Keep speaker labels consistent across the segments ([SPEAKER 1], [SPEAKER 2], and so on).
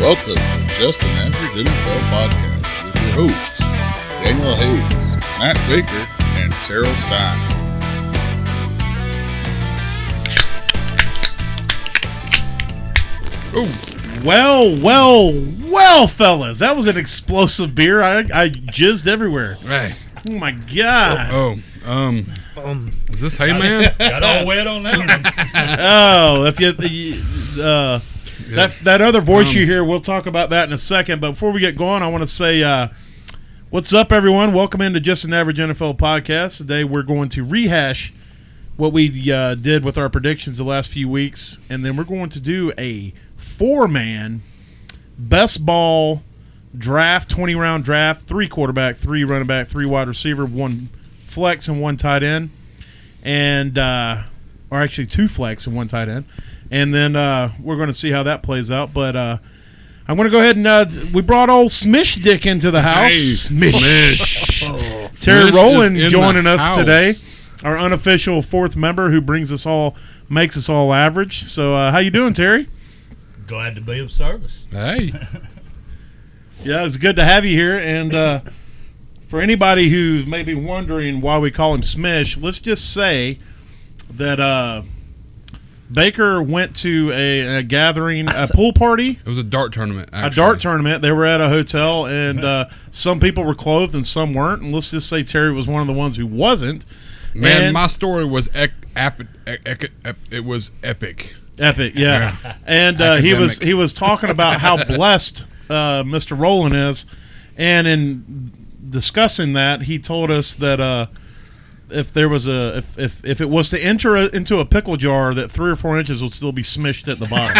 [SPEAKER 1] Welcome to Just an Average NFL podcast with your hosts, Daniel Hayes, Matt Baker, and Terrell Stein. Oh,
[SPEAKER 2] Well, well, well, fellas, that was an explosive beer. I, I jizzed everywhere.
[SPEAKER 3] Right.
[SPEAKER 2] Oh my god!
[SPEAKER 3] Oh, um, is this Hey Man?
[SPEAKER 4] Got all wet on that one.
[SPEAKER 2] Oh, if you, you- uh, that that other voice you hear, we'll talk about that in a second. But before we get going, I want to say, uh, what's up, everyone? Welcome into Just an Average NFL podcast. Today, we're going to rehash what we uh, did with our predictions the last few weeks, and then we're going to do a four-man best ball draft, 20 round draft, three quarterback, three running back, three wide receiver, one flex, and one tight end. And, uh, or actually two flex and one tight end. And then uh, we're going to see how that plays out. But uh, I'm going to go ahead and uh, we brought old Smish Dick into the house. Oh.
[SPEAKER 3] Smish
[SPEAKER 2] Terry
[SPEAKER 3] is
[SPEAKER 2] Rowland
[SPEAKER 3] in the
[SPEAKER 2] joining us
[SPEAKER 3] house.
[SPEAKER 2] today, our unofficial fourth member who brings us all, makes us all average. So uh, how you doing, Terry?
[SPEAKER 4] Glad to be of service.
[SPEAKER 3] Hey.
[SPEAKER 2] Yeah, it's good to have you here. And uh, for anybody who's maybe wondering why we call him Smish, let's just say that uh, Baker went to a, a gathering, a pool party,
[SPEAKER 3] It was a dart tournament.
[SPEAKER 2] a
[SPEAKER 3] Actually.
[SPEAKER 2] dart tournament. They were at a hotel, and uh, some people were clothed and some weren't. And let's just say Terry was one of the ones who wasn't.
[SPEAKER 3] Man,
[SPEAKER 2] And-
[SPEAKER 3] my story was ec- ap- ec- ec- ep- it was epic.
[SPEAKER 2] Epic, yeah. And uh, he was
[SPEAKER 3] Academic.
[SPEAKER 2] he was talking about how blessed uh, Mr. Rowland is, and in discussing that, he told us that uh, if there was a if, if, if it was to enter a, into a pickle jar, that three or four inches would still be smished at the bottom.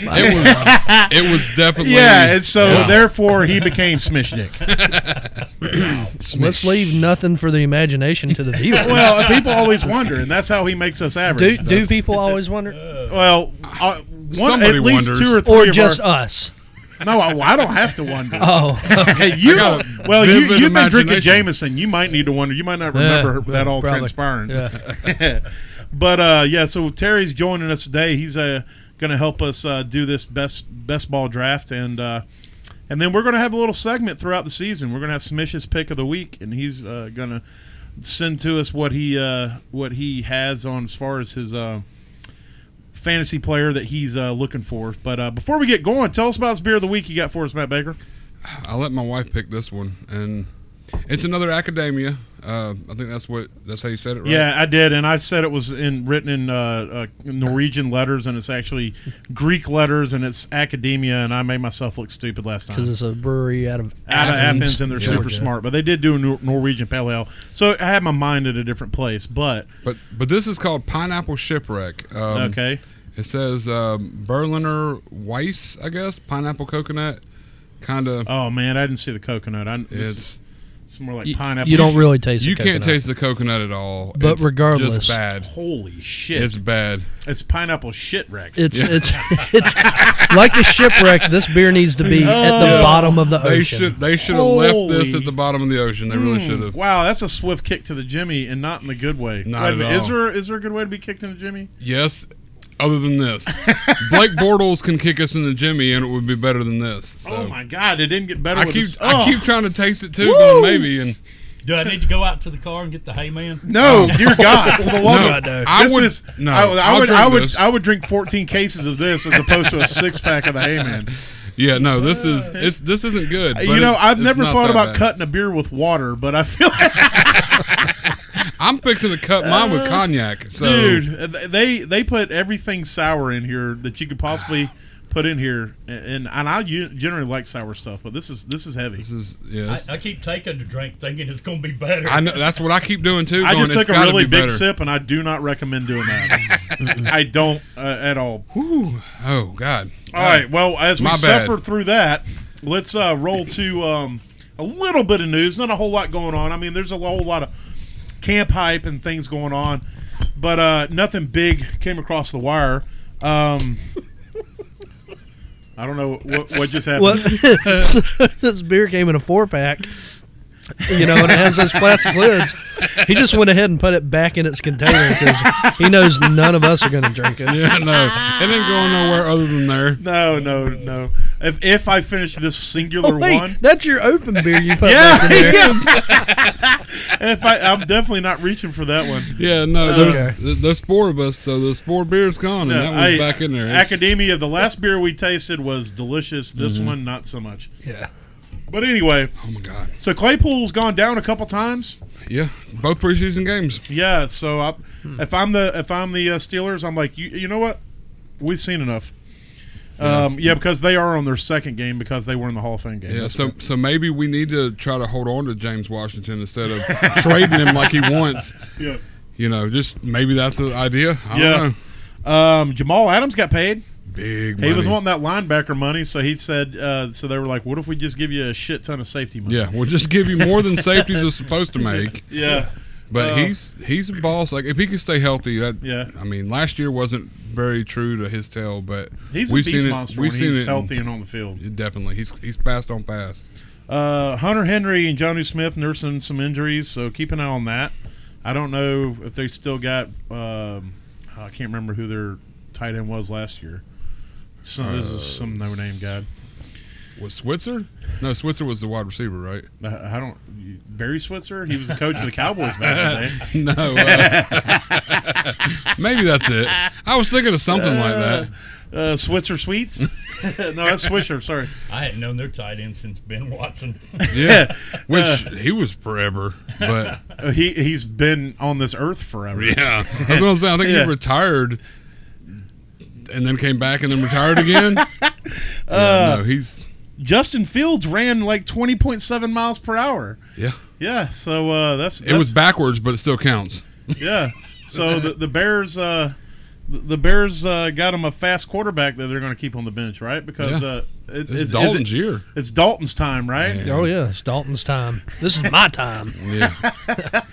[SPEAKER 3] It was, it was definitely
[SPEAKER 2] yeah, and so therefore he became smishnik.
[SPEAKER 5] Let's leave nothing for the imagination to the viewer.
[SPEAKER 2] Well, people always wonder, and that's how he makes us
[SPEAKER 5] do,
[SPEAKER 2] average.
[SPEAKER 5] do people always wonder,
[SPEAKER 2] well, uh, one, at
[SPEAKER 3] Somebody
[SPEAKER 2] least
[SPEAKER 3] wonders.
[SPEAKER 2] two or three
[SPEAKER 5] or
[SPEAKER 2] of
[SPEAKER 5] just
[SPEAKER 2] our,
[SPEAKER 5] us?
[SPEAKER 2] no, I, I don't have to wonder.
[SPEAKER 5] Oh,
[SPEAKER 2] Hey, you
[SPEAKER 3] got
[SPEAKER 2] don't-
[SPEAKER 3] a
[SPEAKER 2] well, you,
[SPEAKER 3] vivid
[SPEAKER 2] you've been drinking
[SPEAKER 3] imagination.
[SPEAKER 2] Jameson. You might need to wonder. You might not remember
[SPEAKER 5] Yeah,
[SPEAKER 2] that all
[SPEAKER 5] probably.
[SPEAKER 2] transpiring.
[SPEAKER 5] Yeah.
[SPEAKER 2] But uh, yeah, so Terry's joining us today. He's uh, going to help us uh, do this best best ball draft, and uh, and then we're going to have a little segment throughout the season. We're going to have Smish's pick of the week, and he's uh, going to send to us what he uh, what he has on as far as his. Uh, Fantasy player that he's uh, looking for, but uh, before we get going, tell us about this beer of the week you got for us, Matt Baker.
[SPEAKER 3] I let my wife pick this one, and it's another academia. Uh, I think that's what that's how you said it, right?
[SPEAKER 2] Yeah, I did, and I said it was in written in uh, uh, Norwegian letters, and it's actually Greek letters, and it's academia, and I made myself look stupid last
[SPEAKER 5] because
[SPEAKER 2] time.
[SPEAKER 5] it's a brewery out of
[SPEAKER 2] Out of
[SPEAKER 5] Athens.
[SPEAKER 2] Athens, and they're super
[SPEAKER 5] Georgia.
[SPEAKER 2] smart, but they did do a Nor- Norwegian pale ale, so I had my mind at a different place. But
[SPEAKER 3] But but this is called pineapple shipwreck. Um,
[SPEAKER 2] okay,
[SPEAKER 3] It says um, Berliner Weiss, I guess, pineapple coconut, kind of.
[SPEAKER 2] oh man, I didn't see the coconut. I, this
[SPEAKER 3] it's.
[SPEAKER 2] is, it's more like
[SPEAKER 5] You,
[SPEAKER 2] pineapple.
[SPEAKER 5] you don't really taste.
[SPEAKER 3] You
[SPEAKER 5] the
[SPEAKER 3] can't
[SPEAKER 5] coconut.
[SPEAKER 3] taste the coconut at all.
[SPEAKER 5] But
[SPEAKER 3] It's
[SPEAKER 5] regardless-
[SPEAKER 3] just bad.
[SPEAKER 2] Holy shit!
[SPEAKER 3] It's
[SPEAKER 2] It's,
[SPEAKER 3] bad.
[SPEAKER 2] pineapple shit wreck.
[SPEAKER 5] It's it's it's like a shipwreck. This beer needs to be at the
[SPEAKER 2] Oh,
[SPEAKER 5] bottom of the
[SPEAKER 3] They
[SPEAKER 5] ocean.
[SPEAKER 3] should they should have left this
[SPEAKER 2] Holy- Mm.
[SPEAKER 3] at the bottom of the ocean. They really should have.
[SPEAKER 2] Wow, that's a swift kick to the jimmy, and not in the good way.
[SPEAKER 3] Not
[SPEAKER 2] Wait a
[SPEAKER 3] at
[SPEAKER 2] minute, Is
[SPEAKER 3] all.
[SPEAKER 2] there is there a good way to be kicked in the jimmy?
[SPEAKER 3] Yes. Other than this, Blake Bortles can kick us in the jimmy, and it would be better than this. So
[SPEAKER 2] Oh my god, it didn't get better.
[SPEAKER 3] I
[SPEAKER 2] with
[SPEAKER 3] keep
[SPEAKER 2] this-
[SPEAKER 3] I
[SPEAKER 2] oh.
[SPEAKER 3] keep trying to taste it too,
[SPEAKER 2] Woo!
[SPEAKER 3] going maybe, and
[SPEAKER 4] Do I need to go out to the car and get the hay man?
[SPEAKER 2] No, dear God, for the love
[SPEAKER 3] No,
[SPEAKER 2] of God,
[SPEAKER 3] I
[SPEAKER 2] this
[SPEAKER 3] would-
[SPEAKER 2] is-
[SPEAKER 3] no,
[SPEAKER 2] I, would- I
[SPEAKER 3] I'll
[SPEAKER 2] would,
[SPEAKER 3] drink
[SPEAKER 2] I would,
[SPEAKER 3] this.
[SPEAKER 2] I would drink 14 cases of this as opposed to a six pack of the Hayman.
[SPEAKER 3] yeah, no, this is it's this isn't good. but
[SPEAKER 2] You know,
[SPEAKER 3] it's-
[SPEAKER 2] I've
[SPEAKER 3] it's
[SPEAKER 2] never
[SPEAKER 3] not
[SPEAKER 2] thought
[SPEAKER 3] that
[SPEAKER 2] about
[SPEAKER 3] bad.
[SPEAKER 2] cutting a beer with water, but I feel like,
[SPEAKER 3] I'm fixing to cut mine with cognac. So
[SPEAKER 2] Uh, dude, they they put everything sour in here that you could possibly put in here, and and I u- generally like sour stuff, but this is this is heavy.
[SPEAKER 3] this is yeah.
[SPEAKER 4] I,
[SPEAKER 3] this-
[SPEAKER 4] I keep taking the drink thinking it's going to be better.
[SPEAKER 3] I, know that's what I keep doing too.
[SPEAKER 2] I
[SPEAKER 3] going,
[SPEAKER 2] just
[SPEAKER 3] "It's
[SPEAKER 2] took a
[SPEAKER 3] gotta
[SPEAKER 2] really
[SPEAKER 3] be
[SPEAKER 2] big
[SPEAKER 3] better."
[SPEAKER 2] sip, and I do not recommend doing that. I don't uh, at all.
[SPEAKER 3] Whew. Oh God.
[SPEAKER 2] All right. Well, as we
[SPEAKER 3] My bad.
[SPEAKER 2] suffer through that, let's uh, roll to um, a little bit of news. Not a whole lot going on. I mean, there's a whole lot of camp hype and things going on, but uh, nothing big came across the wire. Um, I don't know what, what just happened.
[SPEAKER 5] Well, this beer came in a four pack. you know, and it has those plastic lids. He just went ahead and put it back in its container because he knows none of us are going to drink it.
[SPEAKER 3] Yeah, no, it ain't going nowhere other than there.
[SPEAKER 2] No, no, no. If if I finish this singular
[SPEAKER 5] Oh,
[SPEAKER 2] one,
[SPEAKER 5] wait, that's your open beer you put back
[SPEAKER 2] yeah,
[SPEAKER 5] in there.
[SPEAKER 2] if I, I'm definitely not reaching for that one.
[SPEAKER 3] Yeah, no, there's
[SPEAKER 5] Okay.
[SPEAKER 3] th- there's four of us, so there's four beers gone, and
[SPEAKER 2] No,
[SPEAKER 3] that one's
[SPEAKER 2] I-
[SPEAKER 3] back in there. It's-
[SPEAKER 2] Academia, the last beer we tasted was delicious. This
[SPEAKER 3] Mm-hmm.
[SPEAKER 2] one, not so much.
[SPEAKER 5] Yeah.
[SPEAKER 2] But anyway,
[SPEAKER 3] oh my god.
[SPEAKER 2] so Claypool's gone down a couple times.
[SPEAKER 3] Yeah, both preseason games.
[SPEAKER 2] Yeah, so I,
[SPEAKER 3] Hmm.
[SPEAKER 2] if I'm the if I'm the uh, Steelers, I'm like, you, you know what? We've seen enough. Um, yeah, because they are on their second game because they were in the Hall of Fame game.
[SPEAKER 3] Yeah, so so maybe we need to try to hold on to James Washington instead of trading him like he wants.
[SPEAKER 2] Yeah.
[SPEAKER 3] You know, just maybe that's the idea. I
[SPEAKER 2] Yeah.
[SPEAKER 3] don't know.
[SPEAKER 2] Um, Jamal Adams got paid.
[SPEAKER 3] Big
[SPEAKER 2] He was
[SPEAKER 3] money.
[SPEAKER 2] wanting that linebacker money, so he said. Uh, so they were like, "What if we just give you a shit ton of safety money?"
[SPEAKER 3] Yeah, we'll just give you more than safeties are supposed to make.
[SPEAKER 2] yeah,
[SPEAKER 3] But
[SPEAKER 2] Uh,
[SPEAKER 3] he's he's a boss. Like if he can stay healthy, that
[SPEAKER 2] Yeah.
[SPEAKER 3] I mean, last year wasn't very true to his tale, but
[SPEAKER 2] He's a
[SPEAKER 3] we've
[SPEAKER 2] beast
[SPEAKER 3] seen
[SPEAKER 2] monster.
[SPEAKER 3] it. We've
[SPEAKER 2] when
[SPEAKER 3] seen
[SPEAKER 2] he's
[SPEAKER 3] it.
[SPEAKER 2] healthy and on the field.
[SPEAKER 3] Definitely, he's he's fast on fast.
[SPEAKER 2] Uh, Hunter Henry and Johnny Smith nursing some injuries, so keep an eye on that. I don't know if they still got. Um, I can't remember who their tight end was last year. So this is
[SPEAKER 3] Uh,
[SPEAKER 2] some no name guy.
[SPEAKER 3] Was Switzer? No, Switzer was the wide receiver, right?
[SPEAKER 2] I, I don't. Barry Switzer. He was the coach of the Cowboys back in the day.
[SPEAKER 3] No. uh, maybe that's it. I was thinking of something like that.
[SPEAKER 2] Uh, Switzer Sweets. no, that's Swisher. Sorry.
[SPEAKER 4] I hadn't known their tight end since Ben Watson.
[SPEAKER 3] Yeah, which he was forever, but
[SPEAKER 2] Uh, He he's been on this earth forever.
[SPEAKER 3] yeah, that's what I'm saying. I think
[SPEAKER 2] Yeah.
[SPEAKER 3] he retired and then came back and then retired again. yeah,
[SPEAKER 2] Uh,
[SPEAKER 3] no, he's
[SPEAKER 2] Justin Fields ran like twenty point seven miles per hour.
[SPEAKER 3] yeah.
[SPEAKER 2] Yeah. So uh, that's,
[SPEAKER 3] It
[SPEAKER 2] that's-
[SPEAKER 3] was backwards, but it still counts.
[SPEAKER 2] Yeah. So the, the Bears, uh, the Bears uh, got him a fast quarterback that they're going to keep on the bench, right? Because
[SPEAKER 3] Yeah.
[SPEAKER 2] uh, it,
[SPEAKER 3] It's
[SPEAKER 2] it's
[SPEAKER 3] Dalton's
[SPEAKER 2] Is it-
[SPEAKER 3] year.
[SPEAKER 2] it's Dalton's time, right?
[SPEAKER 3] Yeah.
[SPEAKER 5] Oh yeah, it's Dalton's time. This is my time.
[SPEAKER 3] Yeah,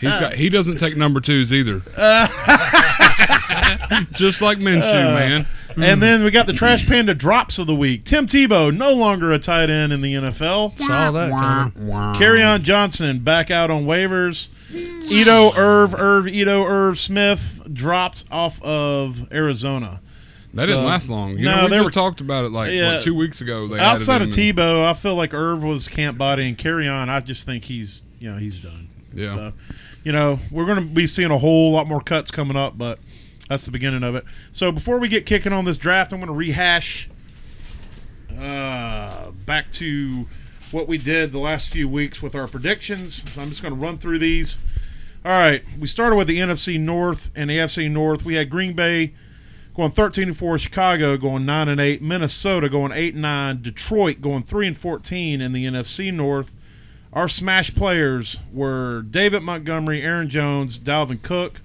[SPEAKER 3] he's got. He doesn't take number twos either.
[SPEAKER 2] Uh,
[SPEAKER 3] Just like Minshew, man.
[SPEAKER 2] And then we got the
[SPEAKER 3] Mm.
[SPEAKER 2] Trash Panda drops of the week. Tim Tebow no longer a tight end in the NFL.
[SPEAKER 5] Saw that. coming.
[SPEAKER 2] Carry on Johnson back out on waivers. Ito Irv Irv Ito Irv Smith dropped off of Arizona.
[SPEAKER 3] That didn't
[SPEAKER 2] So-
[SPEAKER 3] last long. You
[SPEAKER 2] No,
[SPEAKER 3] know, we
[SPEAKER 2] they
[SPEAKER 3] just
[SPEAKER 2] were-
[SPEAKER 3] talked about it like
[SPEAKER 2] Yeah.
[SPEAKER 3] what, two weeks ago. They added
[SPEAKER 2] Outside of
[SPEAKER 3] him and-
[SPEAKER 2] Tebow, I feel like Irv was camp body and carry on. I just think he's you know he's done.
[SPEAKER 3] Yeah.
[SPEAKER 2] So, you know, we're going to be seeing a whole lot more cuts coming up, but that's the beginning of it. So before we get kicking on this draft, I'm going to rehash uh, back to what we did the last few weeks with our predictions. So I'm just going to run through these. All right, we started with the NFC North and the AFC North. We had Green Bay going 13 and 4, Chicago going 9 and 8, Minnesota going 8 and 9, Detroit going 3 and 14 in the NFC North. Our smash players were David Montgomery, Aaron Jones, Dalvin Cook.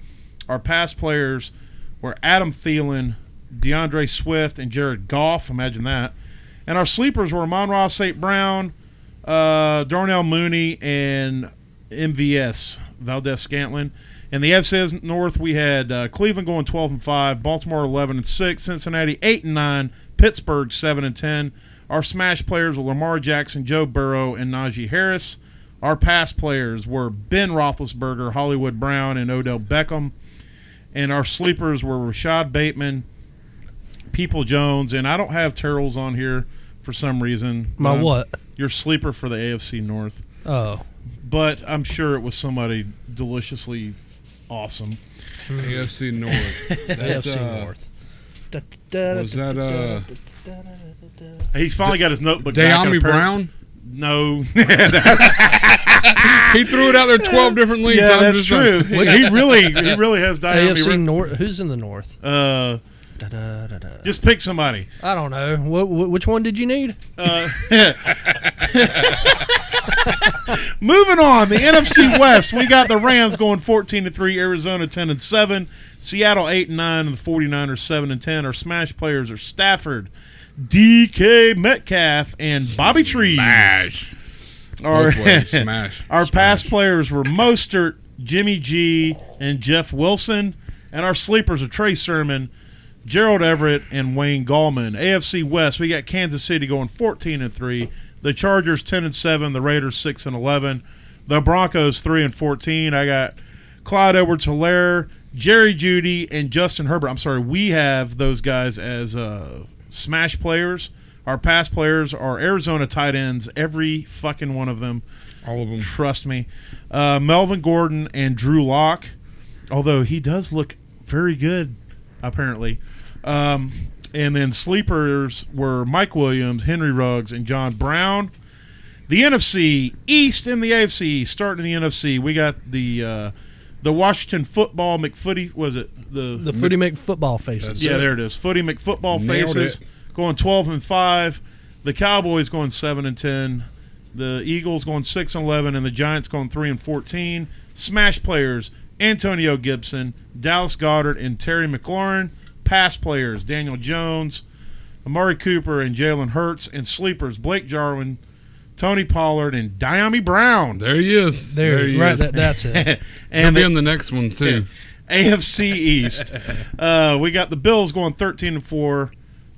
[SPEAKER 2] Our pass players were Adam Thielen, DeAndre Swift, and Jared Goff. Imagine that. And our sleepers were Amon Ross St. Brown, uh, Darnell Mooney, and MVS, Valdez Scantlin. And the FCS North, we had uh, Cleveland going 12 and 5, Baltimore 11 and 6, Cincinnati 8 and 9, Pittsburgh 7 and 10. Our smash players were Lamar Jackson, Joe Burrow, and Najee Harris. Our pass players were Ben Roethlisberger, Hollywood Brown, and Odell Beckham. And our sleepers were Rashad Bateman, People Jones, and I don't have Terrell's on here for some reason.
[SPEAKER 5] My
[SPEAKER 2] Um,
[SPEAKER 5] what?
[SPEAKER 2] Your sleeper for the AFC North.
[SPEAKER 5] Oh,
[SPEAKER 2] But I'm sure it was somebody deliciously awesome.
[SPEAKER 3] AFC North. That's,
[SPEAKER 5] AFC
[SPEAKER 3] uh,
[SPEAKER 5] North.
[SPEAKER 3] was that, uh,
[SPEAKER 2] He finally got his notebook. back and
[SPEAKER 3] Deami
[SPEAKER 2] appar-
[SPEAKER 3] Brown.
[SPEAKER 2] No,
[SPEAKER 3] He threw it out there twelve different leagues.
[SPEAKER 2] yeah,
[SPEAKER 3] I'm
[SPEAKER 2] that's
[SPEAKER 3] just trying-
[SPEAKER 2] true. he really, he really has
[SPEAKER 5] AFC
[SPEAKER 2] Diami.
[SPEAKER 5] North? Who's in the North?
[SPEAKER 2] Uh,
[SPEAKER 5] Da, da, da, da.
[SPEAKER 2] just pick somebody.
[SPEAKER 5] I don't know. What, what, which one did you need?
[SPEAKER 2] Uh, moving on, the NFC West. We got the Rams going 14 to 3, Arizona 10 and 7, Seattle 8 and 9, and the 49ers 7 and 10. Our smash players are Stafford, DK Metcalf, and Bobby Trees.
[SPEAKER 3] Smash.
[SPEAKER 2] Our,
[SPEAKER 3] Both ways, smash.
[SPEAKER 2] our
[SPEAKER 3] Smash.
[SPEAKER 2] pass players were Mostert, Jimmy G, and Jeff Wilson. And our sleepers are Trey Sermon, Gerald Everett, and Wayne Gallman. AFC West, we got Kansas City going 14 and 3, the Chargers 10 and 7, the Raiders 6 and 11. The Broncos three and fourteen. I got Clyde Edwards Hilaire, Jerry Judy, and Justin Herbert. I'm sorry, we have those guys as uh, smash players. Our pass players are Arizona tight ends, every fucking one of them.
[SPEAKER 3] All of them.
[SPEAKER 2] Trust me. Uh, Melvin Gordon and Drew Locke, although he does look very good, apparently. Um, and then sleepers were Mike Williams, Henry Ruggs, and John Brown. The NFC East and the AFC. Starting in the NFC, we got the uh, the Washington Football McFooty. Was it the
[SPEAKER 5] The Footy Make football faces.
[SPEAKER 2] yeah, there it is. Footy McFootball
[SPEAKER 3] Nailed
[SPEAKER 2] faces
[SPEAKER 3] it.
[SPEAKER 2] going twelve and five. The Cowboys going seven and ten. The Eagles going six and eleven, and the Giants going three and fourteen. Smash players: Antonio Gibson, Dallas Goddard, and Terry McLaurin. Pass players: Daniel Jones, Amari Cooper, and Jalen Hurts. And sleepers: Blake Jarwin, Tony Pollard, and Diami Brown.
[SPEAKER 3] There he is.
[SPEAKER 5] There,
[SPEAKER 3] he
[SPEAKER 5] right.
[SPEAKER 3] is.
[SPEAKER 5] That, that's it.
[SPEAKER 3] He'll
[SPEAKER 2] and
[SPEAKER 3] be
[SPEAKER 2] the-
[SPEAKER 3] in the next one too.
[SPEAKER 2] AFC East. Uh, we got the Bills going thirteen and four.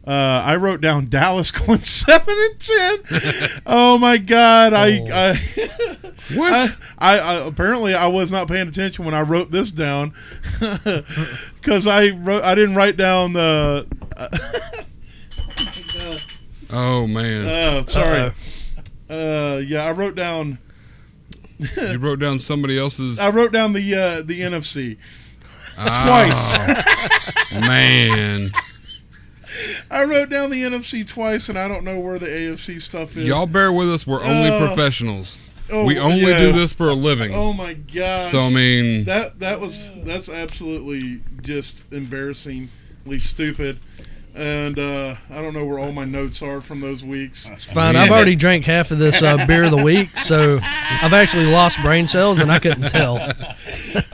[SPEAKER 2] Uh, I wrote down Dallas going seven and ten. Oh my God! I,
[SPEAKER 3] Oh. What?
[SPEAKER 2] I, I, I apparently I was not paying attention when I wrote this down because I wrote I didn't write down the.
[SPEAKER 3] oh man,
[SPEAKER 2] Uh, sorry. Uh, yeah, I wrote down
[SPEAKER 3] you wrote down somebody else's
[SPEAKER 2] I wrote down the uh, the NFC.
[SPEAKER 3] Ah, man,
[SPEAKER 2] I wrote down the NFC twice, and I don't know where the AFC stuff is.
[SPEAKER 3] y'all bear with us. We're only
[SPEAKER 2] Uh,
[SPEAKER 3] professionals.
[SPEAKER 2] Oh,
[SPEAKER 3] we only
[SPEAKER 2] yeah.
[SPEAKER 3] do this for a living.
[SPEAKER 2] Oh my God!
[SPEAKER 3] so I mean,
[SPEAKER 2] That that was that's absolutely just embarrassingly stupid, and uh, I don't know where all my notes are from those weeks.
[SPEAKER 5] Fine. I've
[SPEAKER 3] Yeah.
[SPEAKER 5] already drank half of this uh, beer of the week, so I've actually lost brain cells, and I couldn't tell.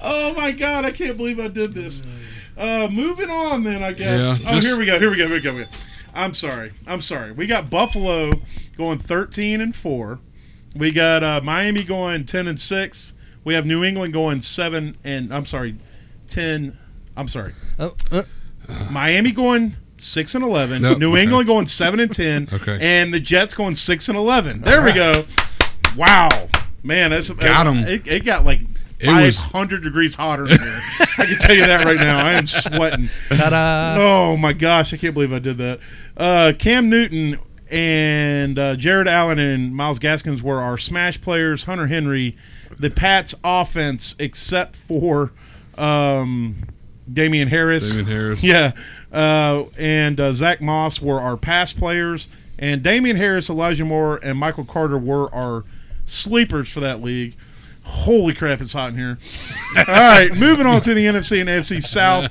[SPEAKER 2] Oh my god, I can't believe I did this. Uh, moving on, then I guess.
[SPEAKER 3] Yeah,
[SPEAKER 2] oh,
[SPEAKER 3] just-
[SPEAKER 2] here we go. Here we go. Here we go. Here we go. I'm sorry. I'm sorry. We got Buffalo going 13 and four. We got uh, Miami going 10 and six. We have New England going seven and I'm sorry, 10. I'm sorry.
[SPEAKER 5] Oh, uh,
[SPEAKER 2] Miami going six and eleven.
[SPEAKER 3] Nope,
[SPEAKER 2] New
[SPEAKER 3] okay.
[SPEAKER 2] England going seven and ten.
[SPEAKER 3] Okay.
[SPEAKER 2] And the Jets going six and eleven. There we go. Wow, man, that's uh,
[SPEAKER 3] Got 'em.
[SPEAKER 2] It, it got like
[SPEAKER 3] It
[SPEAKER 2] five
[SPEAKER 3] was-
[SPEAKER 2] hundred degrees hotter in here. I can tell you that right now. I am sweating.
[SPEAKER 5] ta-da.
[SPEAKER 2] Oh my gosh, I can't believe I did that. Uh, Cam Newton and uh, Jared Allen and Miles Gaskins were our smash players. Hunter Henry, the Pats offense, except for um, Damian Harris.
[SPEAKER 3] Damian Harris.
[SPEAKER 2] Yeah. Uh, and uh, Zach Moss were our pass players. And Damian Harris, Elijah Moore, and Michael Carter were our sleepers for that league. Holy crap, it's hot in here. All right, moving on to the NFC and AFC South.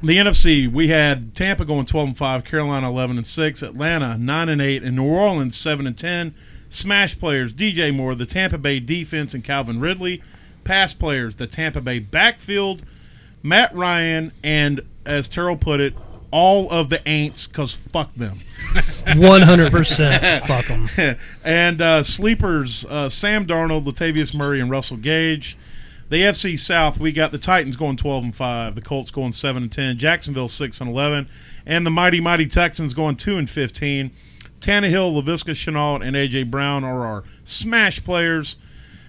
[SPEAKER 2] The NFC, we had Tampa going 12 and 5, Carolina 11 and 6, Atlanta 9 and 8, and New Orleans 7 and 10. Smash players, DJ Moore, the Tampa Bay defense, and Calvin Ridley. Pass players, the Tampa Bay backfield, Matt Ryan, and as Terrell put it, all of the ain'ts, because fuck them.
[SPEAKER 5] 100% fuck them.
[SPEAKER 2] and uh, sleepers, uh, Sam Darnold, Latavius Murray, and Russell Gage. The FC South, we got the Titans going 12 and 5, the Colts going 7 and 10, Jacksonville 6 and 11, and the mighty mighty Texans going 2 and 15. Tannehill, Lavisca Chenault, and AJ Brown are our smash players.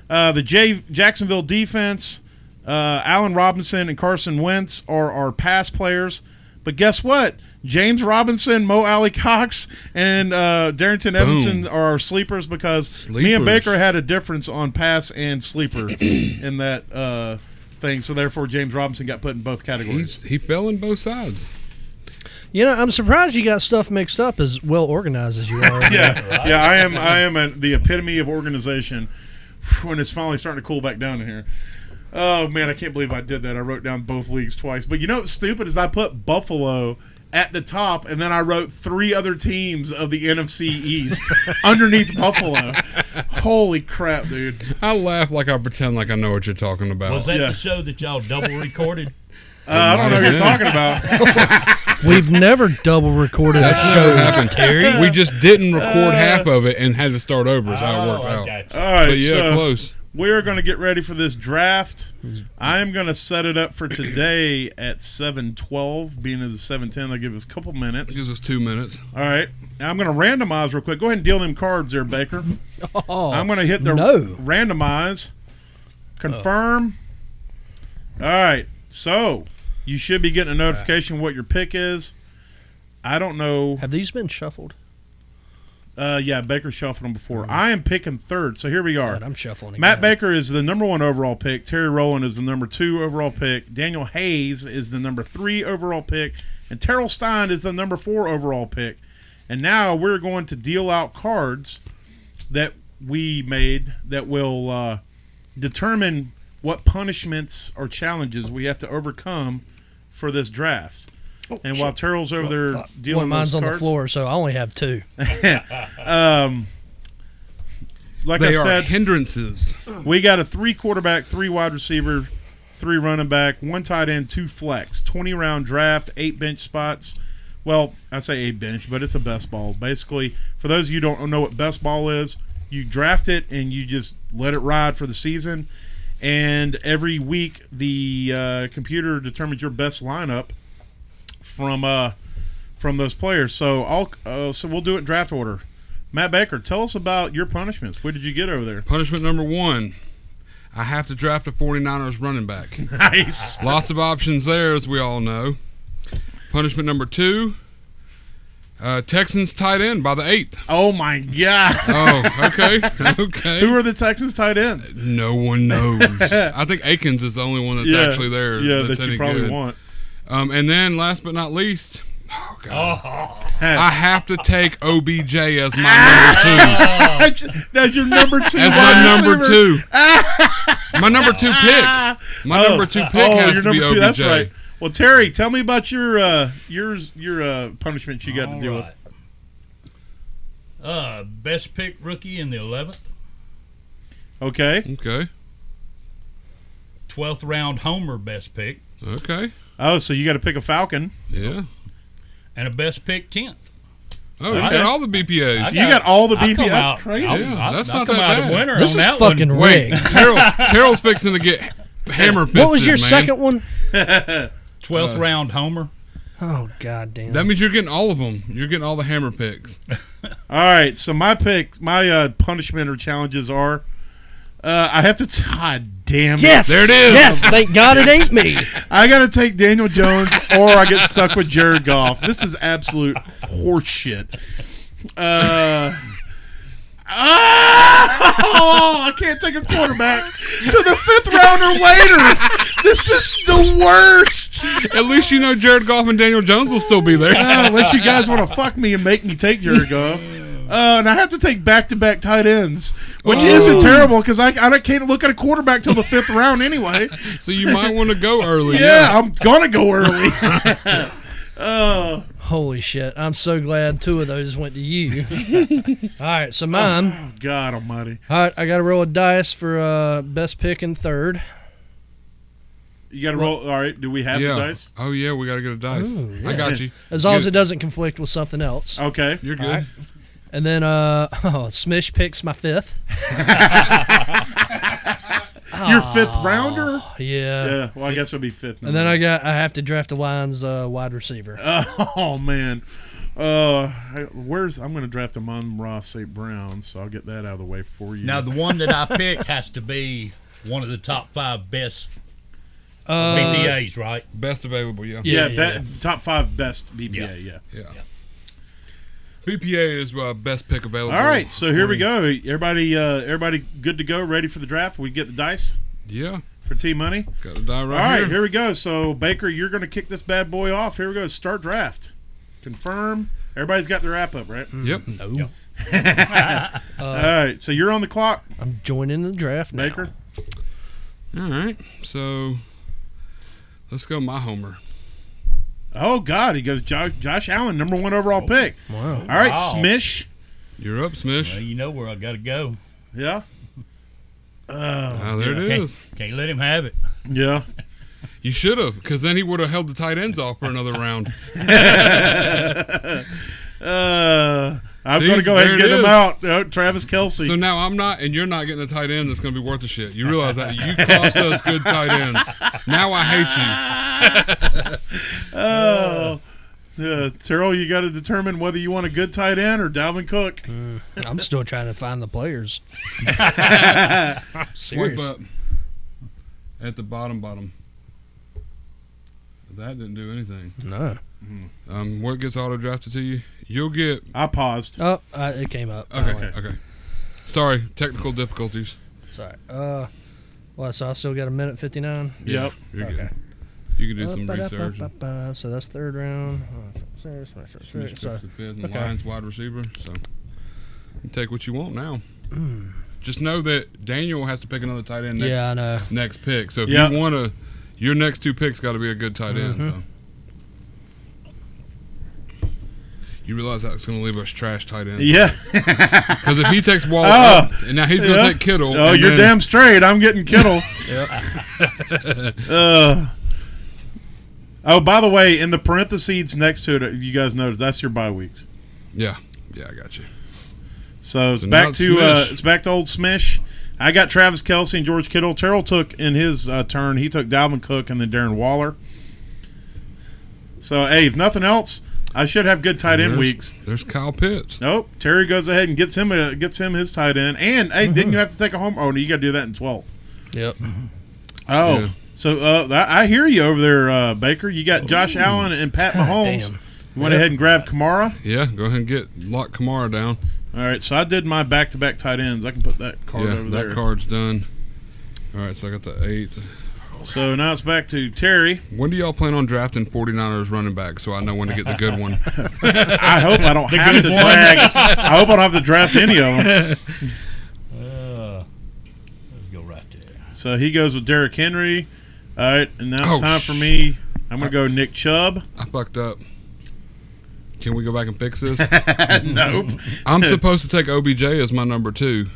[SPEAKER 2] Uh, the J- Jacksonville defense, uh, Allen Robinson and Carson Wentz are our pass players. But guess what? James Robinson, Mo Alley Cox, and uh, Darrington Evanson are our sleepers because me and
[SPEAKER 3] Sleepers.
[SPEAKER 2] Baker had a difference on pass and sleeper in that uh, thing. So therefore, James Robinson got put in both categories.
[SPEAKER 3] He's, he fell in both sides.
[SPEAKER 5] You know, I'm surprised you got stuff mixed up as well organized as you are.
[SPEAKER 2] yeah, yeah. I am. I am an the epitome of organization. When it's finally starting to cool back down in here. Oh man, I can't believe I did that. I wrote down both leagues twice. But you know what's stupid is I put Buffalo at the top, and then I wrote three other teams of the NFC East underneath Buffalo. Holy crap, dude!
[SPEAKER 3] I laugh like I pretend like I know what you're talking about.
[SPEAKER 4] Was that
[SPEAKER 2] Oh, Yeah.
[SPEAKER 4] the show that y'all double recorded?
[SPEAKER 2] Uh, I don't know what you're
[SPEAKER 3] Yeah.
[SPEAKER 2] talking about.
[SPEAKER 5] We've never double recorded a
[SPEAKER 3] That
[SPEAKER 5] show.
[SPEAKER 3] never happened.
[SPEAKER 2] Uh,
[SPEAKER 3] We just didn't record half of it and had to start over. Is how it worked
[SPEAKER 4] Oh, I
[SPEAKER 3] out.
[SPEAKER 4] got you.
[SPEAKER 2] All right,
[SPEAKER 3] But yeah,
[SPEAKER 2] so-
[SPEAKER 3] close. Hmm.
[SPEAKER 2] We're going to get ready for this draft. I am going to set it up for today at 7:12, being as 7:10, they'll give us a couple minutes.
[SPEAKER 3] gives us two minutes.
[SPEAKER 2] All right. Now I'm going to randomize real quick. Go ahead and deal them cards there, Baker.
[SPEAKER 5] Oh,
[SPEAKER 2] I'm going to hit the
[SPEAKER 5] no.
[SPEAKER 2] randomize, confirm. All right. So you should be getting a notification what your pick is. I don't know.
[SPEAKER 5] Have these been shuffled?
[SPEAKER 2] Uh, yeah, Baker shuffled them before.
[SPEAKER 5] Mm-hmm.
[SPEAKER 2] I am picking third. So here we are.
[SPEAKER 5] God, I'm shuffling. Again.
[SPEAKER 2] Matt Baker is the number one overall pick. Terry Rowland is the number two overall pick. Daniel Hayes is the number three overall pick. And Terrell Stein is the number four overall pick. And now we're going to deal out cards that we made that will uh, determine what punishments or challenges we have to overcome for this draft.
[SPEAKER 5] Oh,
[SPEAKER 2] and while Terrell's over there
[SPEAKER 5] One
[SPEAKER 2] dealing
[SPEAKER 5] mine's
[SPEAKER 2] those
[SPEAKER 5] uh, on the
[SPEAKER 2] cards-
[SPEAKER 5] floor, so I only have two.
[SPEAKER 2] um, like
[SPEAKER 3] They
[SPEAKER 2] I
[SPEAKER 3] are
[SPEAKER 2] said,
[SPEAKER 3] hindrances.
[SPEAKER 2] We got a three quarterback, three wide receiver, three running back, one tight end, two flex, 20 round draft, eight bench spots. Well, I say eight bench, but it's a best ball. Basically, for those of you who don't know what best ball is, you draft it and you just let it ride for the season. And every week, the uh, computer determines your best lineup from uh, from those players. So I'll uh, so we'll do it in draft order. Matt Baker, tell us about your punishments. What did you get over there?
[SPEAKER 3] Punishment number one I have to draft a 49ers running back.
[SPEAKER 2] Nice.
[SPEAKER 3] Lots of options there, as we all know. Punishment number two uh, Texans tight end by the eighth.
[SPEAKER 2] Oh my god.
[SPEAKER 3] Oh, okay. Okay.
[SPEAKER 2] Who are the Texans tight ends?
[SPEAKER 3] no one knows. I think Akins is the only one that's actually there.
[SPEAKER 2] Yeah,
[SPEAKER 3] that's
[SPEAKER 2] that you
[SPEAKER 3] any
[SPEAKER 2] probably
[SPEAKER 3] good.
[SPEAKER 2] want.
[SPEAKER 3] Um, and then last but not least, oh god, I
[SPEAKER 2] Hey,
[SPEAKER 3] have to take OBJ as my number two.
[SPEAKER 2] That's your number two.
[SPEAKER 3] As
[SPEAKER 2] wide
[SPEAKER 3] my number
[SPEAKER 2] receiver.
[SPEAKER 3] two. My number two pick. My
[SPEAKER 2] Oh.
[SPEAKER 3] number two pick
[SPEAKER 2] Oh,
[SPEAKER 3] has
[SPEAKER 2] your
[SPEAKER 3] to be
[SPEAKER 2] number
[SPEAKER 3] OBJ.
[SPEAKER 2] two. That's right. Well, Terry, tell me about your uh, yours your uh, punishment you got to
[SPEAKER 4] All
[SPEAKER 2] deal
[SPEAKER 4] right. Uh, best pick rookie in the 11th,
[SPEAKER 2] with. Okay.
[SPEAKER 3] Okay.
[SPEAKER 4] 12th round homer best pick,
[SPEAKER 3] Okay.
[SPEAKER 2] Oh, so you got to pick a Falcon.
[SPEAKER 3] Yeah.
[SPEAKER 4] and a best pick 10th.
[SPEAKER 3] Oh,
[SPEAKER 4] So
[SPEAKER 3] you
[SPEAKER 4] I
[SPEAKER 3] got
[SPEAKER 4] got-
[SPEAKER 3] all the BPAs.
[SPEAKER 2] You got all the
[SPEAKER 4] I
[SPEAKER 2] BP.
[SPEAKER 4] come
[SPEAKER 2] That's
[SPEAKER 4] out-
[SPEAKER 2] crazy.
[SPEAKER 4] I'll-
[SPEAKER 3] Yeah,
[SPEAKER 4] I'll-
[SPEAKER 3] that's
[SPEAKER 4] I'll
[SPEAKER 3] not
[SPEAKER 4] come
[SPEAKER 3] that
[SPEAKER 4] out a
[SPEAKER 3] bad.
[SPEAKER 4] winner
[SPEAKER 5] This
[SPEAKER 4] on
[SPEAKER 5] is
[SPEAKER 4] that
[SPEAKER 5] fucking
[SPEAKER 4] one.
[SPEAKER 3] Wait,
[SPEAKER 5] rigged.
[SPEAKER 3] Terrell. Terrell's fixing to get hammer fisted.
[SPEAKER 5] What was your
[SPEAKER 3] man.
[SPEAKER 5] second one?
[SPEAKER 4] 12th
[SPEAKER 2] Uh,
[SPEAKER 4] round homer.
[SPEAKER 5] Oh god damn!
[SPEAKER 3] That means you're getting all of them. You're getting all the hammer picks.
[SPEAKER 2] All right. So my picks, my uh, punishment or challenges are, uh, I have to. T- God damn it.
[SPEAKER 5] yes,
[SPEAKER 3] There it is.
[SPEAKER 5] Yes, thank God it ain't me.
[SPEAKER 2] I got to take Daniel Jones or I get stuck with Jared Goff. This is absolute horseshit. Uh, oh, I can't take a quarterback to the fifth rounder later. This is the worst. Oh,
[SPEAKER 3] At least you know Jared Goff and Daniel Jones will still be there.
[SPEAKER 2] Uh, unless you guys want to fuck me and make me take Jared Goff. Uh, and I have to take back-to-back tight ends, which isn't terrible because I, I can't look at a quarterback till the fifth round anyway.
[SPEAKER 3] So you might want to go early.
[SPEAKER 2] Yeah, I'm gonna go early. Oh.
[SPEAKER 5] Holy shit! I'm so glad two of those went to you. All right, so mine.
[SPEAKER 2] God Almighty!
[SPEAKER 5] All right, I got to roll a dice for uh, best pick and third.
[SPEAKER 2] You got to roll. All right. Do we have
[SPEAKER 3] yeah.
[SPEAKER 2] the dice?
[SPEAKER 3] Oh yeah, we gotta get a dice.
[SPEAKER 5] Ooh,
[SPEAKER 3] I
[SPEAKER 5] yeah.
[SPEAKER 3] got you.
[SPEAKER 5] As long as
[SPEAKER 3] Good.
[SPEAKER 5] it doesn't conflict with something else.
[SPEAKER 2] Okay.
[SPEAKER 3] You're good.
[SPEAKER 5] All right. And then uh, oh, Smish picks my fifth.
[SPEAKER 2] Your fifth rounder.
[SPEAKER 5] Yeah.
[SPEAKER 2] Yeah. Well, I guess it'll be fifth.
[SPEAKER 5] And then I got I have to draft the Lions uh, wide receiver.
[SPEAKER 2] Oh man. Uh, I- where's I'm gonna draft a Amon Ross St. Brown, so I'll get that out of the way for you.
[SPEAKER 4] Now, the one that I picked has to be one of the top five best
[SPEAKER 5] Uh,
[SPEAKER 4] BPAs, right?
[SPEAKER 3] Best available. Yeah.
[SPEAKER 5] Yeah,
[SPEAKER 2] yeah,
[SPEAKER 5] yeah,
[SPEAKER 2] be- top five best BPA. Yeah.
[SPEAKER 4] Yeah.
[SPEAKER 3] Yeah. BPA is uh, best pick available.
[SPEAKER 2] All right. So here we go. Everybody, uh, everybody, good to go. Ready for the draft? We get the dice
[SPEAKER 3] Yeah.
[SPEAKER 2] for T money.
[SPEAKER 3] Got a die right,
[SPEAKER 2] All right.
[SPEAKER 3] here.
[SPEAKER 2] Here we go. So Baker, you're gonna kick this bad boy off. Here we go. Start draft. Confirm. Everybody's got their app up, right?
[SPEAKER 3] Yep.
[SPEAKER 4] No.
[SPEAKER 5] Uh,
[SPEAKER 2] All right, so you're on the clock,
[SPEAKER 5] I'm joining the draft now.
[SPEAKER 2] Baker.
[SPEAKER 3] All right. So let's go. My homer.
[SPEAKER 2] Oh God, he goes Josh, Josh Allen, number one overall pick.
[SPEAKER 5] Wow.
[SPEAKER 2] All right,
[SPEAKER 4] Wow.
[SPEAKER 2] Smish.
[SPEAKER 3] You're up, Smish.
[SPEAKER 4] Well, you know where I got to go.
[SPEAKER 2] Yeah,
[SPEAKER 3] Ah, there it
[SPEAKER 4] Can't-
[SPEAKER 3] is.
[SPEAKER 4] can't let him have it.
[SPEAKER 2] yeah.
[SPEAKER 3] You should have, because then he would have held the tight ends off for another round.
[SPEAKER 2] Uh, all I'm
[SPEAKER 3] See,
[SPEAKER 2] going to go ahead
[SPEAKER 3] there
[SPEAKER 2] and
[SPEAKER 3] it
[SPEAKER 2] get him
[SPEAKER 3] is.
[SPEAKER 2] out. Uh, Travis Kelsey.
[SPEAKER 3] So now I'm not, and you're not getting a tight end that's going to be worth a shit. You realize that you cost us good tight ends. Now I hate
[SPEAKER 2] oh. Uh, Terrell, you got to determine whether you want a good tight end or Dalvin Cook.
[SPEAKER 5] I'm still trying to find the players. I'm
[SPEAKER 3] you. Wipe
[SPEAKER 5] serious.
[SPEAKER 3] up at the bottom, bottom. That didn't do anything.
[SPEAKER 5] No.
[SPEAKER 3] Um, where it gets auto drafted to you, you'll get.
[SPEAKER 2] I paused.
[SPEAKER 5] Oh, uh, it came up.
[SPEAKER 3] Okay,
[SPEAKER 5] finally.
[SPEAKER 3] okay. Sorry, technical difficulties.
[SPEAKER 5] Sorry. Uh, well, so I still got a minute 59.
[SPEAKER 3] Yeah,
[SPEAKER 2] Yep.
[SPEAKER 3] You're
[SPEAKER 5] Okay.
[SPEAKER 3] good. You can do some research.
[SPEAKER 5] Ba-ba-ba-ba-ba. So that's third round. Oh, Serious, serious,
[SPEAKER 3] Finish
[SPEAKER 5] serious. So-
[SPEAKER 3] fifth and fifth and
[SPEAKER 5] okay.
[SPEAKER 3] Lions wide receiver. So you take what you want now. Just know that Daniel has to pick another tight end next,
[SPEAKER 5] Mm. Yeah, I know.
[SPEAKER 3] next pick. So if
[SPEAKER 2] Yeah.
[SPEAKER 3] you want to, your next two picks got to be a good tight end.
[SPEAKER 5] Mm-hmm.
[SPEAKER 3] So. You realize that's going to leave us trash tight end
[SPEAKER 2] Yeah.
[SPEAKER 3] because if he takes Waller,
[SPEAKER 2] Oh.
[SPEAKER 3] up, and now he's going to
[SPEAKER 2] Yeah.
[SPEAKER 3] take Kittle.
[SPEAKER 2] Oh,
[SPEAKER 3] and
[SPEAKER 2] you're
[SPEAKER 3] then-
[SPEAKER 2] damn straight. I'm getting Kittle. uh, oh, by the way, in the parentheses next to it, if you guys noticed that's your bye weeks.
[SPEAKER 3] Yeah, yeah, I got you.
[SPEAKER 2] So it's
[SPEAKER 3] So now
[SPEAKER 2] back
[SPEAKER 3] it's
[SPEAKER 2] to uh,
[SPEAKER 3] Smish.
[SPEAKER 2] it's back to old Smish. I got Travis Kelsey and George Kittle. Terrell took in his uh, turn. He took Dalvin Cook and then Darren Waller. So hey, if nothing else, I should have good tight end
[SPEAKER 3] There's-
[SPEAKER 2] weeks.
[SPEAKER 3] There's Kyle Pitts.
[SPEAKER 2] Nope. Terry goes ahead and gets him a, gets him his tight end. And hey,
[SPEAKER 3] Mm-hmm.
[SPEAKER 2] didn't you have to take a home? Oh, no, you got to do that in twelfth.
[SPEAKER 5] Yep.
[SPEAKER 2] Oh,
[SPEAKER 3] Yeah.
[SPEAKER 2] so uh, I I hear you over there, uh, Baker. You got Josh
[SPEAKER 3] Oh.
[SPEAKER 2] Allen and Pat Mahomes.
[SPEAKER 5] damn.
[SPEAKER 2] You went ahead and grabbed Kamara.
[SPEAKER 3] Yeah, go ahead and get lock Kamara down.
[SPEAKER 2] All right, so I did my back-to-back tight ends. I can put that card
[SPEAKER 3] yeah,
[SPEAKER 2] over
[SPEAKER 3] that
[SPEAKER 2] there.
[SPEAKER 3] card's done. All right, so I got the eight.
[SPEAKER 2] So now it's back to Terry.
[SPEAKER 3] When do y'all plan on drafting 49ers running back so I know when to get the good one?
[SPEAKER 2] I hope I don't have to drag. I hope I don't have to draft any of them.
[SPEAKER 4] Uh, let's go right there.
[SPEAKER 2] So he goes with Derrick Henry. All right, and now it's
[SPEAKER 3] Oh,
[SPEAKER 2] time for
[SPEAKER 3] sh-
[SPEAKER 2] me. I'm gonna go Nick Chubb.
[SPEAKER 3] I fucked up. Can we go back and fix this?
[SPEAKER 2] nope.
[SPEAKER 3] I'm supposed to take OBJ as my number two.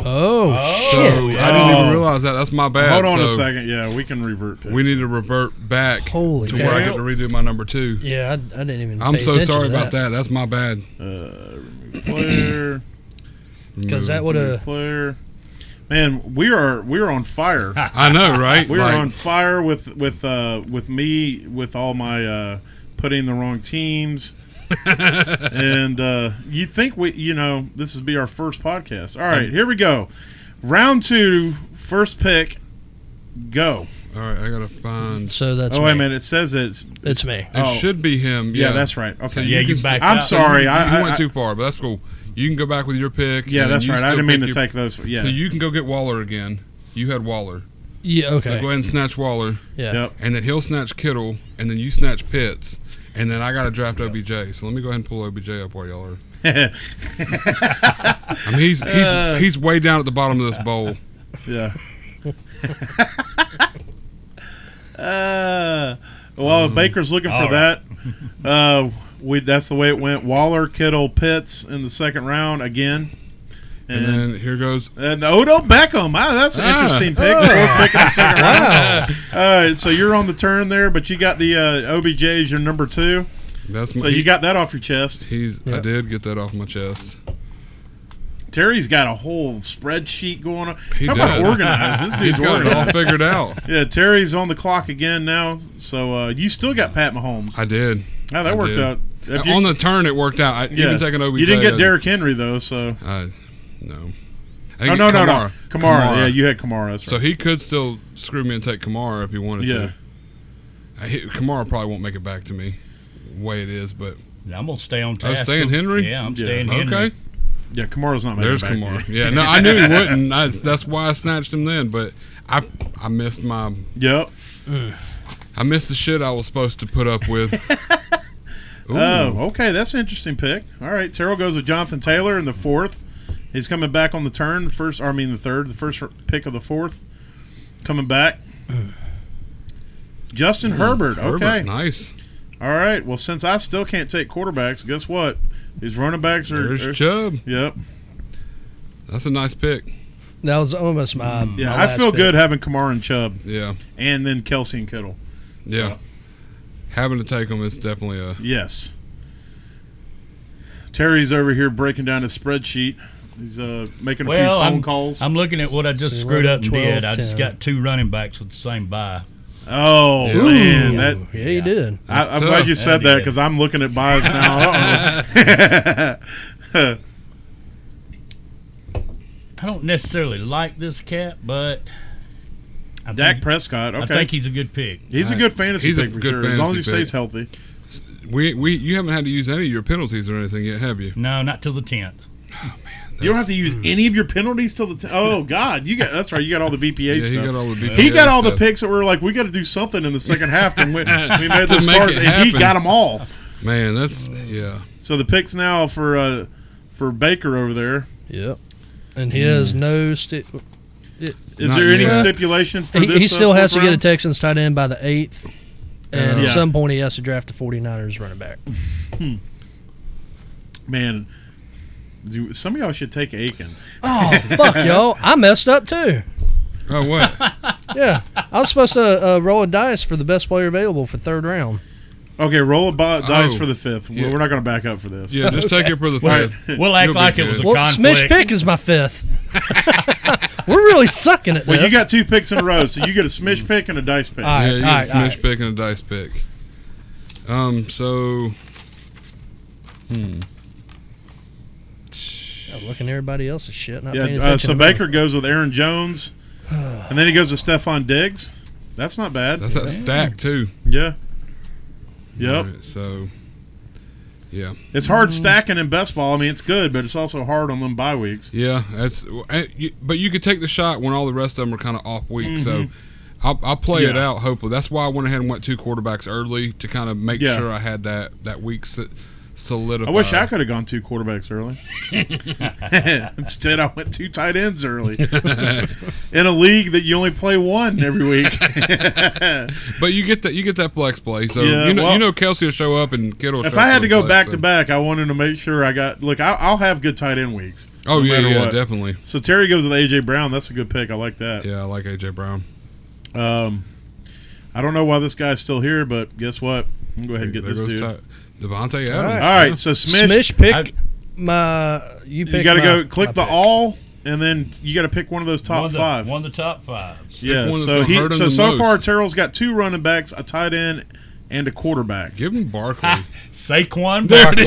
[SPEAKER 5] Oh,
[SPEAKER 3] So
[SPEAKER 5] shit.
[SPEAKER 3] I didn't
[SPEAKER 2] Oh.
[SPEAKER 3] even realize that. That's my bad.
[SPEAKER 2] Hold on a
[SPEAKER 3] So
[SPEAKER 2] second. Yeah, we can revert. Picks.
[SPEAKER 3] We need to revert back
[SPEAKER 5] Holy
[SPEAKER 3] to where I get
[SPEAKER 5] cow.
[SPEAKER 3] to redo my number two.
[SPEAKER 5] Yeah, I, I didn't even.
[SPEAKER 3] I'm
[SPEAKER 5] pay
[SPEAKER 3] so
[SPEAKER 5] attention
[SPEAKER 3] sorry
[SPEAKER 5] to
[SPEAKER 3] about that. That's my bad.
[SPEAKER 2] Uh, player.
[SPEAKER 5] Because that would have.
[SPEAKER 2] player. Man, we are we are on fire.
[SPEAKER 3] I know, right?
[SPEAKER 2] We
[SPEAKER 3] Like,
[SPEAKER 2] are on fire with with uh, with me with all my uh, putting the wrong teams. and uh, you think we you know this is be our first podcast. All
[SPEAKER 3] Um,
[SPEAKER 2] right, here we go. Round two, first pick, go.
[SPEAKER 3] All right, I gotta find.
[SPEAKER 5] So that's.
[SPEAKER 2] oh
[SPEAKER 5] me.
[SPEAKER 2] wait a minute, it says it's
[SPEAKER 5] It's me.
[SPEAKER 3] It
[SPEAKER 2] Oh.
[SPEAKER 3] should be him.
[SPEAKER 2] yeah,
[SPEAKER 3] Yeah,
[SPEAKER 2] that's right. Okay,
[SPEAKER 3] you
[SPEAKER 4] Yeah, you
[SPEAKER 3] can-
[SPEAKER 4] back.
[SPEAKER 2] I'm sorry,
[SPEAKER 3] You,
[SPEAKER 2] I-
[SPEAKER 3] you
[SPEAKER 2] I-
[SPEAKER 3] went
[SPEAKER 2] I-
[SPEAKER 3] too far, but that's cool. You can go back with your pick.
[SPEAKER 2] yeah,
[SPEAKER 3] and
[SPEAKER 2] that's
[SPEAKER 3] you
[SPEAKER 2] right. I
[SPEAKER 3] still
[SPEAKER 2] didn't mean to
[SPEAKER 3] pick your-
[SPEAKER 2] take those. Yeah,
[SPEAKER 3] So you can go get Waller again. You had Waller.
[SPEAKER 5] Yeah.
[SPEAKER 3] So
[SPEAKER 5] Okay.
[SPEAKER 3] go ahead and snatch Waller,
[SPEAKER 5] yeah.
[SPEAKER 2] yep.
[SPEAKER 3] and then he'll snatch Kittle, and then you snatch Pitts, and then I got to draft OBJ. So let me go ahead and pull OBJ up while y'all are. I mean, he's he's,
[SPEAKER 2] Uh,
[SPEAKER 3] he's way down at the bottom of this bowl.
[SPEAKER 2] Yeah. uh, well,
[SPEAKER 3] Mm.
[SPEAKER 2] Baker's looking for
[SPEAKER 4] all
[SPEAKER 2] that. Uh, we that's the way it went. Waller, Kittle, Pitts in the second round again,
[SPEAKER 3] And
[SPEAKER 2] and
[SPEAKER 3] then here goes.
[SPEAKER 2] and Odell Beckham. Ah, that's an
[SPEAKER 3] Ah.
[SPEAKER 2] interesting pick. Fourth pick in the second round. All right, so you're on the turn there, but you got the uh, OBJ as your number two,
[SPEAKER 3] That's my,
[SPEAKER 2] so you got that off your chest.
[SPEAKER 3] He's. I
[SPEAKER 5] Yeah.
[SPEAKER 3] did get that off my chest.
[SPEAKER 2] Terry's got a whole spreadsheet going on.
[SPEAKER 3] He
[SPEAKER 2] Talk
[SPEAKER 3] does.
[SPEAKER 2] about organized. This
[SPEAKER 3] He's
[SPEAKER 2] dude's
[SPEAKER 3] got it all
[SPEAKER 2] organized.
[SPEAKER 3] figured out.
[SPEAKER 2] Yeah, Terry's on the clock again now. So uh, you still got Pat Mahomes.
[SPEAKER 3] I did.
[SPEAKER 2] Now that
[SPEAKER 3] I
[SPEAKER 2] worked
[SPEAKER 3] did.
[SPEAKER 2] out. If you-
[SPEAKER 3] on the turn, it worked out. I,
[SPEAKER 2] yeah.
[SPEAKER 3] Even taking OBJ.
[SPEAKER 2] you didn't get
[SPEAKER 3] I-
[SPEAKER 2] Derrick Henry though, so
[SPEAKER 3] I, no. I
[SPEAKER 2] oh
[SPEAKER 3] didn't
[SPEAKER 2] no no
[SPEAKER 3] get
[SPEAKER 2] no Kamara. Yeah, you had Kamara. That's
[SPEAKER 3] So
[SPEAKER 2] right.
[SPEAKER 3] he could still screw me and take Kamara if he wanted
[SPEAKER 2] Yeah.
[SPEAKER 3] to. I hit, Kamara probably won't make it back to me, the way it is. But
[SPEAKER 4] I'm gonna stay on task.
[SPEAKER 3] staying Oh, Henry?
[SPEAKER 4] Yeah, I'm
[SPEAKER 2] Yeah.
[SPEAKER 4] staying Henry.
[SPEAKER 3] okay,
[SPEAKER 2] yeah, Kamara's not making
[SPEAKER 3] there's
[SPEAKER 2] it back
[SPEAKER 3] Kamara.
[SPEAKER 2] yet.
[SPEAKER 3] Yeah, no, I knew he wouldn't. I, that's why I snatched him then. But I I missed my
[SPEAKER 2] Yep.
[SPEAKER 3] I missed the shit I was supposed to put up with. Ooh,
[SPEAKER 2] Oh, okay, that's an interesting pick. All right, Terrell goes with Jonathan Taylor in the fourth. He's coming back on the turn. The first, or I mean the third, the first pick of the fourth, coming back. Justin Herbert.
[SPEAKER 3] Herbert,
[SPEAKER 2] Okay.
[SPEAKER 3] nice.
[SPEAKER 2] All right. Well, since I still can't take quarterbacks, guess what? These running backs are.
[SPEAKER 3] There's
[SPEAKER 2] are-
[SPEAKER 3] Chubb.
[SPEAKER 2] Yep.
[SPEAKER 3] That's a nice pick.
[SPEAKER 5] That was almost my.
[SPEAKER 2] Mm. Yeah,
[SPEAKER 5] my
[SPEAKER 2] I feel
[SPEAKER 5] last pick.
[SPEAKER 2] good having Kamara and Chubb,
[SPEAKER 3] Yeah,
[SPEAKER 2] and then Kelsey and Kittle.
[SPEAKER 3] yeah. Having to take him is definitely a
[SPEAKER 2] Yes. Terry's over here breaking down his spreadsheet. He's uh, making a
[SPEAKER 4] Well,
[SPEAKER 2] few phone
[SPEAKER 4] I'm,
[SPEAKER 2] calls.
[SPEAKER 4] I'm looking at what I just screwed up and
[SPEAKER 5] 12,
[SPEAKER 4] did. I just
[SPEAKER 5] 10.
[SPEAKER 4] got two running backs with the same buy.
[SPEAKER 2] oh
[SPEAKER 3] Ooh.
[SPEAKER 2] man, that
[SPEAKER 5] yeah, you did.
[SPEAKER 2] I, I'm
[SPEAKER 3] tough.
[SPEAKER 2] glad you said that
[SPEAKER 4] did.
[SPEAKER 2] because I'm looking at buys now. Uh-oh.
[SPEAKER 4] I don't necessarily like this cat, but I
[SPEAKER 2] Dak
[SPEAKER 4] think,
[SPEAKER 2] Prescott.
[SPEAKER 4] I
[SPEAKER 2] Okay,
[SPEAKER 4] think he's a good pick.
[SPEAKER 2] he's a good fantasy
[SPEAKER 3] He's a
[SPEAKER 2] pick for
[SPEAKER 3] good
[SPEAKER 2] sure. As long as he
[SPEAKER 3] fantasy
[SPEAKER 2] stays
[SPEAKER 3] pick.
[SPEAKER 2] healthy.
[SPEAKER 3] We, we you haven't had to use any of your penalties or anything yet, have you?
[SPEAKER 4] No, not till the tenth.
[SPEAKER 2] You don't have to use any of your penalties till the t- oh god you got that's right you got all the BPA
[SPEAKER 3] Yeah,
[SPEAKER 2] stuff.
[SPEAKER 3] he got all the BPA
[SPEAKER 2] He got all the
[SPEAKER 3] stuff.
[SPEAKER 2] picks that were like we got to do something in the second half and we, we made
[SPEAKER 3] To
[SPEAKER 2] those
[SPEAKER 3] make
[SPEAKER 2] cards and
[SPEAKER 3] it
[SPEAKER 2] he
[SPEAKER 3] happen.
[SPEAKER 2] got them all.
[SPEAKER 3] Man, that's yeah.
[SPEAKER 2] So the picks now for uh, for Baker over there.
[SPEAKER 5] Yep. And he
[SPEAKER 2] Mm.
[SPEAKER 5] has no. Sti-
[SPEAKER 2] Is
[SPEAKER 3] Not
[SPEAKER 2] there any
[SPEAKER 3] yet.
[SPEAKER 2] stipulation for
[SPEAKER 5] he,
[SPEAKER 2] this?
[SPEAKER 5] he
[SPEAKER 2] uh,
[SPEAKER 5] still has to
[SPEAKER 2] fourth
[SPEAKER 5] get a
[SPEAKER 2] round?
[SPEAKER 5] Texans tight end by the eighth, and
[SPEAKER 2] Yeah.
[SPEAKER 5] at some point he has to draft the 49ers running back.
[SPEAKER 2] man. Do, some of y'all should take Aiken.
[SPEAKER 5] Oh fuck, y'all! I messed up too.
[SPEAKER 3] Oh what?
[SPEAKER 5] Yeah, I was supposed to uh, roll a dice for the best player available for third round.
[SPEAKER 2] Okay, roll a bo- dice
[SPEAKER 3] Oh,
[SPEAKER 2] for the fifth.
[SPEAKER 3] yeah.
[SPEAKER 2] We're not going to back up for this.
[SPEAKER 3] Yeah, just take it for the
[SPEAKER 4] Well,
[SPEAKER 3] fifth.
[SPEAKER 4] we'll act
[SPEAKER 3] You'll be
[SPEAKER 4] like it
[SPEAKER 3] good.
[SPEAKER 4] was a
[SPEAKER 5] Well, Smish
[SPEAKER 4] conflict.
[SPEAKER 5] pick is my fifth. We're really sucking at this.
[SPEAKER 2] Well, you got two picks in a row, so you get a smish pick and a dice pick.
[SPEAKER 5] All right.
[SPEAKER 3] yeah, you got a
[SPEAKER 5] all
[SPEAKER 3] smash
[SPEAKER 5] right.
[SPEAKER 3] pick and a dice pick. Um, so
[SPEAKER 5] I'm looking at everybody else's shit. Not
[SPEAKER 2] Yeah,
[SPEAKER 5] paying
[SPEAKER 2] uh,
[SPEAKER 5] attention
[SPEAKER 2] so
[SPEAKER 5] to mine.
[SPEAKER 2] Baker goes with Aaron Jones, and then he goes with Stephon Diggs. That's not bad.
[SPEAKER 3] that's that stack too.
[SPEAKER 2] yeah. Yep.
[SPEAKER 3] All right, so yeah,
[SPEAKER 2] It's
[SPEAKER 5] Mm.
[SPEAKER 2] hard stacking in best ball. I mean, it's good, but it's also hard on them bye weeks.
[SPEAKER 3] yeah. That's and you- but you could take the shot when all the rest of them are kind of off week. So. I'll, I'll play it
[SPEAKER 2] Mm-hmm. Yeah.
[SPEAKER 3] out. Hopefully, that's why I went ahead and went two quarterbacks early to kind of make
[SPEAKER 2] Yeah.
[SPEAKER 3] sure I had that that week s- solidified.
[SPEAKER 2] I wish I could have gone two quarterbacks early. Instead, I went two tight ends early in a league that you only play one every week.
[SPEAKER 3] But you get that you get that flex play. So
[SPEAKER 2] Yeah,
[SPEAKER 3] you know
[SPEAKER 2] well-
[SPEAKER 3] you know Kelsey will show up and Kittle. will
[SPEAKER 2] if
[SPEAKER 3] show
[SPEAKER 2] I
[SPEAKER 3] up
[SPEAKER 2] had
[SPEAKER 3] for
[SPEAKER 2] to
[SPEAKER 3] the
[SPEAKER 2] go
[SPEAKER 3] flex,
[SPEAKER 2] back
[SPEAKER 3] so-
[SPEAKER 2] to back, I wanted to make sure I got. Look, I'll, I'll have good tight end weeks.
[SPEAKER 3] Oh
[SPEAKER 2] no
[SPEAKER 3] yeah,
[SPEAKER 2] matter
[SPEAKER 3] yeah,
[SPEAKER 2] what.
[SPEAKER 3] definitely.
[SPEAKER 2] So Terry goes with AJ Brown. That's a good pick. I like that.
[SPEAKER 3] Yeah, I like AJ Brown.
[SPEAKER 2] Um, I don't know why this guy's still here, but guess what? I'm gonna go ahead and get
[SPEAKER 3] There
[SPEAKER 2] this
[SPEAKER 3] goes
[SPEAKER 2] dude.
[SPEAKER 3] Ty- Devontae Adams.
[SPEAKER 2] All right, so Smish,
[SPEAKER 5] Smish pick
[SPEAKER 4] I-
[SPEAKER 5] my. You pick.
[SPEAKER 2] you got to
[SPEAKER 5] my-
[SPEAKER 2] go click
[SPEAKER 5] my
[SPEAKER 2] the
[SPEAKER 5] pick.
[SPEAKER 2] all, and then you got to pick one of those top
[SPEAKER 4] one of the,
[SPEAKER 2] five.
[SPEAKER 4] One of the top fives.
[SPEAKER 2] yeah.
[SPEAKER 3] Pick one that's
[SPEAKER 2] So
[SPEAKER 3] gonna
[SPEAKER 2] he
[SPEAKER 3] hurt him
[SPEAKER 2] so
[SPEAKER 3] the
[SPEAKER 2] so
[SPEAKER 3] most.
[SPEAKER 2] far Terrell's got two running backs, a tight end, and a quarterback.
[SPEAKER 3] Give him Barkley.
[SPEAKER 4] Saquon Barkley.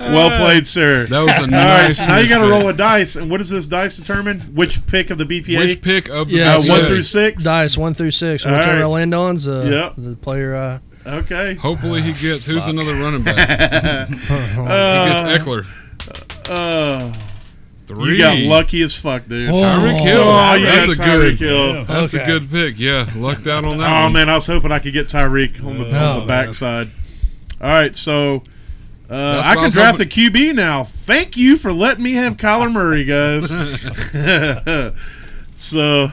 [SPEAKER 2] well played, sir.
[SPEAKER 3] That was a
[SPEAKER 2] all
[SPEAKER 3] Ah. nice.
[SPEAKER 2] right, so now you
[SPEAKER 3] Smish
[SPEAKER 2] got to
[SPEAKER 3] pick.
[SPEAKER 2] roll a dice, and what does this dice determine? Which pick of the BPA?
[SPEAKER 3] Which pick of the
[SPEAKER 5] Yeah,
[SPEAKER 2] uh,
[SPEAKER 3] best
[SPEAKER 2] one
[SPEAKER 3] pick?
[SPEAKER 2] through six.
[SPEAKER 5] dice one through six.
[SPEAKER 2] All
[SPEAKER 5] Whichever
[SPEAKER 2] right.
[SPEAKER 5] I land on's uh,
[SPEAKER 2] Yep.
[SPEAKER 5] the player. I,
[SPEAKER 2] Okay.
[SPEAKER 3] Hopefully
[SPEAKER 2] Ah,
[SPEAKER 3] he gets who's another running back.
[SPEAKER 5] uh,
[SPEAKER 3] he gets Eckler.
[SPEAKER 2] Uh,
[SPEAKER 3] Three.
[SPEAKER 2] you got lucky as fuck, dude.
[SPEAKER 5] Oh.
[SPEAKER 3] Tyreek Hill.
[SPEAKER 2] Oh, you
[SPEAKER 3] that's
[SPEAKER 2] got
[SPEAKER 3] a
[SPEAKER 2] Tyreek
[SPEAKER 3] good.
[SPEAKER 2] Hill.
[SPEAKER 4] Yeah.
[SPEAKER 3] That's
[SPEAKER 5] Okay.
[SPEAKER 3] a good pick. Yeah, lucked out on that.
[SPEAKER 2] Oh
[SPEAKER 3] one.
[SPEAKER 2] man, I was hoping I could get Tyreek on the
[SPEAKER 5] Oh,
[SPEAKER 2] on the
[SPEAKER 5] man.
[SPEAKER 2] backside. All right, so uh,
[SPEAKER 3] That's
[SPEAKER 2] I
[SPEAKER 3] what I
[SPEAKER 2] can
[SPEAKER 3] was
[SPEAKER 2] draft
[SPEAKER 3] hoping-
[SPEAKER 2] a QB now. Thank you for letting me have Kyler Murray, guys. so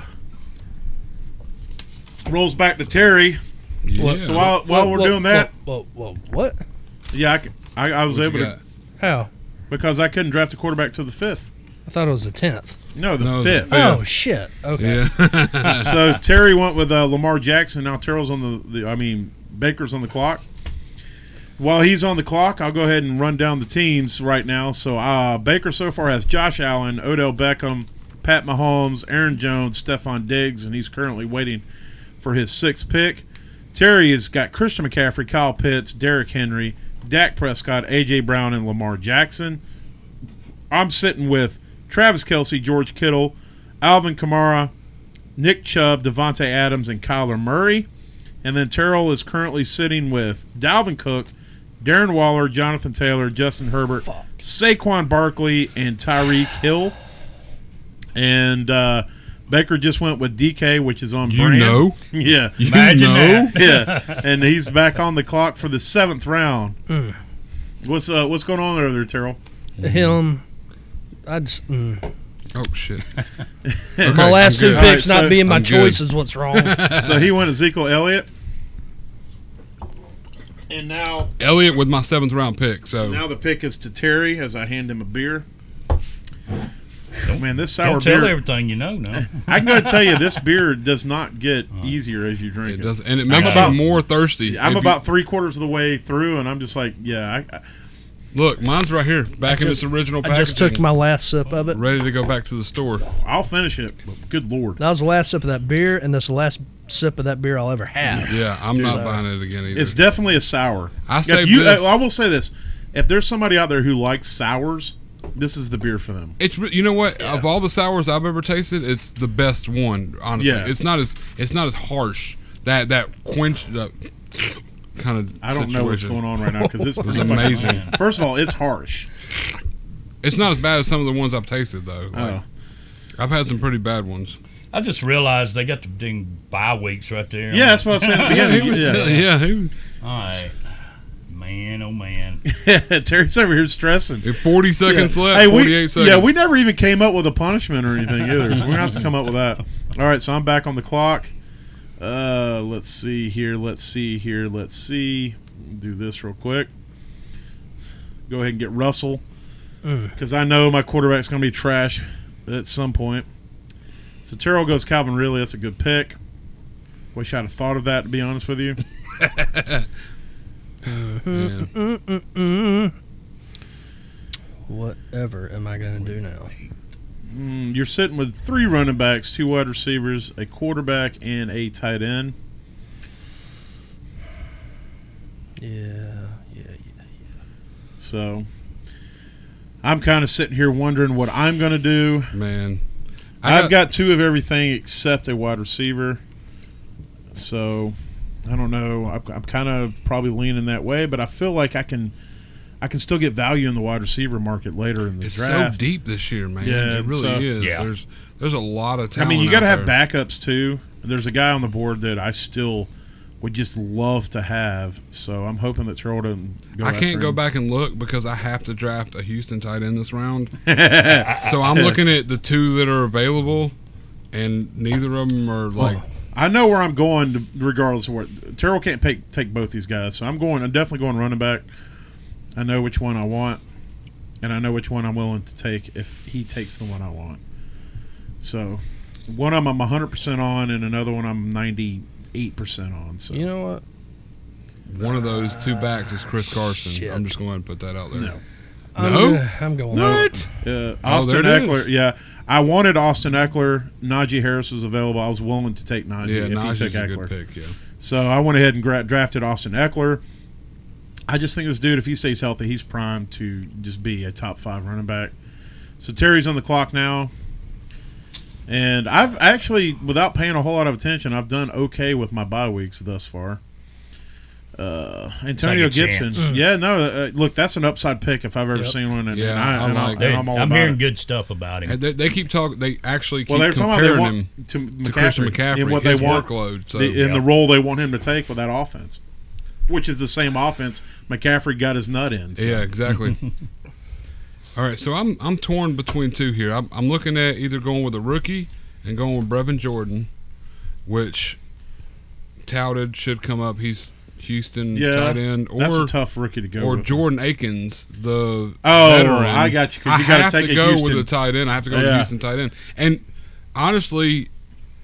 [SPEAKER 2] rolls back to Terry.
[SPEAKER 3] Yeah.
[SPEAKER 2] So while while
[SPEAKER 5] Whoa,
[SPEAKER 2] we're
[SPEAKER 5] whoa,
[SPEAKER 2] doing that,
[SPEAKER 5] whoa, whoa, whoa, what?
[SPEAKER 2] yeah, I c- I, I was
[SPEAKER 3] What you
[SPEAKER 2] able
[SPEAKER 3] got?
[SPEAKER 2] to
[SPEAKER 5] How?
[SPEAKER 2] because I couldn't draft a quarterback till the fifth.
[SPEAKER 5] I thought it was the tenth.
[SPEAKER 2] No, the
[SPEAKER 3] No, the
[SPEAKER 2] fifth.
[SPEAKER 3] Yeah.
[SPEAKER 5] Oh shit. Okay.
[SPEAKER 3] Yeah.
[SPEAKER 2] so Terry went with uh, Lamar Jackson. Now Terrell's on the, the I mean Baker's on the clock. While he's on the clock, I'll go ahead and run down the teams right now. So uh, Baker so far has Josh Allen, Odell Beckham, Pat Mahomes, Aaron Jones, Stephon Diggs, and he's currently waiting for his sixth pick. Terry has got Christian McCaffrey, Kyle Pitts, Derrick Henry, Dak Prescott, AJ Brown, and Lamar Jackson. I'm sitting with Travis Kelsey, George Kittle, Alvin Kamara, Nick Chubb, Devonte Adams, and Kyler Murray. And then Terrell is currently sitting with Dalvin Cook, Darren Waller, Jonathan Taylor, Justin Herbert, Saquon Barkley, and Tyreek Hill. And uh, Baker just went with DK, which is on
[SPEAKER 3] You
[SPEAKER 2] brand.
[SPEAKER 3] know.
[SPEAKER 2] Yeah.
[SPEAKER 3] You
[SPEAKER 4] Imagine
[SPEAKER 3] know.
[SPEAKER 4] that.
[SPEAKER 2] yeah. And he's back on the clock for the seventh round. What's uh, what's going on over there, Terrell?
[SPEAKER 5] Him. I just. Mm.
[SPEAKER 3] Oh shit.
[SPEAKER 5] My last two
[SPEAKER 2] good.
[SPEAKER 5] picks
[SPEAKER 2] All right,
[SPEAKER 5] not
[SPEAKER 2] so-
[SPEAKER 5] being my
[SPEAKER 3] I'm good.
[SPEAKER 5] choice is what's wrong.
[SPEAKER 2] so he went Ezekiel Elliott. And now
[SPEAKER 3] Elliott with my seventh round pick. So
[SPEAKER 2] Now the pick is to Terry as I hand him a beer.
[SPEAKER 4] Don't right.
[SPEAKER 2] Man, this sour
[SPEAKER 4] Don't tell
[SPEAKER 2] beer.
[SPEAKER 4] everything you know now.
[SPEAKER 2] I'm going to tell you, this beer does not get easier as you drink
[SPEAKER 3] Uh-huh. It
[SPEAKER 2] it.
[SPEAKER 3] does, and it makes
[SPEAKER 2] about-
[SPEAKER 3] you more thirsty.
[SPEAKER 2] I'm
[SPEAKER 3] If you-
[SPEAKER 2] about three quarters of the way through, and I'm just like, yeah, I, I,
[SPEAKER 3] Look, mine's right here, back in its original
[SPEAKER 5] I
[SPEAKER 3] packaging.
[SPEAKER 5] just took my last sip of it.
[SPEAKER 3] ready to go back to the store.
[SPEAKER 2] I'll finish it. But good lord,
[SPEAKER 5] That was the last sip of that beer, and that's the last sip of that beer I'll ever have.
[SPEAKER 3] Yeah, I'm not
[SPEAKER 5] So-
[SPEAKER 3] buying it again either.
[SPEAKER 2] it's definitely a sour.
[SPEAKER 3] I
[SPEAKER 2] If
[SPEAKER 3] say
[SPEAKER 2] you- uh,
[SPEAKER 3] this-
[SPEAKER 2] I will say this: if there's somebody out there who likes sours, this is the beer for them.
[SPEAKER 3] It's re- you know what of all the sours I've ever tasted, it's the best one. Honestly,
[SPEAKER 2] Yeah.
[SPEAKER 3] it's not as it's not as harsh that that quench that kind of.
[SPEAKER 2] I don't know what's going on right now because it's pretty fucking-
[SPEAKER 3] amazing.
[SPEAKER 2] First of all, it's harsh.
[SPEAKER 3] It's not as bad as some of the ones I've tasted though. Like,
[SPEAKER 2] Oh.
[SPEAKER 3] I've had some pretty bad ones.
[SPEAKER 4] I just realized they got the dang bye weeks right there.
[SPEAKER 2] Yeah, that's what I was saying at the beginning.
[SPEAKER 3] he was
[SPEAKER 2] Yeah.
[SPEAKER 3] tell- yeah, he was-
[SPEAKER 4] All right. Man, oh man.
[SPEAKER 2] Terry's over here stressing.
[SPEAKER 3] if forty seconds left.
[SPEAKER 2] Hey, we-
[SPEAKER 3] Forty-eight seconds.
[SPEAKER 2] Yeah, we never even came up with a punishment or anything either, so we're gonna have to come up with that. All right, so I'm back on the clock. Uh, let's see here. Let's see here. Let's see. Do this real quick. Go ahead and get Russell because I know my quarterback's gonna be trash at some point. So Terrell goes Calvin Ridley. That's a good pick. Wish I'd have thought of that to be honest with you.
[SPEAKER 3] Yeah.
[SPEAKER 5] Mm-hmm. Whatever am I going to do now?
[SPEAKER 2] Mm, you're sitting with three running backs, two wide receivers, a quarterback, and a tight end.
[SPEAKER 5] Yeah, yeah,
[SPEAKER 2] So I'm kind of sitting here wondering what I'm going to do.
[SPEAKER 3] man. I
[SPEAKER 2] I've got two of everything except a wide receiver. So I don't know. I'm, I'm kind of probably leaning that way, but I feel like I can I can still get value in the wide receiver market later in the
[SPEAKER 3] It's
[SPEAKER 2] draft.
[SPEAKER 3] so deep this year, man.
[SPEAKER 2] Yeah,
[SPEAKER 3] it really
[SPEAKER 2] so-
[SPEAKER 3] is.
[SPEAKER 4] Yeah.
[SPEAKER 3] There's there's a lot of
[SPEAKER 2] I
[SPEAKER 3] talent.
[SPEAKER 2] mean, you got
[SPEAKER 3] got
[SPEAKER 2] to have backups too. There's a guy on the board that I still would just love to have. So I'm hoping that Terrell doesn't go
[SPEAKER 3] I
[SPEAKER 2] after
[SPEAKER 3] can't go
[SPEAKER 2] him.
[SPEAKER 3] back and look because I have to draft a Houston tight end this round. so I'm looking at the two that are available, and neither of them are like
[SPEAKER 2] I know where I'm going, to, regardless of what Terrell can't take take both these guys, so I'm going. I'm definitely going running back. I know which one I want, and I know which one I'm willing to take if he takes the one I want. So, one of them I'm 100 percent on, and another one I'm 98 percent on. So,
[SPEAKER 5] You know what?
[SPEAKER 3] one of those two backs is Chris Carson.
[SPEAKER 5] Shit.
[SPEAKER 3] I'm just going to put that out there.
[SPEAKER 2] No.
[SPEAKER 5] I'm
[SPEAKER 3] No?
[SPEAKER 5] gonna- I'm going.
[SPEAKER 3] What? Oh,
[SPEAKER 2] uh, Austin
[SPEAKER 3] there it
[SPEAKER 2] Eckler,
[SPEAKER 3] is.
[SPEAKER 2] yeah, I wanted Austin Eckler. Najee Harris was available. I was willing to take Najee
[SPEAKER 3] Yeah,
[SPEAKER 2] if he took
[SPEAKER 3] Najee's a
[SPEAKER 2] Eckler.
[SPEAKER 3] good pick. Yeah,
[SPEAKER 2] So I went ahead and gra- drafted Austin Eckler. I just think this dude, if he stays healthy, he's primed to just be a top five running back. So Terry's on the clock now. And I've actually, without paying a whole lot of attention, I've done okay with my bye weeks thus far. Uh, Antonio
[SPEAKER 4] Like a
[SPEAKER 2] Gibson.
[SPEAKER 4] chance.
[SPEAKER 2] Yeah, no, uh, look, that's an upside pick if I've ever
[SPEAKER 5] Yep.
[SPEAKER 2] seen one. And,
[SPEAKER 3] Yeah,
[SPEAKER 2] and I,
[SPEAKER 3] I
[SPEAKER 2] and I
[SPEAKER 3] like
[SPEAKER 4] They-
[SPEAKER 2] and
[SPEAKER 4] I'm,
[SPEAKER 2] I'm all about
[SPEAKER 4] hearing
[SPEAKER 2] it.
[SPEAKER 4] good stuff about
[SPEAKER 3] And
[SPEAKER 4] him.
[SPEAKER 3] they, they keep talking. They actually keep
[SPEAKER 2] Well, they were talking about
[SPEAKER 3] comparing
[SPEAKER 2] they want
[SPEAKER 3] him
[SPEAKER 2] to
[SPEAKER 3] to Christian McCaffrey
[SPEAKER 2] and what they
[SPEAKER 3] his
[SPEAKER 2] want
[SPEAKER 3] workload. So
[SPEAKER 2] the, in the
[SPEAKER 4] Yeah.
[SPEAKER 2] role they want him to take with that offense, which is the same offense McCaffrey got his nut in. So.
[SPEAKER 3] Yeah, exactly. All right, so I'm I'm torn between two here. I'm, I'm looking at either going with a rookie and going with Brevin Jordan, which touted should come up. He's Houston
[SPEAKER 2] Yeah,
[SPEAKER 3] tight end,
[SPEAKER 2] That's
[SPEAKER 3] or
[SPEAKER 2] a tough rookie to go
[SPEAKER 3] or
[SPEAKER 2] with.
[SPEAKER 3] Jordan Akins, the
[SPEAKER 2] Oh,
[SPEAKER 3] veteran.
[SPEAKER 2] I got you, 'cause
[SPEAKER 3] I
[SPEAKER 2] you gotta
[SPEAKER 3] have
[SPEAKER 2] take
[SPEAKER 3] to
[SPEAKER 2] a
[SPEAKER 3] go
[SPEAKER 2] Houston-
[SPEAKER 3] with a tight end. I have to go with
[SPEAKER 2] Yeah.
[SPEAKER 3] a Houston tight end. And honestly,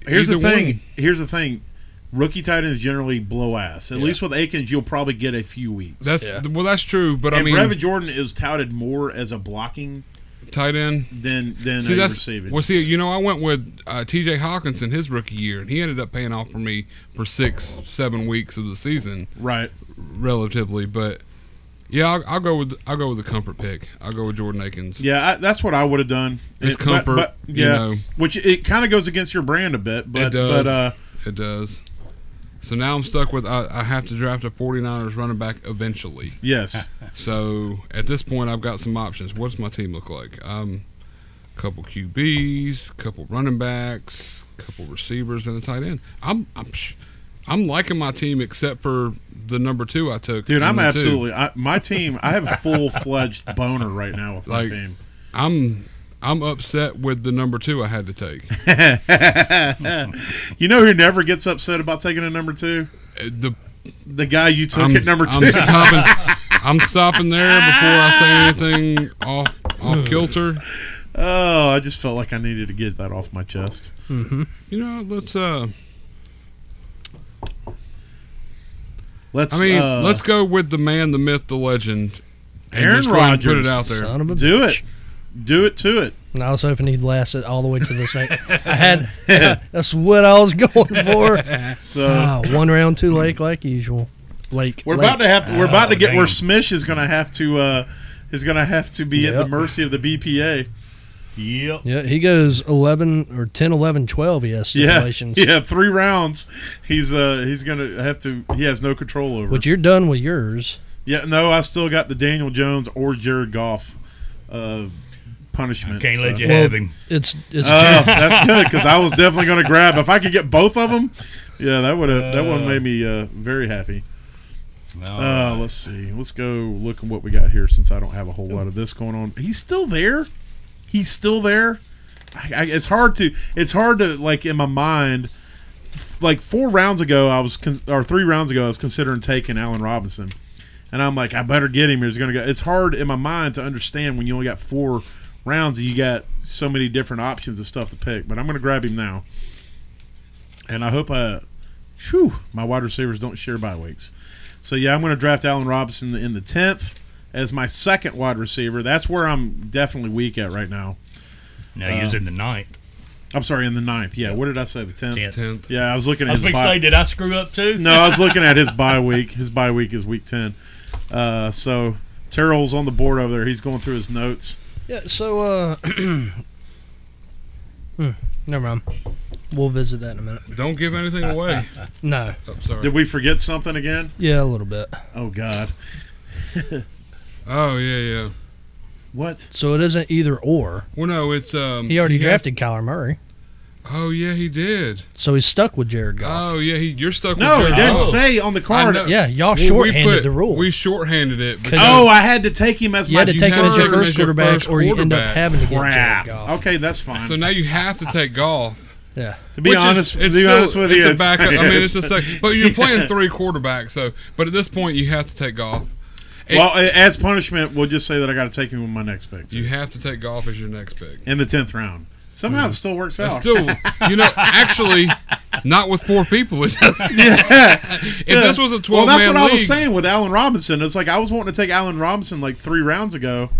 [SPEAKER 2] Here's the
[SPEAKER 3] either
[SPEAKER 2] thing.
[SPEAKER 3] one-
[SPEAKER 2] Here's the thing. Rookie tight ends generally blow ass. At least with Akins, you'll probably get a few weeks.
[SPEAKER 3] that's
[SPEAKER 5] Yeah.
[SPEAKER 3] well, that's true. But
[SPEAKER 2] and
[SPEAKER 3] I mean,
[SPEAKER 2] Brevin Jordan is touted more as a blocking
[SPEAKER 3] tight end.
[SPEAKER 2] than than
[SPEAKER 3] See,
[SPEAKER 2] a
[SPEAKER 3] that's
[SPEAKER 2] receiving.
[SPEAKER 3] well. See, you know, I went with uh, T.J. Hawkinson his rookie year, and he ended up paying off for me for six, seven weeks of the season,
[SPEAKER 2] right.
[SPEAKER 3] relatively. But yeah, I'll, I'll go with I'll go with the comfort pick. I'll go with Jordan Akins.
[SPEAKER 2] Yeah, I, that's what I would have done.
[SPEAKER 3] It's
[SPEAKER 2] It-
[SPEAKER 3] comfort,
[SPEAKER 2] but, but-
[SPEAKER 3] you
[SPEAKER 2] yeah,
[SPEAKER 3] know.
[SPEAKER 2] which it kind of goes against your brand a bit, but
[SPEAKER 3] it does.
[SPEAKER 2] but uh,
[SPEAKER 3] it does. So now I'm stuck with I, I have to draft a 49ers running back eventually.
[SPEAKER 2] yes,
[SPEAKER 3] So at this point, I've got some options. What's my team look like? Um, couple QBs, couple running backs, couple receivers, and a tight end. I'm I'm sh- I'm liking my team except for the number two I took.
[SPEAKER 2] dude,
[SPEAKER 3] in
[SPEAKER 2] I'm
[SPEAKER 3] the two.
[SPEAKER 2] absolutely I, my team. I have a full fledged boner right now with my
[SPEAKER 3] Like-
[SPEAKER 2] team.
[SPEAKER 3] I'm I'm upset with the number two I had to take. Uh,
[SPEAKER 2] You know who never gets upset about taking a number two?
[SPEAKER 3] Uh, the
[SPEAKER 2] The guy you took
[SPEAKER 3] I'm,
[SPEAKER 2] at number 2
[SPEAKER 3] I'm stopping, I'm stopping there before I say anything off off kilter.
[SPEAKER 2] Oh, I just felt like I needed to get that off my chest.
[SPEAKER 3] You know, let's. uh
[SPEAKER 2] Let's.
[SPEAKER 3] I mean,
[SPEAKER 2] uh,
[SPEAKER 3] let's go with the man, the myth, the legend. and
[SPEAKER 2] Aaron
[SPEAKER 3] just go ahead and Put
[SPEAKER 2] Rodgers.
[SPEAKER 3] it out there.
[SPEAKER 5] Son of a
[SPEAKER 2] do
[SPEAKER 5] bitch.
[SPEAKER 2] it. Do it to it.
[SPEAKER 5] And I was hoping he'd last it all the way to this night. I had that's what I was going for.
[SPEAKER 2] Uh, So
[SPEAKER 5] Ah, one round, two lake, like usual. Lake.
[SPEAKER 2] we're
[SPEAKER 5] lake.
[SPEAKER 2] about to have. we're about to
[SPEAKER 4] Oh,
[SPEAKER 2] get where
[SPEAKER 4] damn.
[SPEAKER 2] Smish is going to have to. uh Is going to have to be at the
[SPEAKER 5] Yep.
[SPEAKER 2] mercy of the BPA.
[SPEAKER 4] Yep.
[SPEAKER 5] Yeah, he goes 11 or 10, 11, 12. He has
[SPEAKER 2] Yeah,
[SPEAKER 5] stipulations.
[SPEAKER 2] yeah. Three rounds. He's uh he's going to have to. He has no control over.
[SPEAKER 5] But you're done with yours.
[SPEAKER 2] Yeah, no, I still got the Daniel Jones or Jared Goff uh, punishment.
[SPEAKER 4] Can't let
[SPEAKER 2] so.
[SPEAKER 4] you have him.
[SPEAKER 5] It's it's
[SPEAKER 2] Oh, that's good because I was definitely going to grab if I could get both of them. Yeah, that would have that one made me uh, very happy.
[SPEAKER 4] No.
[SPEAKER 2] Uh, let's see, let's go look at what we got here since I don't have a whole lot of this going on. He's still there. He's still there. I, I, it's hard to it's hard to like in my mind. Like four rounds ago, I was con- or three rounds ago, I was considering taking Allen Robinson, and I'm like, I better get him. or He's going to go. It's hard in my mind to understand when you only got four rounds and you got so many different options of stuff to pick. But I'm going to grab him now, and I hope I, whew, my wide receivers don't share bye weeks. So yeah, I'm going to draft Allen Robinson in the tenth as my second wide receiver. That's where I'm definitely weak at right now.
[SPEAKER 4] now he
[SPEAKER 2] uh,
[SPEAKER 4] was in the ninth,
[SPEAKER 2] I'm sorry, in the ninth. Yeah, what did I say? The tenth.
[SPEAKER 4] tenth.
[SPEAKER 3] Tenth.
[SPEAKER 2] Yeah, I was looking
[SPEAKER 4] I
[SPEAKER 2] at
[SPEAKER 4] was
[SPEAKER 2] his
[SPEAKER 4] going to say,
[SPEAKER 2] bye.
[SPEAKER 4] did I screw up too?
[SPEAKER 2] No, I was looking at his bye week. His bye week is week ten. Uh, so Terrell's on the board over there. He's going through his notes.
[SPEAKER 5] Yeah, so uh hmm, never mind. We'll visit that in a minute.
[SPEAKER 3] Don't give anything away.
[SPEAKER 5] No.
[SPEAKER 3] Oh, sorry.
[SPEAKER 2] Did we forget something again?
[SPEAKER 5] Yeah, a little bit.
[SPEAKER 2] Oh God,
[SPEAKER 3] Oh yeah, yeah.
[SPEAKER 2] what?
[SPEAKER 5] So it isn't either or.
[SPEAKER 3] Well, no, it's um.
[SPEAKER 5] He already
[SPEAKER 3] has-
[SPEAKER 5] drafted Kyler Murray.
[SPEAKER 3] Oh yeah, he did.
[SPEAKER 5] So he's stuck with Jared Goff.
[SPEAKER 3] Oh yeah, he, you're stuck.
[SPEAKER 2] No,
[SPEAKER 3] with
[SPEAKER 2] it
[SPEAKER 3] Jared
[SPEAKER 2] didn't
[SPEAKER 3] Goff.
[SPEAKER 2] say on the card.
[SPEAKER 3] Oh. know.
[SPEAKER 5] yeah, y'all
[SPEAKER 3] Well,
[SPEAKER 5] shorthanded
[SPEAKER 3] we put-
[SPEAKER 5] the rule.
[SPEAKER 3] We shorthanded it.
[SPEAKER 5] Cause-
[SPEAKER 3] because-
[SPEAKER 2] Oh, I had to take him as
[SPEAKER 5] you
[SPEAKER 2] my
[SPEAKER 5] had to
[SPEAKER 3] you
[SPEAKER 5] take him
[SPEAKER 3] have
[SPEAKER 5] as your
[SPEAKER 3] to
[SPEAKER 5] first
[SPEAKER 3] take him as your
[SPEAKER 5] quarterback,
[SPEAKER 3] first
[SPEAKER 5] or you end up
[SPEAKER 3] quarterback.
[SPEAKER 5] having to get Jared
[SPEAKER 2] crap.
[SPEAKER 5] Goff.
[SPEAKER 2] Okay, that's fine.
[SPEAKER 3] so now you have to take golf.
[SPEAKER 5] Yeah.
[SPEAKER 2] to be
[SPEAKER 3] Which is-
[SPEAKER 2] honest, to
[SPEAKER 3] it's
[SPEAKER 2] be
[SPEAKER 3] still-
[SPEAKER 2] honest with you,
[SPEAKER 3] it's a backup. I mean, it's a
[SPEAKER 2] it's-
[SPEAKER 3] second. But you're playing three quarterbacks, so. But at this point, you have to take golf. It-
[SPEAKER 2] well, a- as punishment, we'll just say that I got to take him with my next pick too.
[SPEAKER 3] You have to take golf as your next pick.
[SPEAKER 2] in the tenth round. Somehow it still works
[SPEAKER 3] That's
[SPEAKER 2] out.
[SPEAKER 3] Mm-hmm. still, you know, actually, not with four people. It doesn't-
[SPEAKER 2] yeah.
[SPEAKER 3] if this was a
[SPEAKER 2] Well,
[SPEAKER 3] twelve
[SPEAKER 2] that's
[SPEAKER 3] man
[SPEAKER 2] what I was
[SPEAKER 3] league,
[SPEAKER 2] saying with Allen Robinson. It's like I was wanting to take Allen Robinson like three rounds ago,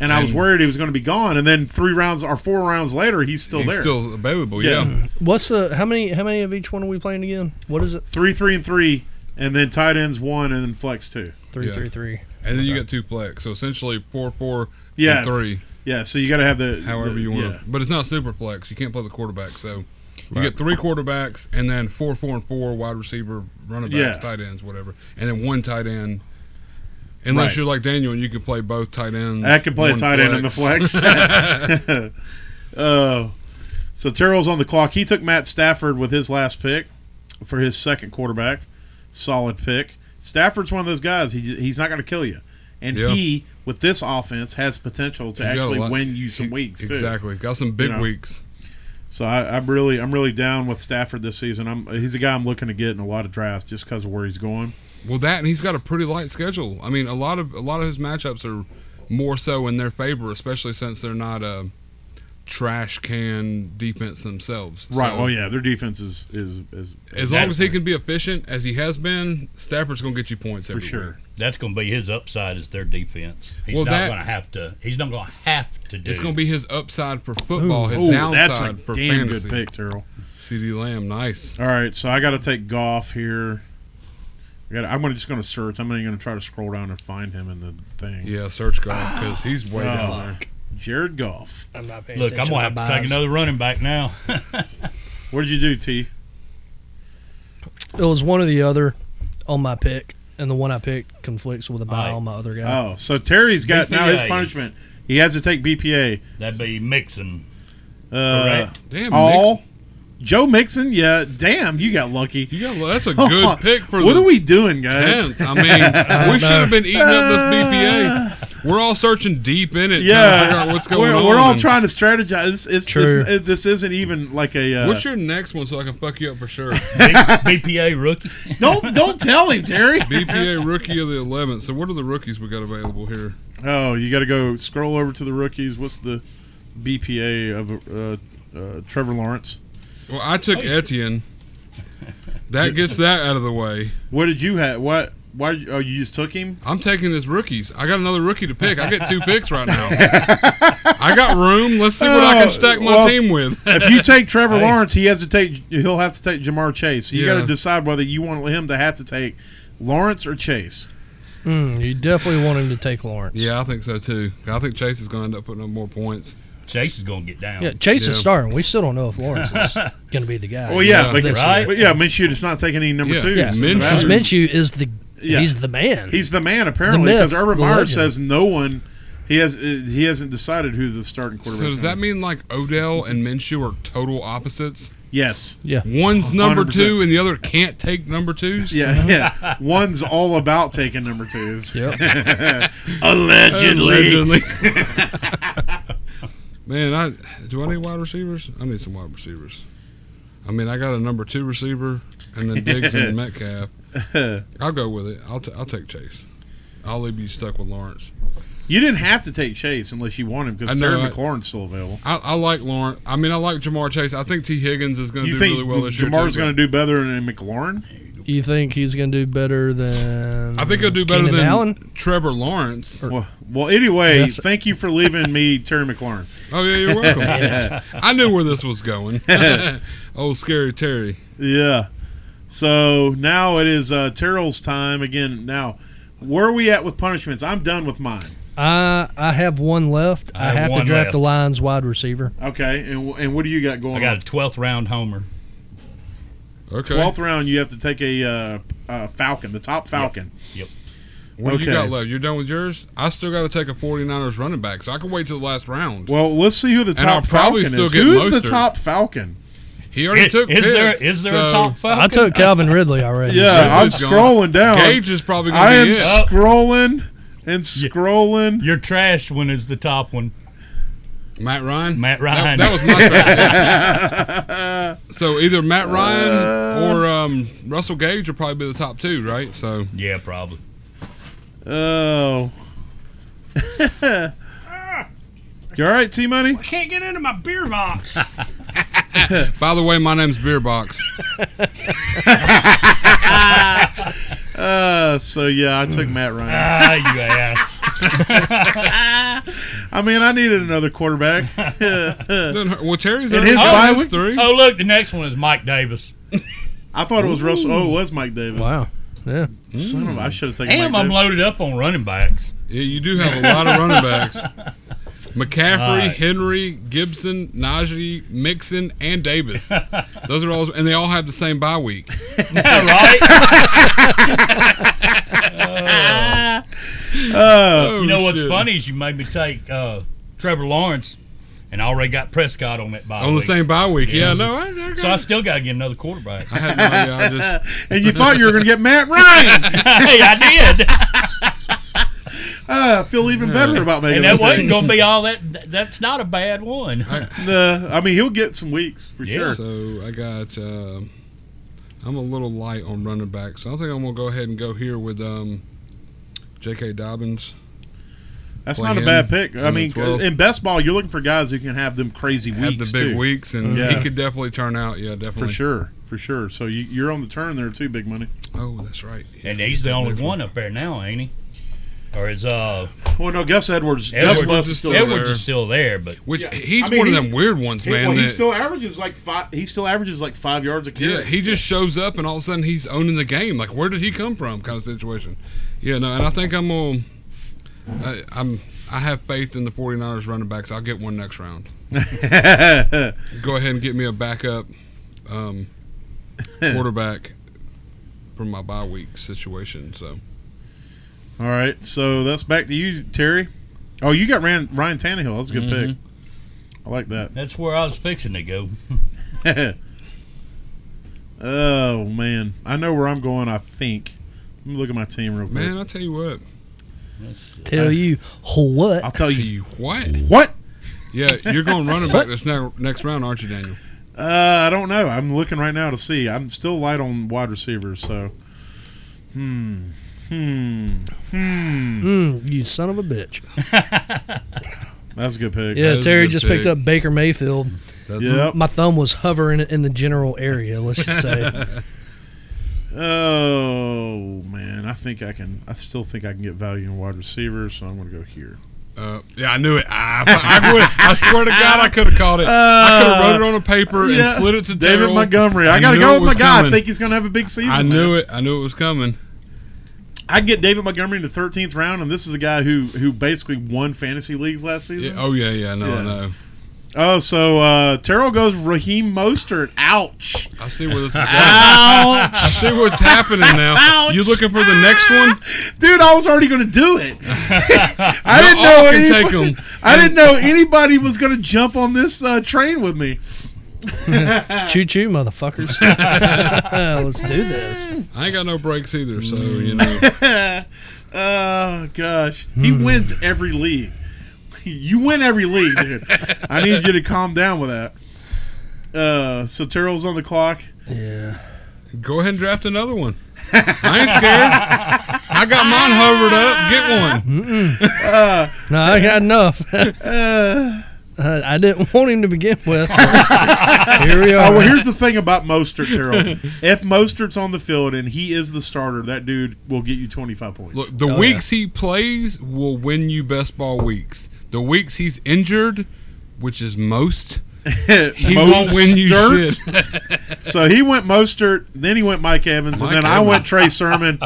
[SPEAKER 2] and I was
[SPEAKER 3] And-
[SPEAKER 2] worried he was going to be gone. And then three rounds or four rounds later, he's still
[SPEAKER 3] he's
[SPEAKER 2] there.
[SPEAKER 3] still available.
[SPEAKER 2] Yeah.
[SPEAKER 3] Yeah.
[SPEAKER 5] What's the how many how many of each one are we playing again? What is it?
[SPEAKER 2] three, three, and three, and then tight ends one, and then flex two.
[SPEAKER 5] Three,
[SPEAKER 3] Yeah.
[SPEAKER 5] three, three.
[SPEAKER 3] and then you got two flex. So essentially, four, four,
[SPEAKER 2] Yeah.
[SPEAKER 3] and three.
[SPEAKER 2] Yeah, so you got to have the
[SPEAKER 3] however
[SPEAKER 2] the-
[SPEAKER 3] you want
[SPEAKER 2] yeah.
[SPEAKER 3] to. But it's not super flex. You can't play the quarterback. So you
[SPEAKER 2] Right.
[SPEAKER 3] get three quarterbacks and then four, four, and four wide receiver, running backs,
[SPEAKER 2] Yeah.
[SPEAKER 3] tight ends, whatever, and then one tight end. Unless
[SPEAKER 2] Right.
[SPEAKER 3] you're like Daniel and you can play both tight ends.
[SPEAKER 2] I could play a
[SPEAKER 3] one
[SPEAKER 2] tight end in the flex. Oh, so Terrell's on the clock. He took Matt Stafford with his last pick for his second quarterback. Solid pick. Stafford's one of those guys. He he's not going to kill you, and
[SPEAKER 3] Yeah.
[SPEAKER 2] he with this offense has potential to
[SPEAKER 3] He's got a
[SPEAKER 2] actually
[SPEAKER 3] lot- E,
[SPEAKER 2] win you some weeks too.
[SPEAKER 3] Exactly. Got some big
[SPEAKER 2] You know.
[SPEAKER 3] weeks.
[SPEAKER 2] So I, I'm really I'm really down with Stafford this season. I'm he's a guy I'm looking to get in a lot of drafts just because of where he's going.
[SPEAKER 3] Well, that and he's got a pretty light schedule. I mean, a lot of a lot of his matchups are more so in their favor, especially since they're not a trash can defense themselves.
[SPEAKER 2] Right.
[SPEAKER 3] So-
[SPEAKER 2] oh yeah, their defense is is is
[SPEAKER 3] As long as he can be efficient as he has been, Stafford's going to get you points
[SPEAKER 2] for
[SPEAKER 3] every week.
[SPEAKER 2] sure.
[SPEAKER 4] That's going to be his upside is their defense. He's
[SPEAKER 3] Well,
[SPEAKER 4] not
[SPEAKER 3] that-
[SPEAKER 4] going to have to. He's not going to have to do.
[SPEAKER 3] It's going to be his upside for football, his
[SPEAKER 2] Oh,
[SPEAKER 3] downside
[SPEAKER 2] that's a
[SPEAKER 3] for
[SPEAKER 2] damn
[SPEAKER 3] fantasy.
[SPEAKER 2] good pick, Terrell.
[SPEAKER 3] CD Lamb, nice.
[SPEAKER 2] All right, so I got to take golf here. I gotta, I'm gonna, just going to search. I'm not even going to try to scroll down and find him in the thing.
[SPEAKER 3] Yeah, search guard because he's way
[SPEAKER 2] Oh.
[SPEAKER 3] down there.
[SPEAKER 2] Jared Goff.
[SPEAKER 5] I'm not paying
[SPEAKER 4] Look, I'm
[SPEAKER 5] attention
[SPEAKER 4] going to have to take
[SPEAKER 5] buys.
[SPEAKER 4] another running back now.
[SPEAKER 2] What did you do, T?
[SPEAKER 5] It was one or the other on my pick, and the one I picked conflicts with a buy
[SPEAKER 4] Aye.
[SPEAKER 5] on my other guy.
[SPEAKER 2] Oh, so Terry's got now his
[SPEAKER 4] BPA.
[SPEAKER 2] punishment. He has to take BPA.
[SPEAKER 4] That'd be mixing.
[SPEAKER 2] Uh,
[SPEAKER 4] Correct.
[SPEAKER 3] Damn,
[SPEAKER 2] All
[SPEAKER 3] Nick,
[SPEAKER 2] Joe Mixon. Yeah, damn, you got lucky.
[SPEAKER 3] you got that's a good pick for
[SPEAKER 2] what
[SPEAKER 3] the
[SPEAKER 2] are we doing, guys?
[SPEAKER 3] tenth. I mean, we should have been eating up this BPA. We're all searching deep in it, trying to figure out what's going
[SPEAKER 2] we're,
[SPEAKER 3] on.
[SPEAKER 2] we're all
[SPEAKER 3] and-
[SPEAKER 2] trying to strategize. It's, it's,
[SPEAKER 5] True.
[SPEAKER 2] This, this isn't even like a. Uh,
[SPEAKER 3] What's your next one so I can fuck you up for sure?
[SPEAKER 4] Big BPA rookie.
[SPEAKER 2] don't don't tell him, Terry.
[SPEAKER 3] BPA rookie of the 11th. So what are the rookies we got available here?
[SPEAKER 2] Oh, you got to go scroll over to the rookies. What's the BPA of uh, uh, Trevor Lawrence.
[SPEAKER 3] Well, I took Etienne. That gets that out of the way.
[SPEAKER 2] What did you have? What? Why? did you- Oh, you just took him.
[SPEAKER 3] I'm taking this rookies. I got another rookie to pick. I get two picks right now. I got room. Let's see what I
[SPEAKER 2] Oh,
[SPEAKER 3] can stack my
[SPEAKER 2] well-
[SPEAKER 3] team with.
[SPEAKER 2] If you take Trevor Lawrence, he has to take. He'll have to take Jamar Chase. You got
[SPEAKER 3] Yeah.
[SPEAKER 2] to decide whether you want him to have to take Lawrence or Chase.
[SPEAKER 5] Mm, you definitely want him to take Lawrence.
[SPEAKER 3] Oh. Yeah, I think so too. I think Chase is going to end up putting up more points.
[SPEAKER 4] Chase is gonna get down.
[SPEAKER 5] Yeah, Chase is
[SPEAKER 3] Yeah.
[SPEAKER 5] starting. We still don't know if Lawrence is going to be the guy.
[SPEAKER 2] Well, yeah,
[SPEAKER 3] Yeah.
[SPEAKER 2] but,
[SPEAKER 4] Right.
[SPEAKER 2] but yeah, Minshew is not taking any number
[SPEAKER 3] Yeah.
[SPEAKER 2] twos.
[SPEAKER 5] Yeah.
[SPEAKER 2] in
[SPEAKER 3] Minshew-
[SPEAKER 2] the
[SPEAKER 5] Because
[SPEAKER 2] draft.
[SPEAKER 5] Minshew is the
[SPEAKER 2] Yeah.
[SPEAKER 5] he's the man.
[SPEAKER 2] He's the man apparently
[SPEAKER 5] myth,
[SPEAKER 2] because Urban
[SPEAKER 5] the
[SPEAKER 2] Meyer
[SPEAKER 5] legend.
[SPEAKER 2] says no one. He has uh, he hasn't decided who the starting
[SPEAKER 3] So
[SPEAKER 2] quarterback.
[SPEAKER 3] does
[SPEAKER 2] is
[SPEAKER 3] that
[SPEAKER 2] gonna
[SPEAKER 3] mean like Odell and Minshew are total opposites?
[SPEAKER 2] be. Yes.
[SPEAKER 5] yeah.
[SPEAKER 3] One's number
[SPEAKER 2] 100%.
[SPEAKER 3] two and the other can't take number twos.
[SPEAKER 2] Yeah, yeah. One's all about taking number twos.
[SPEAKER 5] Yep.
[SPEAKER 2] Allegedly.
[SPEAKER 3] Man, I do I need wide receivers? I need some wide receivers. I mean, I got a number two receiver and then Diggs and Metcalf. I'll go with it. I'll, t- I'll take Chase. I'll leave you stuck with Lawrence.
[SPEAKER 2] You didn't have to take Chase unless you want him
[SPEAKER 3] I
[SPEAKER 2] because
[SPEAKER 3] know,
[SPEAKER 2] Terry
[SPEAKER 3] I-
[SPEAKER 2] McLaurin's still available.
[SPEAKER 3] I, I like Lawrence. I mean, I like Jamar Chase. I think T. Higgins is going to
[SPEAKER 2] You
[SPEAKER 3] do
[SPEAKER 2] think
[SPEAKER 3] really well this year.
[SPEAKER 2] Jamar's going to do better than McLaurin?
[SPEAKER 5] You think he's going to do better than?
[SPEAKER 3] I think he'll do better
[SPEAKER 5] Keenan
[SPEAKER 3] than
[SPEAKER 5] Allen.
[SPEAKER 3] Trevor Lawrence.
[SPEAKER 2] Well, well, anyway,
[SPEAKER 5] Yes.
[SPEAKER 2] thank you for leaving me Terry McLaurin.
[SPEAKER 3] Oh yeah, you're welcome. I knew where this was going. Old scary Terry.
[SPEAKER 2] Yeah. So now it is uh, Terrell's time again. Now, where are we at with punishments? I'm done with mine.
[SPEAKER 5] I I have one left.
[SPEAKER 4] I
[SPEAKER 5] I,
[SPEAKER 4] have
[SPEAKER 5] have to
[SPEAKER 4] one
[SPEAKER 5] draft a
[SPEAKER 4] left.
[SPEAKER 5] Lions wide receiver.
[SPEAKER 2] Okay, and, wh- and what do you got going
[SPEAKER 4] I got
[SPEAKER 2] on?
[SPEAKER 4] a 12th round homer.
[SPEAKER 3] Okay.
[SPEAKER 2] Twelfth round, you have to take a uh, uh, Falcon, the top Falcon.
[SPEAKER 3] What do you
[SPEAKER 2] Okay.
[SPEAKER 3] got left? You're done with yours? I still got to take a 49ers running back, so I can wait till the last round.
[SPEAKER 2] Well, let's see who the
[SPEAKER 3] I'll
[SPEAKER 2] top
[SPEAKER 3] probably
[SPEAKER 2] Falcon
[SPEAKER 3] still
[SPEAKER 2] is.
[SPEAKER 3] get
[SPEAKER 2] Who is the
[SPEAKER 3] Mostert.
[SPEAKER 2] top Falcon?
[SPEAKER 3] He already
[SPEAKER 4] is,
[SPEAKER 3] took
[SPEAKER 4] is there
[SPEAKER 3] Pitts,
[SPEAKER 4] is there a
[SPEAKER 3] so
[SPEAKER 4] top five?
[SPEAKER 5] I took Calvin Ridley already.
[SPEAKER 2] Yeah, I'm
[SPEAKER 3] Ridley's gone.
[SPEAKER 2] scrolling down.
[SPEAKER 3] Gage is probably going
[SPEAKER 2] I
[SPEAKER 3] to
[SPEAKER 2] am
[SPEAKER 3] be it.
[SPEAKER 4] Oh.
[SPEAKER 2] scrolling and scrolling.
[SPEAKER 4] Your trash one is the top one.
[SPEAKER 3] Matt Ryan?
[SPEAKER 4] Matt
[SPEAKER 3] That,
[SPEAKER 4] Ryan.
[SPEAKER 3] that was my track. so either Matt Ryan or um, Russell Gage will probably be the top two, right? So
[SPEAKER 4] yeah, probably.
[SPEAKER 2] Oh. you all right, T Money?
[SPEAKER 6] Can't get into my beer box.
[SPEAKER 3] by the way, my name's Beerbox.
[SPEAKER 2] Uh, so yeah, I took Matt Ryan.
[SPEAKER 4] Ah, you ass.
[SPEAKER 2] I mean, I needed another quarterback.
[SPEAKER 3] Doesn't hurt. well, Terry's
[SPEAKER 2] It
[SPEAKER 3] already
[SPEAKER 2] is
[SPEAKER 3] done
[SPEAKER 2] bye
[SPEAKER 3] his
[SPEAKER 2] week.
[SPEAKER 3] three.
[SPEAKER 4] Oh, look, the next one is Mike Davis.
[SPEAKER 2] I thought it was Russell. Oh, it was Mike Davis.
[SPEAKER 5] Wow. Yeah.
[SPEAKER 2] Son of a- I should have taken.
[SPEAKER 4] Damn,
[SPEAKER 2] Mike
[SPEAKER 4] I'm
[SPEAKER 2] Davis.
[SPEAKER 4] loaded up on running backs.
[SPEAKER 3] Yeah, you do have a lot of running backs.
[SPEAKER 4] All
[SPEAKER 3] McCaffrey,
[SPEAKER 4] right.
[SPEAKER 3] Henry, Gibson, Najee, Mixon, and Davis. Those are all, and they all have the same bye week.
[SPEAKER 4] Yeah, right?
[SPEAKER 2] Uh,
[SPEAKER 3] Oh,
[SPEAKER 4] you know what's
[SPEAKER 3] shit.
[SPEAKER 4] funny is you made me take uh, Trevor Lawrence, and I already got Prescott on that bye
[SPEAKER 3] On the
[SPEAKER 4] week.
[SPEAKER 3] same bye week. Yeah, no, I, I, got,
[SPEAKER 4] So I still got to get another quarterback.
[SPEAKER 3] I had no idea. I just,
[SPEAKER 2] Uh, and you thought you were going to get Matt Ryan.
[SPEAKER 4] hey, I did.
[SPEAKER 2] Uh, I feel even better about making
[SPEAKER 4] And that
[SPEAKER 2] that
[SPEAKER 4] wasn't
[SPEAKER 2] pick.
[SPEAKER 4] going to be all that. th- That's not a bad one.
[SPEAKER 2] Uh, I mean, he'll get some weeks for
[SPEAKER 4] Yeah.
[SPEAKER 2] sure.
[SPEAKER 3] so I got. Um, I'm a little light on running back, so I think I'm gonna go ahead and go here with um, J.K. Dobbins.
[SPEAKER 2] That's
[SPEAKER 3] Play
[SPEAKER 2] not a
[SPEAKER 3] him
[SPEAKER 2] bad pick. I
[SPEAKER 3] in the
[SPEAKER 2] mean,
[SPEAKER 3] 12.
[SPEAKER 2] in best ball, you're looking for guys who can have them crazy
[SPEAKER 3] Have
[SPEAKER 2] weeks
[SPEAKER 3] the big
[SPEAKER 2] too,
[SPEAKER 3] weeks, and
[SPEAKER 2] Yeah.
[SPEAKER 3] he could definitely turn out. Yeah,
[SPEAKER 2] for
[SPEAKER 3] definitely.
[SPEAKER 2] sure, for sure. So you, you're on the turn there too, big money.
[SPEAKER 3] Oh, that's right. Yeah.
[SPEAKER 4] And he's the only
[SPEAKER 3] Next
[SPEAKER 4] one up there now, ain't he? Or is uh
[SPEAKER 2] Well, no, Gus Edwards.
[SPEAKER 4] Edwards
[SPEAKER 2] Gus Bus
[SPEAKER 3] is
[SPEAKER 2] is
[SPEAKER 3] still
[SPEAKER 2] still.
[SPEAKER 4] Edwards
[SPEAKER 3] there.
[SPEAKER 4] is still there, but
[SPEAKER 3] Which
[SPEAKER 2] Yeah.
[SPEAKER 3] he's
[SPEAKER 2] I mean,
[SPEAKER 3] one of
[SPEAKER 2] he-
[SPEAKER 3] them weird ones,
[SPEAKER 2] He,
[SPEAKER 3] man.
[SPEAKER 2] well, he
[SPEAKER 3] that-
[SPEAKER 2] still averages like five. He still averages like five yards a carry.
[SPEAKER 3] Yeah, he just shows up and all of a sudden he's owning the game. Like, where did he come from? Kind of situation. Yeah, no, and I think I'm on. I, I'm. I have faith in the 49ers running backs. I'll get one next round. Go ahead and get me a backup um, quarterback for my bye week situation. So
[SPEAKER 2] All right, so that's back to you, Terry. Oh, you got Ryan, Ryan Tannehill. That's a good pick.
[SPEAKER 3] Mm-hmm.
[SPEAKER 2] I like that.
[SPEAKER 4] that's where I was fixing to go.
[SPEAKER 2] oh man, I know where I'm going. I think. Let me look at my team real quick.
[SPEAKER 3] man, I tell you what.
[SPEAKER 5] Tell you
[SPEAKER 2] I'll
[SPEAKER 5] what.
[SPEAKER 2] tell
[SPEAKER 3] Tell
[SPEAKER 2] Oh, you
[SPEAKER 3] you what.
[SPEAKER 2] what.
[SPEAKER 3] Yeah, you're going running back this ne- next round, aren't you, Daniel?
[SPEAKER 2] Uh, I don't know. I'm looking right now to see. I'm still light on wide receivers. So, hmm, hmm, hmm.
[SPEAKER 5] Mm, you son of a bitch.
[SPEAKER 2] That's a good pick.
[SPEAKER 5] Yeah,
[SPEAKER 3] That is a
[SPEAKER 5] Terry
[SPEAKER 3] good
[SPEAKER 5] just picked
[SPEAKER 3] pick.
[SPEAKER 5] up Baker Mayfield.
[SPEAKER 3] That's
[SPEAKER 2] Yep.
[SPEAKER 5] My thumb was hovering in the general area. Let's just say
[SPEAKER 2] Oh man, I think I can. I still think I can get value in wide receivers, so I'm going to go here.
[SPEAKER 3] Uh, yeah, I knew it. I, I, would, I swear to God, I could have called it. I could have wrote it on a paper and slid it to
[SPEAKER 2] David
[SPEAKER 3] Terrell.
[SPEAKER 2] Montgomery. I,
[SPEAKER 3] I
[SPEAKER 2] got to
[SPEAKER 3] knew
[SPEAKER 2] go
[SPEAKER 3] it
[SPEAKER 2] with my
[SPEAKER 3] was
[SPEAKER 2] guy. I
[SPEAKER 3] coming.
[SPEAKER 2] think he's going to have a big season.
[SPEAKER 3] I knew it. I knew it was coming.
[SPEAKER 2] I can get David Montgomery in the 13th round, and this is the guy who who basically won fantasy leagues last
[SPEAKER 3] Yeah,
[SPEAKER 2] season.
[SPEAKER 3] oh yeah, yeah. No,
[SPEAKER 2] Yeah.
[SPEAKER 3] I know.
[SPEAKER 2] Oh, so uh, Terrell goes Raheem Mostert. Ouch.
[SPEAKER 3] I see where this is going.
[SPEAKER 2] Ouch.
[SPEAKER 3] I see what's happening now.
[SPEAKER 2] Ah. Ouch.
[SPEAKER 3] You looking for the next one?
[SPEAKER 2] Dude, I was already going to do it. I didn't
[SPEAKER 3] Y'all
[SPEAKER 2] know
[SPEAKER 3] can
[SPEAKER 2] anybody,
[SPEAKER 3] take 'em.
[SPEAKER 2] I didn't know anybody was going to jump on this uh, train with me.
[SPEAKER 5] choo choo, motherfuckers. Let's do this.
[SPEAKER 3] I ain't got no breaks either, so you
[SPEAKER 2] Mm.
[SPEAKER 3] know.
[SPEAKER 2] oh gosh, he
[SPEAKER 3] Hmm.
[SPEAKER 2] wins every league. You win every league, dude. I need you to calm down with that. Uh, so Terrell's on the clock.
[SPEAKER 5] Yeah.
[SPEAKER 3] Go ahead and draft another one. I ain't scared. I got mine hovered up. Get one.
[SPEAKER 5] No, I got enough.
[SPEAKER 2] Uh,
[SPEAKER 5] I I didn't want him to begin with. Here we
[SPEAKER 2] oh,
[SPEAKER 5] are.
[SPEAKER 2] well, here's the thing about Mostert, Terrell. if Mostert's on the field and he is the starter, that dude will get you 25 points.
[SPEAKER 3] Look, the
[SPEAKER 5] Oh,
[SPEAKER 3] weeks he plays will win you best ball weeks. The weeks he's injured, which is most, he won't win you
[SPEAKER 2] Mostert?
[SPEAKER 3] shit.
[SPEAKER 2] So he went Mostert, then he went Mike Evans,
[SPEAKER 3] Mike
[SPEAKER 2] and then I
[SPEAKER 3] Evans.
[SPEAKER 2] went Trey Sermon.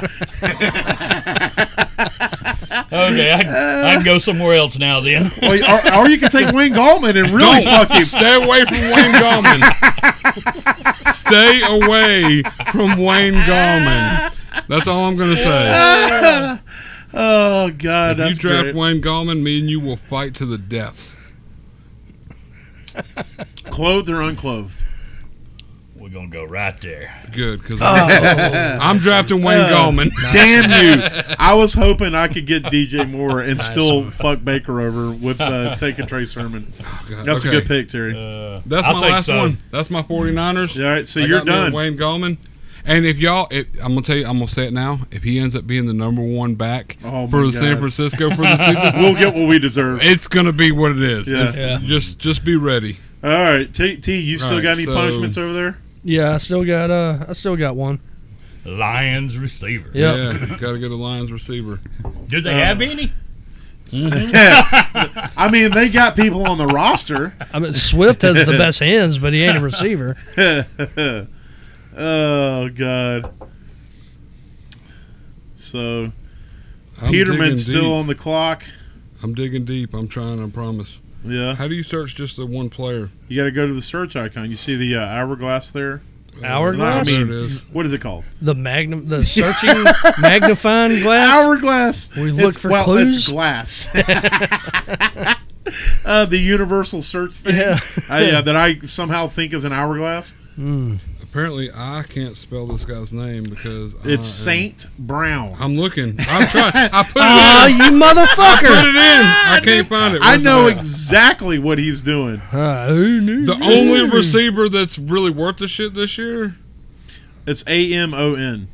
[SPEAKER 4] Okay, I, I can go somewhere else now then.
[SPEAKER 2] or, or, or you could take Wayne Gallman and really fuck him.
[SPEAKER 3] Stay away from Wayne Gallman. Stay away from Wayne Gallman. That's all I'm gonna say.
[SPEAKER 2] Oh God,
[SPEAKER 3] If
[SPEAKER 2] that's
[SPEAKER 3] you draft
[SPEAKER 2] great.
[SPEAKER 3] Wayne Gallman, me and you will fight to the death.
[SPEAKER 2] clothed or unclothed.
[SPEAKER 4] We're gonna go right there.
[SPEAKER 3] Good, because
[SPEAKER 2] Oh.
[SPEAKER 3] I'm, I'm drafting Wayne
[SPEAKER 2] Uh,
[SPEAKER 3] Gallman.
[SPEAKER 2] Damn you! I was hoping I could get DJ Moore and still fuck Baker over with uh, taking Trey Sermon.
[SPEAKER 3] God,
[SPEAKER 2] That's
[SPEAKER 3] okay.
[SPEAKER 2] a good pick, Terry.
[SPEAKER 4] Uh,
[SPEAKER 3] That's
[SPEAKER 4] I
[SPEAKER 3] my
[SPEAKER 4] think
[SPEAKER 3] last
[SPEAKER 4] so.
[SPEAKER 3] one. That's my 49ers.
[SPEAKER 2] All right, so
[SPEAKER 3] I
[SPEAKER 2] you're
[SPEAKER 3] got me
[SPEAKER 2] done.
[SPEAKER 3] Wayne Gallman. And if y'all, if, I'm gonna tell you, I'm gonna say it now. If he ends up being the number one back
[SPEAKER 2] Oh, my
[SPEAKER 3] for the San
[SPEAKER 2] God.
[SPEAKER 3] Francisco for the season,
[SPEAKER 2] We'll get what we deserve.
[SPEAKER 3] it's gonna be what it is.
[SPEAKER 2] Yeah.
[SPEAKER 3] It's- Just, just be ready.
[SPEAKER 2] All right, T. T you still
[SPEAKER 3] All right,
[SPEAKER 2] got any
[SPEAKER 3] so-
[SPEAKER 2] punishments over there?
[SPEAKER 5] Yeah, I still got uh, I still got one.
[SPEAKER 4] Lions receiver.
[SPEAKER 5] Yep.
[SPEAKER 3] Yeah, gotta get a Lions receiver.
[SPEAKER 4] Do they
[SPEAKER 3] Uh,
[SPEAKER 4] have any?
[SPEAKER 2] I mean, they got people on the roster.
[SPEAKER 5] I mean, Swift has the best hands, but he ain't a receiver.
[SPEAKER 2] oh God. So
[SPEAKER 3] I'm
[SPEAKER 2] Peterman's
[SPEAKER 3] digging
[SPEAKER 2] still
[SPEAKER 3] Deep.
[SPEAKER 2] on the clock.
[SPEAKER 3] I'm digging deep. I'm trying. I promise.
[SPEAKER 2] Yeah,
[SPEAKER 3] How do you search just the one player?
[SPEAKER 2] you got to go to the search icon. You see the uh, hourglass there.
[SPEAKER 5] Hourglass?
[SPEAKER 3] There it is.
[SPEAKER 2] What is it called?
[SPEAKER 5] The magnum, the searching magnifying glass.
[SPEAKER 2] Hourglass.
[SPEAKER 5] We look for
[SPEAKER 2] well, It's
[SPEAKER 5] clues?
[SPEAKER 2] glass. uh, the universal search thing
[SPEAKER 5] Yeah.
[SPEAKER 2] uh, yeah, that I somehow think is an hourglass.
[SPEAKER 3] Apparently, I can't spell this guy's name because I am-
[SPEAKER 2] It's Saint Brown.
[SPEAKER 3] I'm looking. I'm trying. I put it
[SPEAKER 5] Oh,
[SPEAKER 3] in.
[SPEAKER 5] you
[SPEAKER 3] Put
[SPEAKER 5] motherfucker!
[SPEAKER 3] it in. I can't find it.
[SPEAKER 2] I
[SPEAKER 3] Where's
[SPEAKER 2] know
[SPEAKER 3] it at?
[SPEAKER 2] exactly what he's doing.
[SPEAKER 5] Uh, who knew?
[SPEAKER 3] The only receiver that's really worth the shit this year,
[SPEAKER 2] It's A M O N.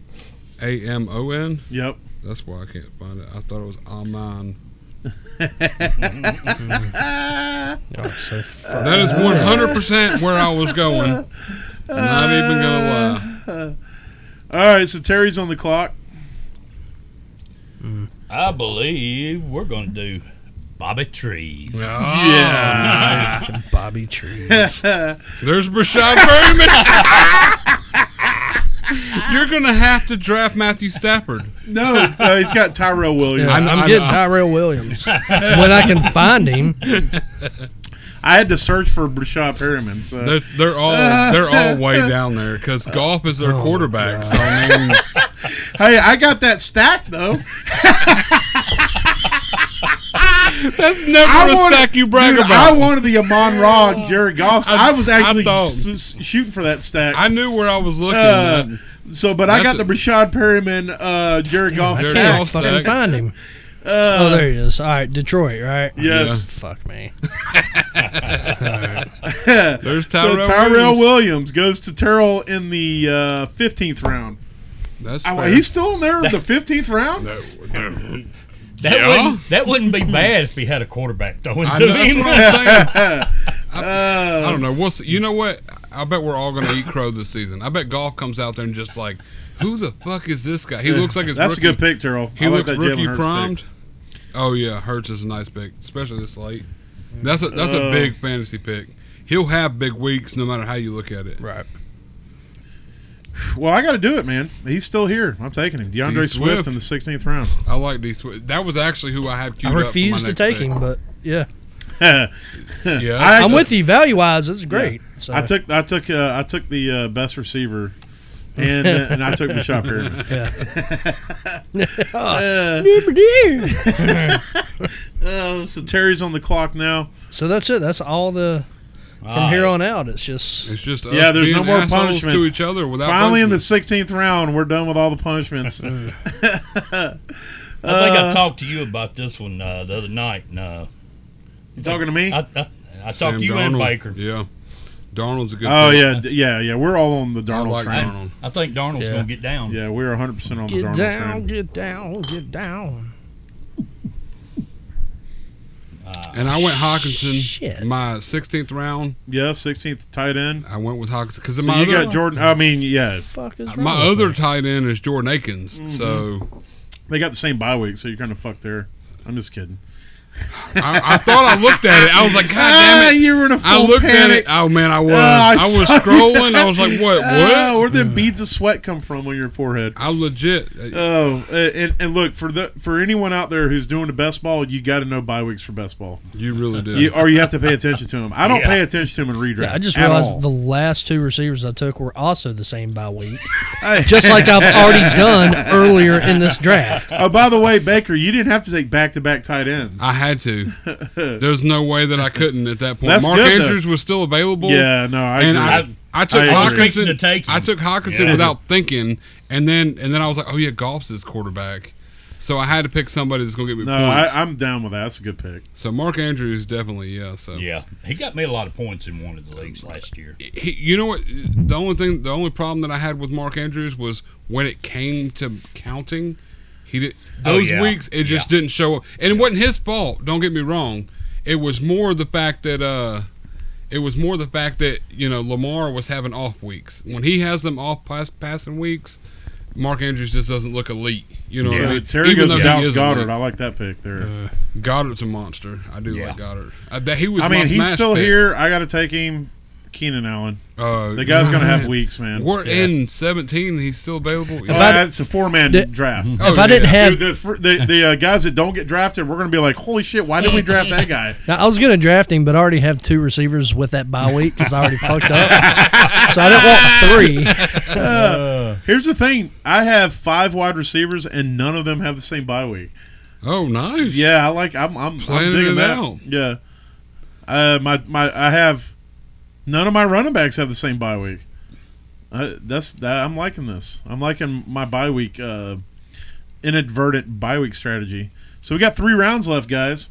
[SPEAKER 3] A M O N.
[SPEAKER 2] Yep.
[SPEAKER 3] That's why I can't find it. I thought it was Amon.
[SPEAKER 5] Oh, so f-
[SPEAKER 3] That is 100% where I was going. I'm not even gonna lie.
[SPEAKER 2] All right, so Terry's on the clock.
[SPEAKER 4] I believe we're gonna do Bobby Trees.
[SPEAKER 3] Oh,
[SPEAKER 2] yeah.
[SPEAKER 5] Bobby Tree.
[SPEAKER 3] There's Brashad Perryman. You're gonna have to draft Matthew Stafford.
[SPEAKER 2] No, uh, he's got Tyrell Williams.
[SPEAKER 5] I'm,
[SPEAKER 3] I-
[SPEAKER 5] getting Tyrell Williams when I can find him.
[SPEAKER 2] I had to search for Brashad Perriman. So
[SPEAKER 3] They're, they're all they're all way down there because golf is their quarterback. So I mean,
[SPEAKER 2] hey, I got that stack though.
[SPEAKER 3] that's never
[SPEAKER 2] I
[SPEAKER 3] a
[SPEAKER 2] wanted-
[SPEAKER 3] stack you brag
[SPEAKER 2] Dude, I
[SPEAKER 3] about. Oh.
[SPEAKER 2] wanted the Amon Ra and Jared Goffs. I,
[SPEAKER 3] I-
[SPEAKER 2] was
[SPEAKER 3] I
[SPEAKER 2] actually
[SPEAKER 3] thought-
[SPEAKER 2] s- s- shooting for that stack.
[SPEAKER 3] I knew where I was looking.
[SPEAKER 2] Uh,
[SPEAKER 3] man.
[SPEAKER 2] so, but I got
[SPEAKER 3] That's
[SPEAKER 2] the
[SPEAKER 3] a-
[SPEAKER 2] Brashad Perryman, uh, Jared Goff
[SPEAKER 5] I
[SPEAKER 3] Jared
[SPEAKER 2] stack.
[SPEAKER 5] can't
[SPEAKER 3] Goff's
[SPEAKER 5] fucking
[SPEAKER 3] back.
[SPEAKER 5] find him.
[SPEAKER 2] Uh,
[SPEAKER 5] Oh, there he is. All right, Detroit, right?
[SPEAKER 2] Yes.
[SPEAKER 5] Fuck me.
[SPEAKER 3] There's
[SPEAKER 2] So
[SPEAKER 3] Tyrell.
[SPEAKER 2] Tyrell Williams
[SPEAKER 3] Williams.
[SPEAKER 2] goes to Terrell in the uh, 15th round.
[SPEAKER 3] That's
[SPEAKER 2] Oh,
[SPEAKER 3] fair.
[SPEAKER 2] he's still in there in the 15th round?
[SPEAKER 3] No, no.
[SPEAKER 4] That
[SPEAKER 3] Yeah.
[SPEAKER 4] wouldn't that wouldn't be bad if he had a quarterback throwing
[SPEAKER 3] I
[SPEAKER 4] to
[SPEAKER 3] know, that's
[SPEAKER 4] him.
[SPEAKER 3] what I'm saying. I, I don't know. We'll see. You know what? I bet we're all going to eat crow this season. I bet golf comes out there and just like, who the fuck is this guy? He looks like his
[SPEAKER 2] That's
[SPEAKER 3] rookie.
[SPEAKER 2] a good pick, Terrell.
[SPEAKER 3] He
[SPEAKER 2] I like
[SPEAKER 3] looks
[SPEAKER 2] that Jalen
[SPEAKER 3] rookie
[SPEAKER 2] Hurts pick.
[SPEAKER 3] primed. Oh yeah, Hurts is a nice pick, especially this late. That's a that's a
[SPEAKER 2] Uh,
[SPEAKER 3] big fantasy pick. He'll have big weeks no matter how you look at it.
[SPEAKER 5] Right.
[SPEAKER 2] Well, I got to do it, man. He's still here. I'm taking him. DeAndre
[SPEAKER 3] He's
[SPEAKER 2] Swift.
[SPEAKER 3] Swift.
[SPEAKER 2] in the 16th round.
[SPEAKER 3] I like D Swift. That was actually who I have queued
[SPEAKER 5] I
[SPEAKER 3] up for my
[SPEAKER 5] refuse to
[SPEAKER 3] next
[SPEAKER 5] take
[SPEAKER 3] pick.
[SPEAKER 5] him, but yeah,
[SPEAKER 3] Yeah,
[SPEAKER 2] I
[SPEAKER 5] I'm
[SPEAKER 2] just-
[SPEAKER 5] with you. Value wise, it's great. So.
[SPEAKER 2] I took I took uh, I took the uh, best receiver, and uh, and I took Bashop Perriman.
[SPEAKER 5] Yeah.
[SPEAKER 2] Uh,
[SPEAKER 5] Dooper-doo.
[SPEAKER 2] uh, so Terry's on the clock now.
[SPEAKER 5] so that's it. That's all the from here on out. It's just
[SPEAKER 3] It's just us
[SPEAKER 2] Yeah, there's
[SPEAKER 3] being
[SPEAKER 2] no more
[SPEAKER 3] assholes
[SPEAKER 2] punishments.
[SPEAKER 3] to each other without
[SPEAKER 2] Finally, in the
[SPEAKER 3] punishments.
[SPEAKER 2] 16th round, we're done with all the punishments.
[SPEAKER 4] I think
[SPEAKER 3] Uh,
[SPEAKER 4] I talked to you about this one uh, the other night. And, uh,
[SPEAKER 2] you talking to me?
[SPEAKER 4] I, I, I talked
[SPEAKER 3] Sam
[SPEAKER 4] to you and
[SPEAKER 3] Darnold.
[SPEAKER 4] Baker.
[SPEAKER 3] Yeah, Darnold's a good.
[SPEAKER 2] oh
[SPEAKER 3] pick.
[SPEAKER 2] yeah, d- yeah, yeah. We're all on the
[SPEAKER 3] I
[SPEAKER 2] Darnold
[SPEAKER 3] like
[SPEAKER 2] train.
[SPEAKER 3] Darnold.
[SPEAKER 4] I think Darnold's
[SPEAKER 5] Yeah.
[SPEAKER 4] gonna get down.
[SPEAKER 2] Yeah, we're 100 percent on the
[SPEAKER 5] get
[SPEAKER 2] Darnold
[SPEAKER 5] down,
[SPEAKER 2] train.
[SPEAKER 5] get down, get down.
[SPEAKER 3] And I went Hawkinson.
[SPEAKER 5] Shit.
[SPEAKER 3] My 16th round,
[SPEAKER 2] Yeah, 16th tight end.
[SPEAKER 3] I went with Hawkinson because
[SPEAKER 2] So
[SPEAKER 3] my
[SPEAKER 2] you
[SPEAKER 3] other,
[SPEAKER 2] got Jordan. I mean, yeah,
[SPEAKER 5] Fuck is
[SPEAKER 3] my
[SPEAKER 5] wrong with
[SPEAKER 3] other
[SPEAKER 5] me?
[SPEAKER 3] tight end is Jordan Akins.
[SPEAKER 2] Mm-hmm.
[SPEAKER 3] So
[SPEAKER 2] they got the same bye week, so you're kind of fucked there. I'm just kidding.
[SPEAKER 3] I, I thought I looked at it. I was like, God
[SPEAKER 2] Ah,
[SPEAKER 3] damn it!
[SPEAKER 2] you were in a full
[SPEAKER 3] I looked
[SPEAKER 2] panic.
[SPEAKER 3] at it. Oh man, I was.
[SPEAKER 2] Oh,
[SPEAKER 3] I,
[SPEAKER 2] saw
[SPEAKER 3] was
[SPEAKER 2] you.
[SPEAKER 3] scrolling. I was like, what?
[SPEAKER 2] Ah,
[SPEAKER 3] What?
[SPEAKER 2] where the beads of sweat come from on your forehead?
[SPEAKER 3] I legit. uh,
[SPEAKER 2] Oh, uh, and, and look for the for anyone out there who's doing the best ball, you got to know bye weeks for best ball,
[SPEAKER 3] you really did.
[SPEAKER 2] you, or you have to pay attention to them. I don't
[SPEAKER 4] Yeah.
[SPEAKER 2] pay attention to them in redraft.
[SPEAKER 5] Yeah, I just
[SPEAKER 2] at
[SPEAKER 5] realized
[SPEAKER 2] all.
[SPEAKER 5] the last two receivers I took were also the same by week,
[SPEAKER 2] Hey.
[SPEAKER 5] just like I've already done earlier in this draft.
[SPEAKER 2] oh, by the way, Baker, you didn't have to take back to back tight ends.
[SPEAKER 3] I had to. There's no way that I couldn't at that point.
[SPEAKER 2] That's
[SPEAKER 3] Mark
[SPEAKER 2] good, though.
[SPEAKER 3] Andrews was still available.
[SPEAKER 2] yeah, no, I
[SPEAKER 3] and
[SPEAKER 2] agree.
[SPEAKER 3] I, I took
[SPEAKER 2] I agree.
[SPEAKER 3] Hawkinson.
[SPEAKER 4] Fixing to take him.
[SPEAKER 3] I took Hawkinson
[SPEAKER 4] Yeah.
[SPEAKER 3] without thinking, and then and then I was like, oh yeah, golf's his quarterback. So I had to pick somebody that's gonna get me
[SPEAKER 2] no,
[SPEAKER 3] points.
[SPEAKER 2] I, I'm down with that. That's a good pick.
[SPEAKER 3] so Mark Andrews definitely yeah. So
[SPEAKER 4] Yeah, he got me a lot of points in one of the leagues last year.
[SPEAKER 3] he, you know what? The only thing, the only problem that I had with Mark Andrews was when it came to counting, he did
[SPEAKER 4] Oh,
[SPEAKER 3] those
[SPEAKER 4] yeah.
[SPEAKER 3] weeks. It just didn't show up, and it wasn't his fault. Don't get me wrong. It was more the fact that uh, it was more the fact that you know Lamar was having off weeks. When he has them off pass, passing weeks, Mark Andrews just doesn't look elite. You know, what I
[SPEAKER 2] So
[SPEAKER 3] mean?
[SPEAKER 2] Terry
[SPEAKER 3] Even
[SPEAKER 2] goes
[SPEAKER 3] though
[SPEAKER 2] to
[SPEAKER 3] he
[SPEAKER 2] Dallas
[SPEAKER 3] is
[SPEAKER 2] Goddard.
[SPEAKER 3] elite.
[SPEAKER 2] I like that pick there.
[SPEAKER 3] Uh, Goddard's a monster. I do
[SPEAKER 4] Yeah.
[SPEAKER 3] like Goddard. Uh, that he was.
[SPEAKER 2] I
[SPEAKER 3] my
[SPEAKER 2] mean, he's
[SPEAKER 3] smash
[SPEAKER 2] still
[SPEAKER 3] pick.
[SPEAKER 2] here. I got to take him. Keenan Allen.
[SPEAKER 3] Uh,
[SPEAKER 2] The guy's gonna have
[SPEAKER 3] man.
[SPEAKER 2] weeks, man.
[SPEAKER 3] We're in 17. He's still available.
[SPEAKER 2] Well,
[SPEAKER 5] I-
[SPEAKER 2] that's a four man
[SPEAKER 5] Di-
[SPEAKER 2] draft.
[SPEAKER 3] Oh,
[SPEAKER 5] if I didn't
[SPEAKER 3] yeah.
[SPEAKER 5] have,
[SPEAKER 2] Dude, the the, the uh, guys that don't get drafted, we're going to be like, holy shit, why did we draft that guy?
[SPEAKER 5] now, I was gonna draft him, but I already have two receivers with that bye week because I already fucked up, so I didn't want three.
[SPEAKER 2] Here's the thing I have five wide receivers, and none of them have the same bye week.
[SPEAKER 3] Oh, nice.
[SPEAKER 2] Yeah, I like, I'm, I'm, I'm
[SPEAKER 3] Planning
[SPEAKER 2] digging
[SPEAKER 3] it
[SPEAKER 2] that.
[SPEAKER 3] out.
[SPEAKER 2] Yeah. Uh, my, my, I have none of my running backs have the same bye week. Uh, that's that. I'm liking this. I'm liking my bye week, uh, inadvertent bye week strategy. So we got three rounds left, guys,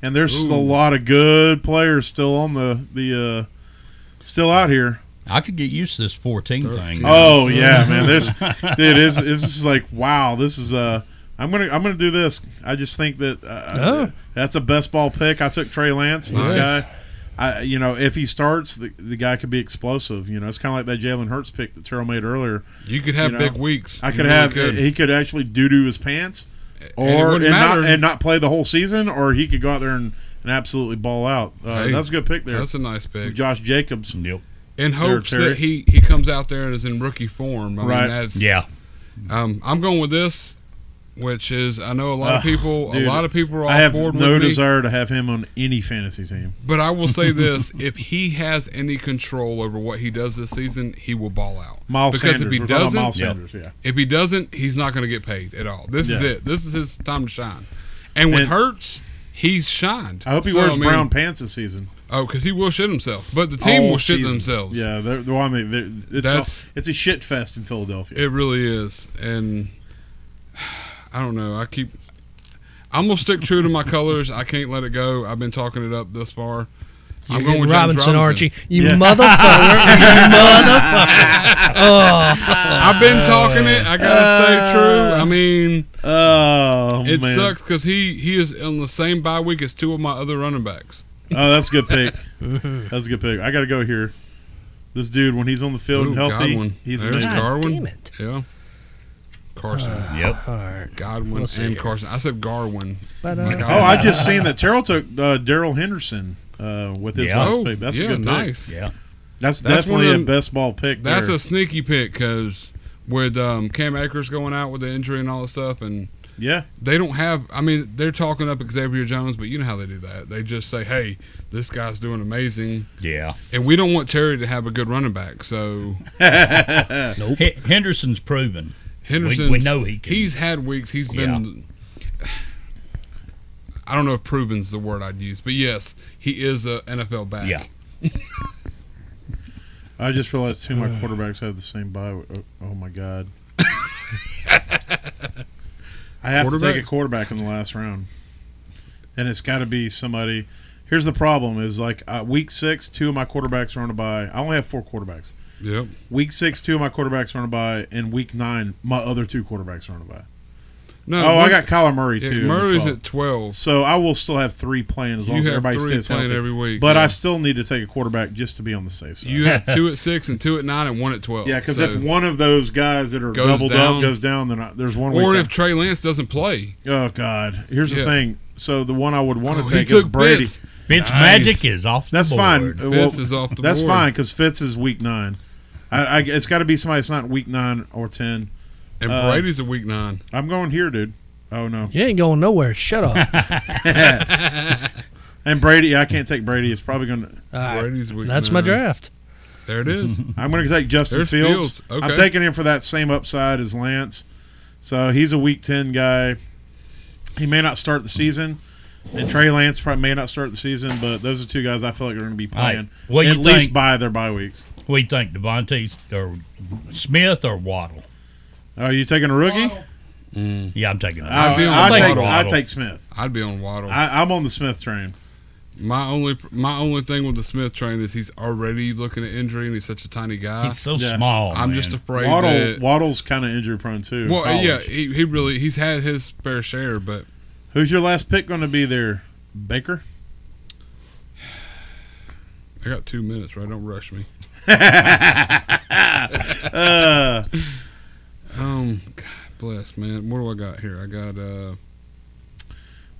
[SPEAKER 2] and there's a
[SPEAKER 3] Ooh.
[SPEAKER 2] lot of good players still on the the uh, still out here.
[SPEAKER 4] I could get used to this 14 thing.
[SPEAKER 2] Oh yeah, man. This dude is this is like wow. This is uh. I'm gonna I'm gonna do this. I just think that uh,
[SPEAKER 5] Oh.
[SPEAKER 2] that's a best ball pick. I took Trey Lance. This
[SPEAKER 3] Nice.
[SPEAKER 2] guy, I you know if he starts, the, the guy could be explosive. You know, it's kind of like that Jalen Hurts pick that Terrell made earlier.
[SPEAKER 3] You could have
[SPEAKER 2] You know,
[SPEAKER 3] big weeks.
[SPEAKER 2] I
[SPEAKER 3] You
[SPEAKER 2] could
[SPEAKER 3] really
[SPEAKER 2] have he could actually doo doo his pants,
[SPEAKER 3] And it
[SPEAKER 2] or and,
[SPEAKER 3] wouldn't
[SPEAKER 2] not
[SPEAKER 3] matter.
[SPEAKER 2] and not play the whole season, or he could go out there and, and absolutely ball out. Uh,
[SPEAKER 3] Hey,
[SPEAKER 2] that's a good pick there,
[SPEAKER 3] That's a nice pick.
[SPEAKER 2] Josh Jacobs.
[SPEAKER 4] Yep.
[SPEAKER 3] In hopes
[SPEAKER 2] Terry.
[SPEAKER 3] that he, he comes out there and is in rookie form. I
[SPEAKER 2] Right.
[SPEAKER 3] Mean, that's,
[SPEAKER 4] Yeah.
[SPEAKER 3] Um, I'm going with this, which is I know a lot of
[SPEAKER 2] Ugh,
[SPEAKER 3] people.
[SPEAKER 2] dude,
[SPEAKER 3] a lot of people are on
[SPEAKER 2] I have
[SPEAKER 3] board
[SPEAKER 2] no
[SPEAKER 3] with me.
[SPEAKER 2] desire to have him on any fantasy team.
[SPEAKER 3] But I will say this: if he has any control over what he does this season, he will ball out.
[SPEAKER 2] Miles
[SPEAKER 3] because
[SPEAKER 2] Sanders.
[SPEAKER 3] if he
[SPEAKER 2] We're talking about
[SPEAKER 3] doesn't,
[SPEAKER 2] Miles
[SPEAKER 4] Yeah.
[SPEAKER 2] Sanders, yeah.
[SPEAKER 3] If he doesn't, he's not going to get paid at all. This is
[SPEAKER 2] Yeah.
[SPEAKER 3] it. This is his time to shine. And with
[SPEAKER 2] And-
[SPEAKER 3] Hurts, he's shined.
[SPEAKER 2] I hope he
[SPEAKER 3] So,
[SPEAKER 2] wears
[SPEAKER 3] mean-
[SPEAKER 2] brown pants this season.
[SPEAKER 3] Oh, because he will shit himself. But the team
[SPEAKER 2] All
[SPEAKER 3] will shit
[SPEAKER 2] season.
[SPEAKER 3] themselves.
[SPEAKER 2] Yeah, they're, they're, I mean, they're, it's,
[SPEAKER 3] That's-
[SPEAKER 2] a, it's a shit fest in Philadelphia.
[SPEAKER 3] It really is. And I don't know. I keep. I'm gonna stick true to my colors. I can't let it go. I've been talking it up thus far. I'm
[SPEAKER 5] You're
[SPEAKER 3] going with James
[SPEAKER 5] Robinson,
[SPEAKER 3] Robinson.
[SPEAKER 5] Archie. You
[SPEAKER 2] Yeah.
[SPEAKER 5] motherfucker! You motherfucker!
[SPEAKER 3] I've been talking it. I gotta stay true. I mean,
[SPEAKER 2] Uh, Oh
[SPEAKER 3] it
[SPEAKER 2] man.
[SPEAKER 3] sucks because he he is on the same bye week as two of my other running backs.
[SPEAKER 2] Oh, that's a good pick. that's a good pick. I got to go here. This dude, when he's on the field
[SPEAKER 3] Ooh,
[SPEAKER 2] and healthy,
[SPEAKER 3] Godwin.
[SPEAKER 2] he's
[SPEAKER 3] There's
[SPEAKER 2] amazing.
[SPEAKER 3] Garwin.
[SPEAKER 5] damn it.
[SPEAKER 3] Yeah, Carson,
[SPEAKER 2] Uh,
[SPEAKER 4] Yep.
[SPEAKER 5] All right.
[SPEAKER 3] Godwin,
[SPEAKER 5] We'll see
[SPEAKER 3] and
[SPEAKER 5] here.
[SPEAKER 3] Carson. I said Garwin.
[SPEAKER 5] But,
[SPEAKER 3] My
[SPEAKER 5] uh,
[SPEAKER 3] God.
[SPEAKER 2] Oh, I just seen that Terrell took uh, Daryl Henderson uh, with his
[SPEAKER 4] Yeah.
[SPEAKER 2] last
[SPEAKER 3] Oh,
[SPEAKER 2] pick. That's
[SPEAKER 3] yeah,
[SPEAKER 2] a good pick.
[SPEAKER 3] nice.
[SPEAKER 4] Yeah.
[SPEAKER 2] That's,
[SPEAKER 3] That's one
[SPEAKER 2] definitely
[SPEAKER 3] of
[SPEAKER 2] a
[SPEAKER 3] them-
[SPEAKER 2] best ball pick.
[SPEAKER 3] That's
[SPEAKER 2] there.
[SPEAKER 3] a sneaky pick because with um, Cam Akers going out with the injury and all that stuff, and
[SPEAKER 2] yeah.
[SPEAKER 3] they don't have. I mean, they're talking up Xavier Jones, but you know how they do that. They just say, "Hey, this guy's doing amazing,"
[SPEAKER 4] Yeah.
[SPEAKER 3] and we don't want Terry to have a good running back. So
[SPEAKER 4] H- Henderson's proven.
[SPEAKER 3] Henderson,
[SPEAKER 4] we know he can.
[SPEAKER 3] He's had weeks. He's been. I don't know if "proven's" the word I'd use, but yes, he is a NFL back.
[SPEAKER 4] Yeah.
[SPEAKER 2] I just realized two of
[SPEAKER 3] Uh.
[SPEAKER 2] my quarterbacks have the same bye. Oh, oh my god. I have to take a
[SPEAKER 3] Quarterbacks?
[SPEAKER 2] quarterback in the last round, and it's got to be somebody. Here's the problem: is like uh, week six, two of my quarterbacks are on a bye. I only have four quarterbacks.
[SPEAKER 3] Yep.
[SPEAKER 2] Week six, two of my quarterbacks are on a bye, and week nine, my other two quarterbacks are on a bye.
[SPEAKER 3] No.
[SPEAKER 2] Oh, I
[SPEAKER 3] Uh, Mur-
[SPEAKER 2] got Kyler Murray
[SPEAKER 3] yeah,
[SPEAKER 2] too. in the
[SPEAKER 3] Murray's
[SPEAKER 2] 12.
[SPEAKER 3] at twelve.
[SPEAKER 2] So I will still have three playing as long
[SPEAKER 3] You
[SPEAKER 2] as
[SPEAKER 3] have
[SPEAKER 2] everybody
[SPEAKER 3] three
[SPEAKER 2] stays
[SPEAKER 3] playing
[SPEAKER 2] healthy.
[SPEAKER 3] every week,
[SPEAKER 2] but
[SPEAKER 3] yeah.
[SPEAKER 2] I still need to take a quarterback just to be on the safe side.
[SPEAKER 3] You have two at six and two at nine and one at twelve.
[SPEAKER 2] yeah, because
[SPEAKER 3] Oh, So-
[SPEAKER 2] if one of those guys that are
[SPEAKER 3] Goes
[SPEAKER 2] doubled
[SPEAKER 3] down-
[SPEAKER 2] up goes down, then I, there's one.
[SPEAKER 3] Or
[SPEAKER 2] week
[SPEAKER 3] if Trey Lance doesn't play,
[SPEAKER 2] I- oh God, here's
[SPEAKER 3] Yeah.
[SPEAKER 2] the thing. So the one I would want to
[SPEAKER 3] Oh, he
[SPEAKER 2] take is
[SPEAKER 3] took
[SPEAKER 2] Brady.
[SPEAKER 3] Pitts.
[SPEAKER 4] Fitz
[SPEAKER 3] Nice.
[SPEAKER 4] Magic is off.
[SPEAKER 2] That's
[SPEAKER 4] the
[SPEAKER 2] fine.
[SPEAKER 4] board.
[SPEAKER 2] Uh,
[SPEAKER 3] Fitz is off the
[SPEAKER 2] that's
[SPEAKER 3] board.
[SPEAKER 2] fine because Fitz is week nine. I, I, it's got to be somebody that's not week nine or ten.
[SPEAKER 3] and
[SPEAKER 2] Uh,
[SPEAKER 3] Brady's a week nine.
[SPEAKER 2] I'm going here, dude. Oh no,
[SPEAKER 5] You ain't going nowhere. Shut up.
[SPEAKER 2] and Brady. I can't take Brady. It's probably going. to
[SPEAKER 5] All right.
[SPEAKER 3] Brady's week
[SPEAKER 5] That's my
[SPEAKER 3] nine.
[SPEAKER 5] draft.
[SPEAKER 3] There it is.
[SPEAKER 2] I'm going to take Justin
[SPEAKER 3] There's
[SPEAKER 2] Fields.
[SPEAKER 3] Fields. Okay.
[SPEAKER 2] I'm taking him for that same upside as Lance. So he's a week 10 guy. He may not start the season, and Trey Lance probably may not start the season, but those are two guys I feel like are going to be playing
[SPEAKER 4] All right. What do
[SPEAKER 2] at
[SPEAKER 4] you
[SPEAKER 2] least
[SPEAKER 4] think?
[SPEAKER 2] by their bye weeks.
[SPEAKER 4] What do you think, Devontae or Smith or Waddle?
[SPEAKER 2] Are you taking a rookie?
[SPEAKER 4] Yeah, I'm taking.
[SPEAKER 2] I,
[SPEAKER 3] be on
[SPEAKER 2] I
[SPEAKER 3] Waddle.
[SPEAKER 2] take, I
[SPEAKER 4] Waddle.
[SPEAKER 2] take Smith.
[SPEAKER 3] I'd be on Waddle.
[SPEAKER 2] I, I'm on the Smith train.
[SPEAKER 3] my only my only thing with the Smith train is he's already looking at injury and he's such a tiny guy.
[SPEAKER 4] He's so
[SPEAKER 2] Yeah.
[SPEAKER 4] small.
[SPEAKER 3] I'm
[SPEAKER 4] man.
[SPEAKER 3] just afraid
[SPEAKER 2] Waddle,
[SPEAKER 3] that.
[SPEAKER 2] Waddle's kind of injury prone, too. in
[SPEAKER 3] well,
[SPEAKER 2] college.
[SPEAKER 3] yeah, he, he really he's had his fair share, but
[SPEAKER 2] Who's your last pick going to be there? Baker?
[SPEAKER 3] I got two minutes, right? Don't rush me.
[SPEAKER 2] Uh,
[SPEAKER 3] Um, God bless, man. What do I got here? I got uh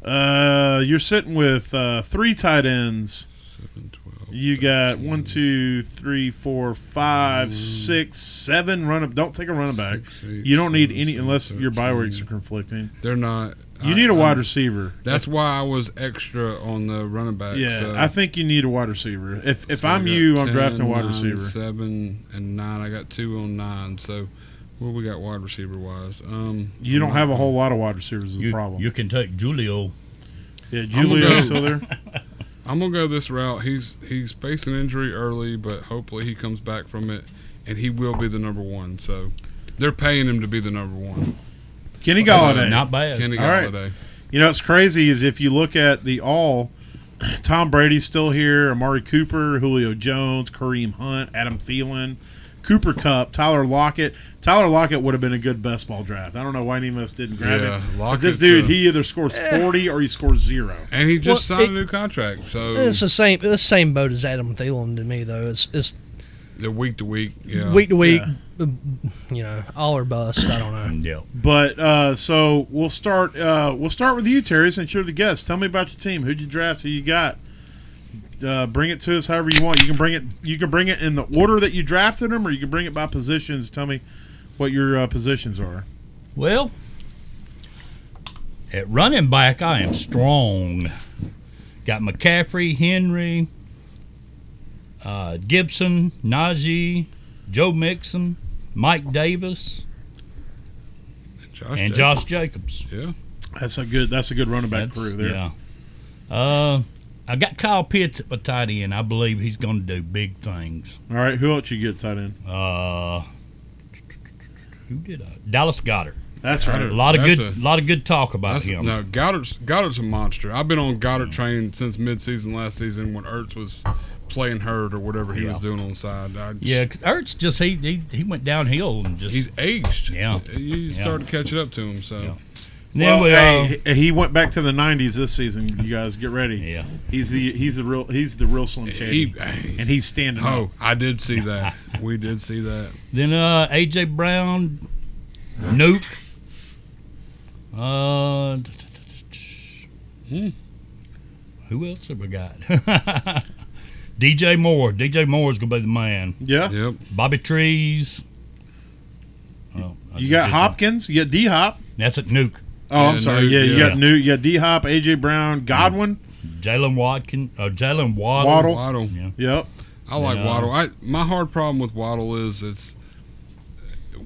[SPEAKER 2] uh, you're sitting with uh, three tight ends.
[SPEAKER 3] seven, twelve.
[SPEAKER 2] You got one, two, three, four, five, six, seven run up. Don't take a running back.
[SPEAKER 3] Six, eight,
[SPEAKER 2] You don't need
[SPEAKER 3] seven,
[SPEAKER 2] any
[SPEAKER 3] seven,
[SPEAKER 2] unless your bye
[SPEAKER 3] thirteen.
[SPEAKER 2] weeks are conflicting.
[SPEAKER 3] They're not.
[SPEAKER 2] You
[SPEAKER 3] I-
[SPEAKER 2] need a
[SPEAKER 3] I'm-
[SPEAKER 2] wide receiver.
[SPEAKER 3] That's why I was extra on the running back.
[SPEAKER 2] Yeah,
[SPEAKER 3] so.
[SPEAKER 2] I think you need a wide receiver. If if
[SPEAKER 3] So I
[SPEAKER 2] I'm
[SPEAKER 3] got
[SPEAKER 2] you, I'm
[SPEAKER 3] 10,
[SPEAKER 2] drafting a wide
[SPEAKER 3] nine,
[SPEAKER 2] receiver.
[SPEAKER 3] Seven and nine. I got two on nine. So what we got wide receiver wise? Um,
[SPEAKER 2] You don't have a whole lot of wide receivers. Is the
[SPEAKER 4] You,
[SPEAKER 2] problem?
[SPEAKER 4] you can take Julio.
[SPEAKER 2] yeah,
[SPEAKER 3] gonna
[SPEAKER 2] Julio's
[SPEAKER 3] go-
[SPEAKER 2] still there.
[SPEAKER 3] I'm gonna go this route. He's he's faced an injury early, but hopefully he comes back from it, and he will be the number one. So they're paying him to be the number one.
[SPEAKER 2] Kenny Galladay.
[SPEAKER 4] Not bad.
[SPEAKER 3] Kenny
[SPEAKER 2] All right.
[SPEAKER 3] Galladay.
[SPEAKER 2] You know, it's crazy is if you look at the all, Tom Brady's still here, Amari Cooper, Julio Jones, Kareem Hunt, Adam Thielen, Cooper Cup, Tyler Lockett. Tyler Lockett would have been a good best ball draft. I don't know why any of us didn't grab
[SPEAKER 3] Yeah,
[SPEAKER 2] him. 'Cause
[SPEAKER 3] Lockett's
[SPEAKER 2] This dude,
[SPEAKER 3] a-
[SPEAKER 2] he either scores 40 or he scores zero.
[SPEAKER 3] And he just
[SPEAKER 5] Well,
[SPEAKER 3] signed
[SPEAKER 5] it-
[SPEAKER 3] a new contract, so
[SPEAKER 5] It's the same. It's the same boat as Adam Thielen to me, though. It's it's
[SPEAKER 3] they're week to week. Yeah.
[SPEAKER 5] week to week.
[SPEAKER 2] Yeah.
[SPEAKER 5] uh, You know, all or bust. I don't know.
[SPEAKER 4] Yeah.
[SPEAKER 2] But uh, so we'll start uh, we'll start with you, Terry, since you're the guest. Tell me about your team. Who'd you draft? Who you got? Uh, bring it to us however you want. You can bring it. You can bring it in the order that you drafted them, or you can bring it by positions. Tell me what your uh, positions are.
[SPEAKER 4] Well, at running back, I am strong. Got McCaffrey, Henry, uh, Gibson, Najee, Joe Mixon, Mike Davis,
[SPEAKER 3] Josh
[SPEAKER 4] and
[SPEAKER 3] Jacobs.
[SPEAKER 4] Josh Jacobs.
[SPEAKER 3] Yeah.
[SPEAKER 2] That's a good. That's a good running back
[SPEAKER 4] That's-
[SPEAKER 2] crew there.
[SPEAKER 4] Yeah. Uh, I got Kyle Pitts at my tight end. I believe he's going to do big things.
[SPEAKER 2] All right. Who else you get tight end?
[SPEAKER 4] Uh, who did I? Dallas Goddard.
[SPEAKER 2] That's right.
[SPEAKER 4] A lot of
[SPEAKER 3] That's
[SPEAKER 4] good,
[SPEAKER 3] a-
[SPEAKER 4] lot of good talk about
[SPEAKER 3] That's,
[SPEAKER 4] him.
[SPEAKER 3] no, Goddard's Goddard's a monster. I've been on Goddard train since midseason last season when Ertz was playing hurt or whatever he was
[SPEAKER 4] Yeah.
[SPEAKER 3] doing on the side. I just-
[SPEAKER 4] Yeah, 'cause Ertz just he, he he went downhill and just
[SPEAKER 3] he's aged.
[SPEAKER 4] Yeah.
[SPEAKER 3] you
[SPEAKER 4] Yeah.
[SPEAKER 3] started catching up to him. So
[SPEAKER 4] Yeah.
[SPEAKER 2] Well,
[SPEAKER 4] then we, uh,
[SPEAKER 2] hey, he- he went back to the '90s this season. You guys get ready.
[SPEAKER 4] Yeah.
[SPEAKER 2] he's the he's the real he's the real Slim Shady,
[SPEAKER 3] he, hey,
[SPEAKER 2] and he's standing up.
[SPEAKER 3] oh, I did see that. we did see that.
[SPEAKER 4] Then uh, AJ Brown, Nuke. Uh, t- t- t- t-
[SPEAKER 3] Hmm.
[SPEAKER 4] Who else have we got? DJ Moore. DJ Moore's gonna be the man.
[SPEAKER 2] Yeah,
[SPEAKER 3] Yep.
[SPEAKER 4] Bobby Trees. Oh, I
[SPEAKER 2] you
[SPEAKER 4] just
[SPEAKER 2] got
[SPEAKER 4] did
[SPEAKER 2] Hopkins, you got D Hop.
[SPEAKER 4] some- That's at Nuke.
[SPEAKER 2] Oh, I'm
[SPEAKER 3] Yeah,
[SPEAKER 2] sorry.
[SPEAKER 3] Nuke,
[SPEAKER 2] yeah, you
[SPEAKER 3] yeah.
[SPEAKER 2] got new, you got D Hop, AJ Brown, Godwin.
[SPEAKER 4] Jalen Watkin. Uh, Jalen Waddle.
[SPEAKER 2] Waddle.
[SPEAKER 3] Waddle.
[SPEAKER 4] Yeah.
[SPEAKER 2] Yep.
[SPEAKER 3] I like
[SPEAKER 4] Yeah.
[SPEAKER 3] Waddle. I my hard problem with Waddle is it's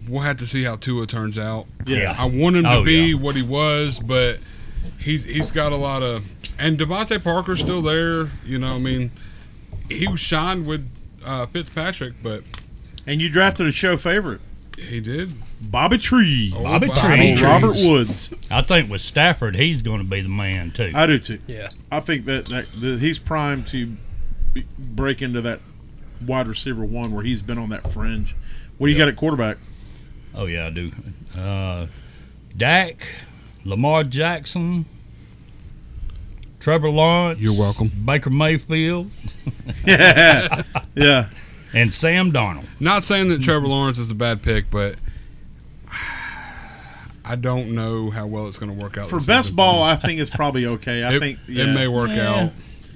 [SPEAKER 3] we'll have to see how Tua turns out.
[SPEAKER 2] Yeah.
[SPEAKER 3] I want him
[SPEAKER 4] Oh,
[SPEAKER 3] to be
[SPEAKER 4] yeah.
[SPEAKER 3] what he was, but he's he's got a lot of and Devontae Parker's still there. You know, I mean, he shined with uh, Fitzpatrick, but
[SPEAKER 2] And you drafted a show favorite,
[SPEAKER 3] he did.
[SPEAKER 2] Bobby Trees,
[SPEAKER 3] Oh,
[SPEAKER 4] Bobby
[SPEAKER 2] Oh,
[SPEAKER 4] Trees.
[SPEAKER 3] Trees.
[SPEAKER 2] Robert Woods.
[SPEAKER 4] I think with Stafford, he's gonna be the man too.
[SPEAKER 2] I do too.
[SPEAKER 5] Yeah.
[SPEAKER 2] I think that, that, that he's primed to be, break into that wide receiver one where he's been on that fringe. What do you got at quarterback?
[SPEAKER 4] Oh yeah, I do. Uh, Dak, Lamar Jackson, Trevor Lawrence.
[SPEAKER 3] You're welcome.
[SPEAKER 4] Baker Mayfield
[SPEAKER 2] yeah. Yeah.
[SPEAKER 4] and Sam Darnold.
[SPEAKER 3] Not saying that Trevor Lawrence is a bad pick, but I don't know how well it's going to work out
[SPEAKER 2] For
[SPEAKER 3] this
[SPEAKER 2] best
[SPEAKER 3] season.
[SPEAKER 2] ball, I think it's probably okay. I
[SPEAKER 3] it,
[SPEAKER 2] think
[SPEAKER 3] it
[SPEAKER 2] yeah.
[SPEAKER 3] may work
[SPEAKER 4] Yeah.
[SPEAKER 3] out,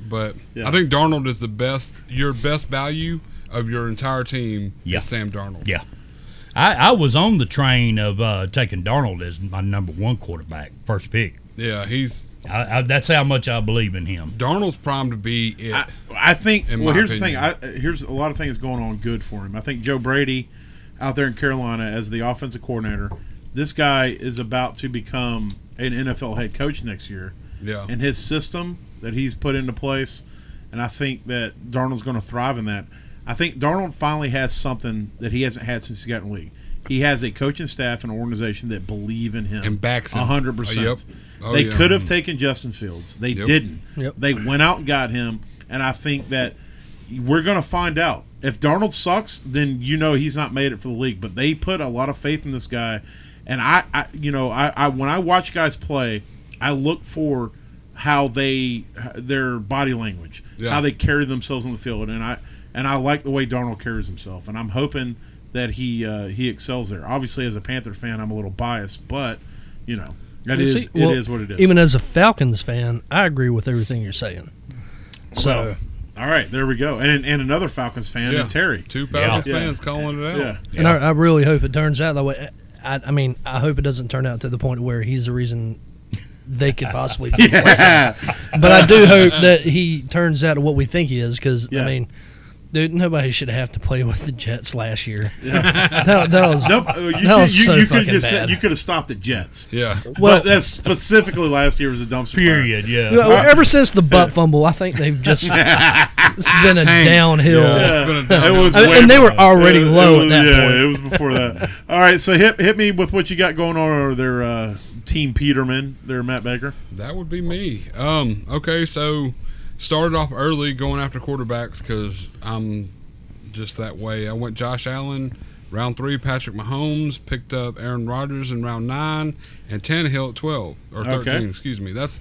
[SPEAKER 3] but
[SPEAKER 2] Yeah.
[SPEAKER 3] I think Darnold is the best. Your best value of your entire team
[SPEAKER 4] Yeah.
[SPEAKER 3] is Sam Darnold.
[SPEAKER 4] Yeah, I, I was on the train of uh, taking Darnold as my number one quarterback, first pick.
[SPEAKER 3] Yeah, he's
[SPEAKER 4] I, I, that's how much I believe in him.
[SPEAKER 3] Darnold's primed to be it.
[SPEAKER 2] I, I think.
[SPEAKER 3] In
[SPEAKER 2] well,
[SPEAKER 3] my
[SPEAKER 2] here's the
[SPEAKER 3] opinion.
[SPEAKER 2] thing. I, here's a lot of things going on good for him. I think Joe Brady, out there in Carolina as the offensive coordinator, this guy is about to become an NFL head coach next year,
[SPEAKER 3] yeah,
[SPEAKER 2] and his system that he's put into place, and I think that Darnold's going to thrive in that. I think Darnold finally has something that he hasn't had since he got in the league. He has a coaching staff and organization that believe in him
[SPEAKER 3] and backs him.
[SPEAKER 2] hundred percent.
[SPEAKER 3] Yep. Oh,
[SPEAKER 2] they
[SPEAKER 3] yeah.
[SPEAKER 2] could have taken Justin Fields. They
[SPEAKER 3] Yep.
[SPEAKER 2] didn't.
[SPEAKER 5] Yep.
[SPEAKER 2] They went out and got him, and I think that we're going to find out. If Darnold sucks, then you know he's not made it for the league. But they put a lot of faith in this guy, and I, I you know, I, I when I watch guys play, I look for how they their body language,
[SPEAKER 3] Yeah.
[SPEAKER 2] how they carry themselves on the field, and I and I like the way Darnold carries himself, and I'm hoping that he uh, he excels there. Obviously, as a Panther fan, I'm a little biased, but you know. That
[SPEAKER 5] You
[SPEAKER 2] is,
[SPEAKER 5] see, well,
[SPEAKER 2] it is what it is.
[SPEAKER 5] Even as a Falcons fan, I agree with everything you're saying. So
[SPEAKER 2] All right, there we go. And and another Falcons fan,
[SPEAKER 3] Yeah.
[SPEAKER 2] and Terry.
[SPEAKER 3] Two Falcons
[SPEAKER 2] Yeah.
[SPEAKER 3] fans calling it out.
[SPEAKER 2] Yeah.
[SPEAKER 5] And I, I really hope it turns out that way. I, I mean, I hope it doesn't turn out to the point where he's the reason they could possibly. Be But I do hope that he turns out to what we think he is, because
[SPEAKER 2] Yeah.
[SPEAKER 5] I mean, dude, nobody should have to play with the Jets last year. that, that was
[SPEAKER 2] Nope, uh, you,
[SPEAKER 5] That was
[SPEAKER 2] you-
[SPEAKER 5] so
[SPEAKER 2] you could
[SPEAKER 5] fucking
[SPEAKER 2] have just said-
[SPEAKER 5] bad.
[SPEAKER 2] you could have stopped at Jets.
[SPEAKER 3] Yeah.
[SPEAKER 5] well.
[SPEAKER 2] But that's specifically last year was a dumpster. fire.
[SPEAKER 4] Period. Yeah.
[SPEAKER 5] you know,
[SPEAKER 2] Uh-huh.
[SPEAKER 5] ever since the butt fumble, I think they've just it's been a downhill.
[SPEAKER 3] Yeah.
[SPEAKER 2] Yeah,
[SPEAKER 3] It's been a
[SPEAKER 2] it was
[SPEAKER 5] I mean,
[SPEAKER 2] way
[SPEAKER 5] and they were
[SPEAKER 2] before-
[SPEAKER 5] already
[SPEAKER 2] it was-
[SPEAKER 5] low
[SPEAKER 2] it was-
[SPEAKER 5] at that
[SPEAKER 2] yeah,
[SPEAKER 5] point.
[SPEAKER 2] it was before that. All right, so hit hit me with what you got going on over there, uh, Team Peterman, there, Matt Baker.
[SPEAKER 3] That would be me. Um, okay, so started off early going after quarterbacks because I'm just that way. I went Josh Allen, round three, Patrick Mahomes, picked up Aaron Rodgers in round nine, and Tannehill at twelve or
[SPEAKER 2] Okay.
[SPEAKER 3] thirteen. Excuse me. That's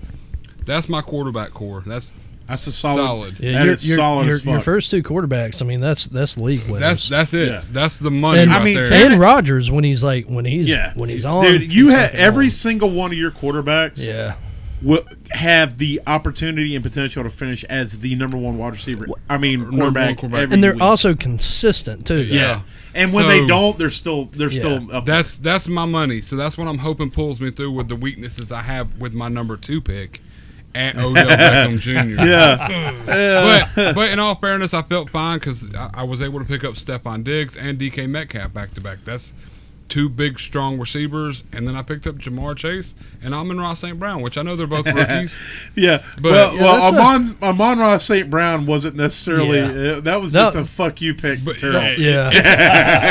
[SPEAKER 3] that's my quarterback core. That's
[SPEAKER 2] That's a solid.
[SPEAKER 3] solid.
[SPEAKER 5] Yeah,
[SPEAKER 2] That
[SPEAKER 5] your-
[SPEAKER 2] is
[SPEAKER 5] your-
[SPEAKER 2] solid
[SPEAKER 5] your,
[SPEAKER 2] as
[SPEAKER 5] your
[SPEAKER 2] fuck.
[SPEAKER 5] first two quarterbacks. I mean, that's that's league winners.
[SPEAKER 3] That's that's it.
[SPEAKER 2] Yeah.
[SPEAKER 3] That's the money
[SPEAKER 5] And-
[SPEAKER 3] right
[SPEAKER 5] I
[SPEAKER 2] mean,
[SPEAKER 3] there.
[SPEAKER 2] Tannehill-
[SPEAKER 5] and Rodgers when he's like when he's
[SPEAKER 2] Yeah,
[SPEAKER 5] when he's on.
[SPEAKER 2] dude, you
[SPEAKER 5] he's
[SPEAKER 2] had
[SPEAKER 5] fucking
[SPEAKER 2] every
[SPEAKER 5] on.
[SPEAKER 2] single one of your quarterbacks.
[SPEAKER 5] yeah.
[SPEAKER 2] will have the opportunity and potential to finish as the number one wide receiver. I mean,
[SPEAKER 3] one
[SPEAKER 2] quarterback.
[SPEAKER 3] quarterback.
[SPEAKER 2] every
[SPEAKER 5] and they're
[SPEAKER 2] week.
[SPEAKER 5] also consistent too.
[SPEAKER 2] yeah.
[SPEAKER 3] Yeah.
[SPEAKER 2] And when they
[SPEAKER 3] So-
[SPEAKER 2] don't, they're still they're
[SPEAKER 5] Yeah.
[SPEAKER 2] still up. there.
[SPEAKER 3] That's that's my money. So that's what I'm hoping pulls me through with the weaknesses I have with my number two pick at Odell Beckham Jr.
[SPEAKER 2] yeah,
[SPEAKER 3] but, but in all fairness, I felt fine because I, I was able to pick up Stephon Diggs and DK Metcalf back to back. That's two big, strong receivers. And then I picked up Jamar Chase and Amon Ross St. Brown, which I know they're both rookies.
[SPEAKER 2] yeah.
[SPEAKER 3] But-
[SPEAKER 2] well,
[SPEAKER 3] Yeah,
[SPEAKER 2] well,
[SPEAKER 5] that's a-
[SPEAKER 2] Amon Amon Ross St. Brown wasn't necessarily uh, that was just
[SPEAKER 5] No.
[SPEAKER 2] a fuck you pick. to
[SPEAKER 3] But-
[SPEAKER 2] Terrell.
[SPEAKER 5] Yeah.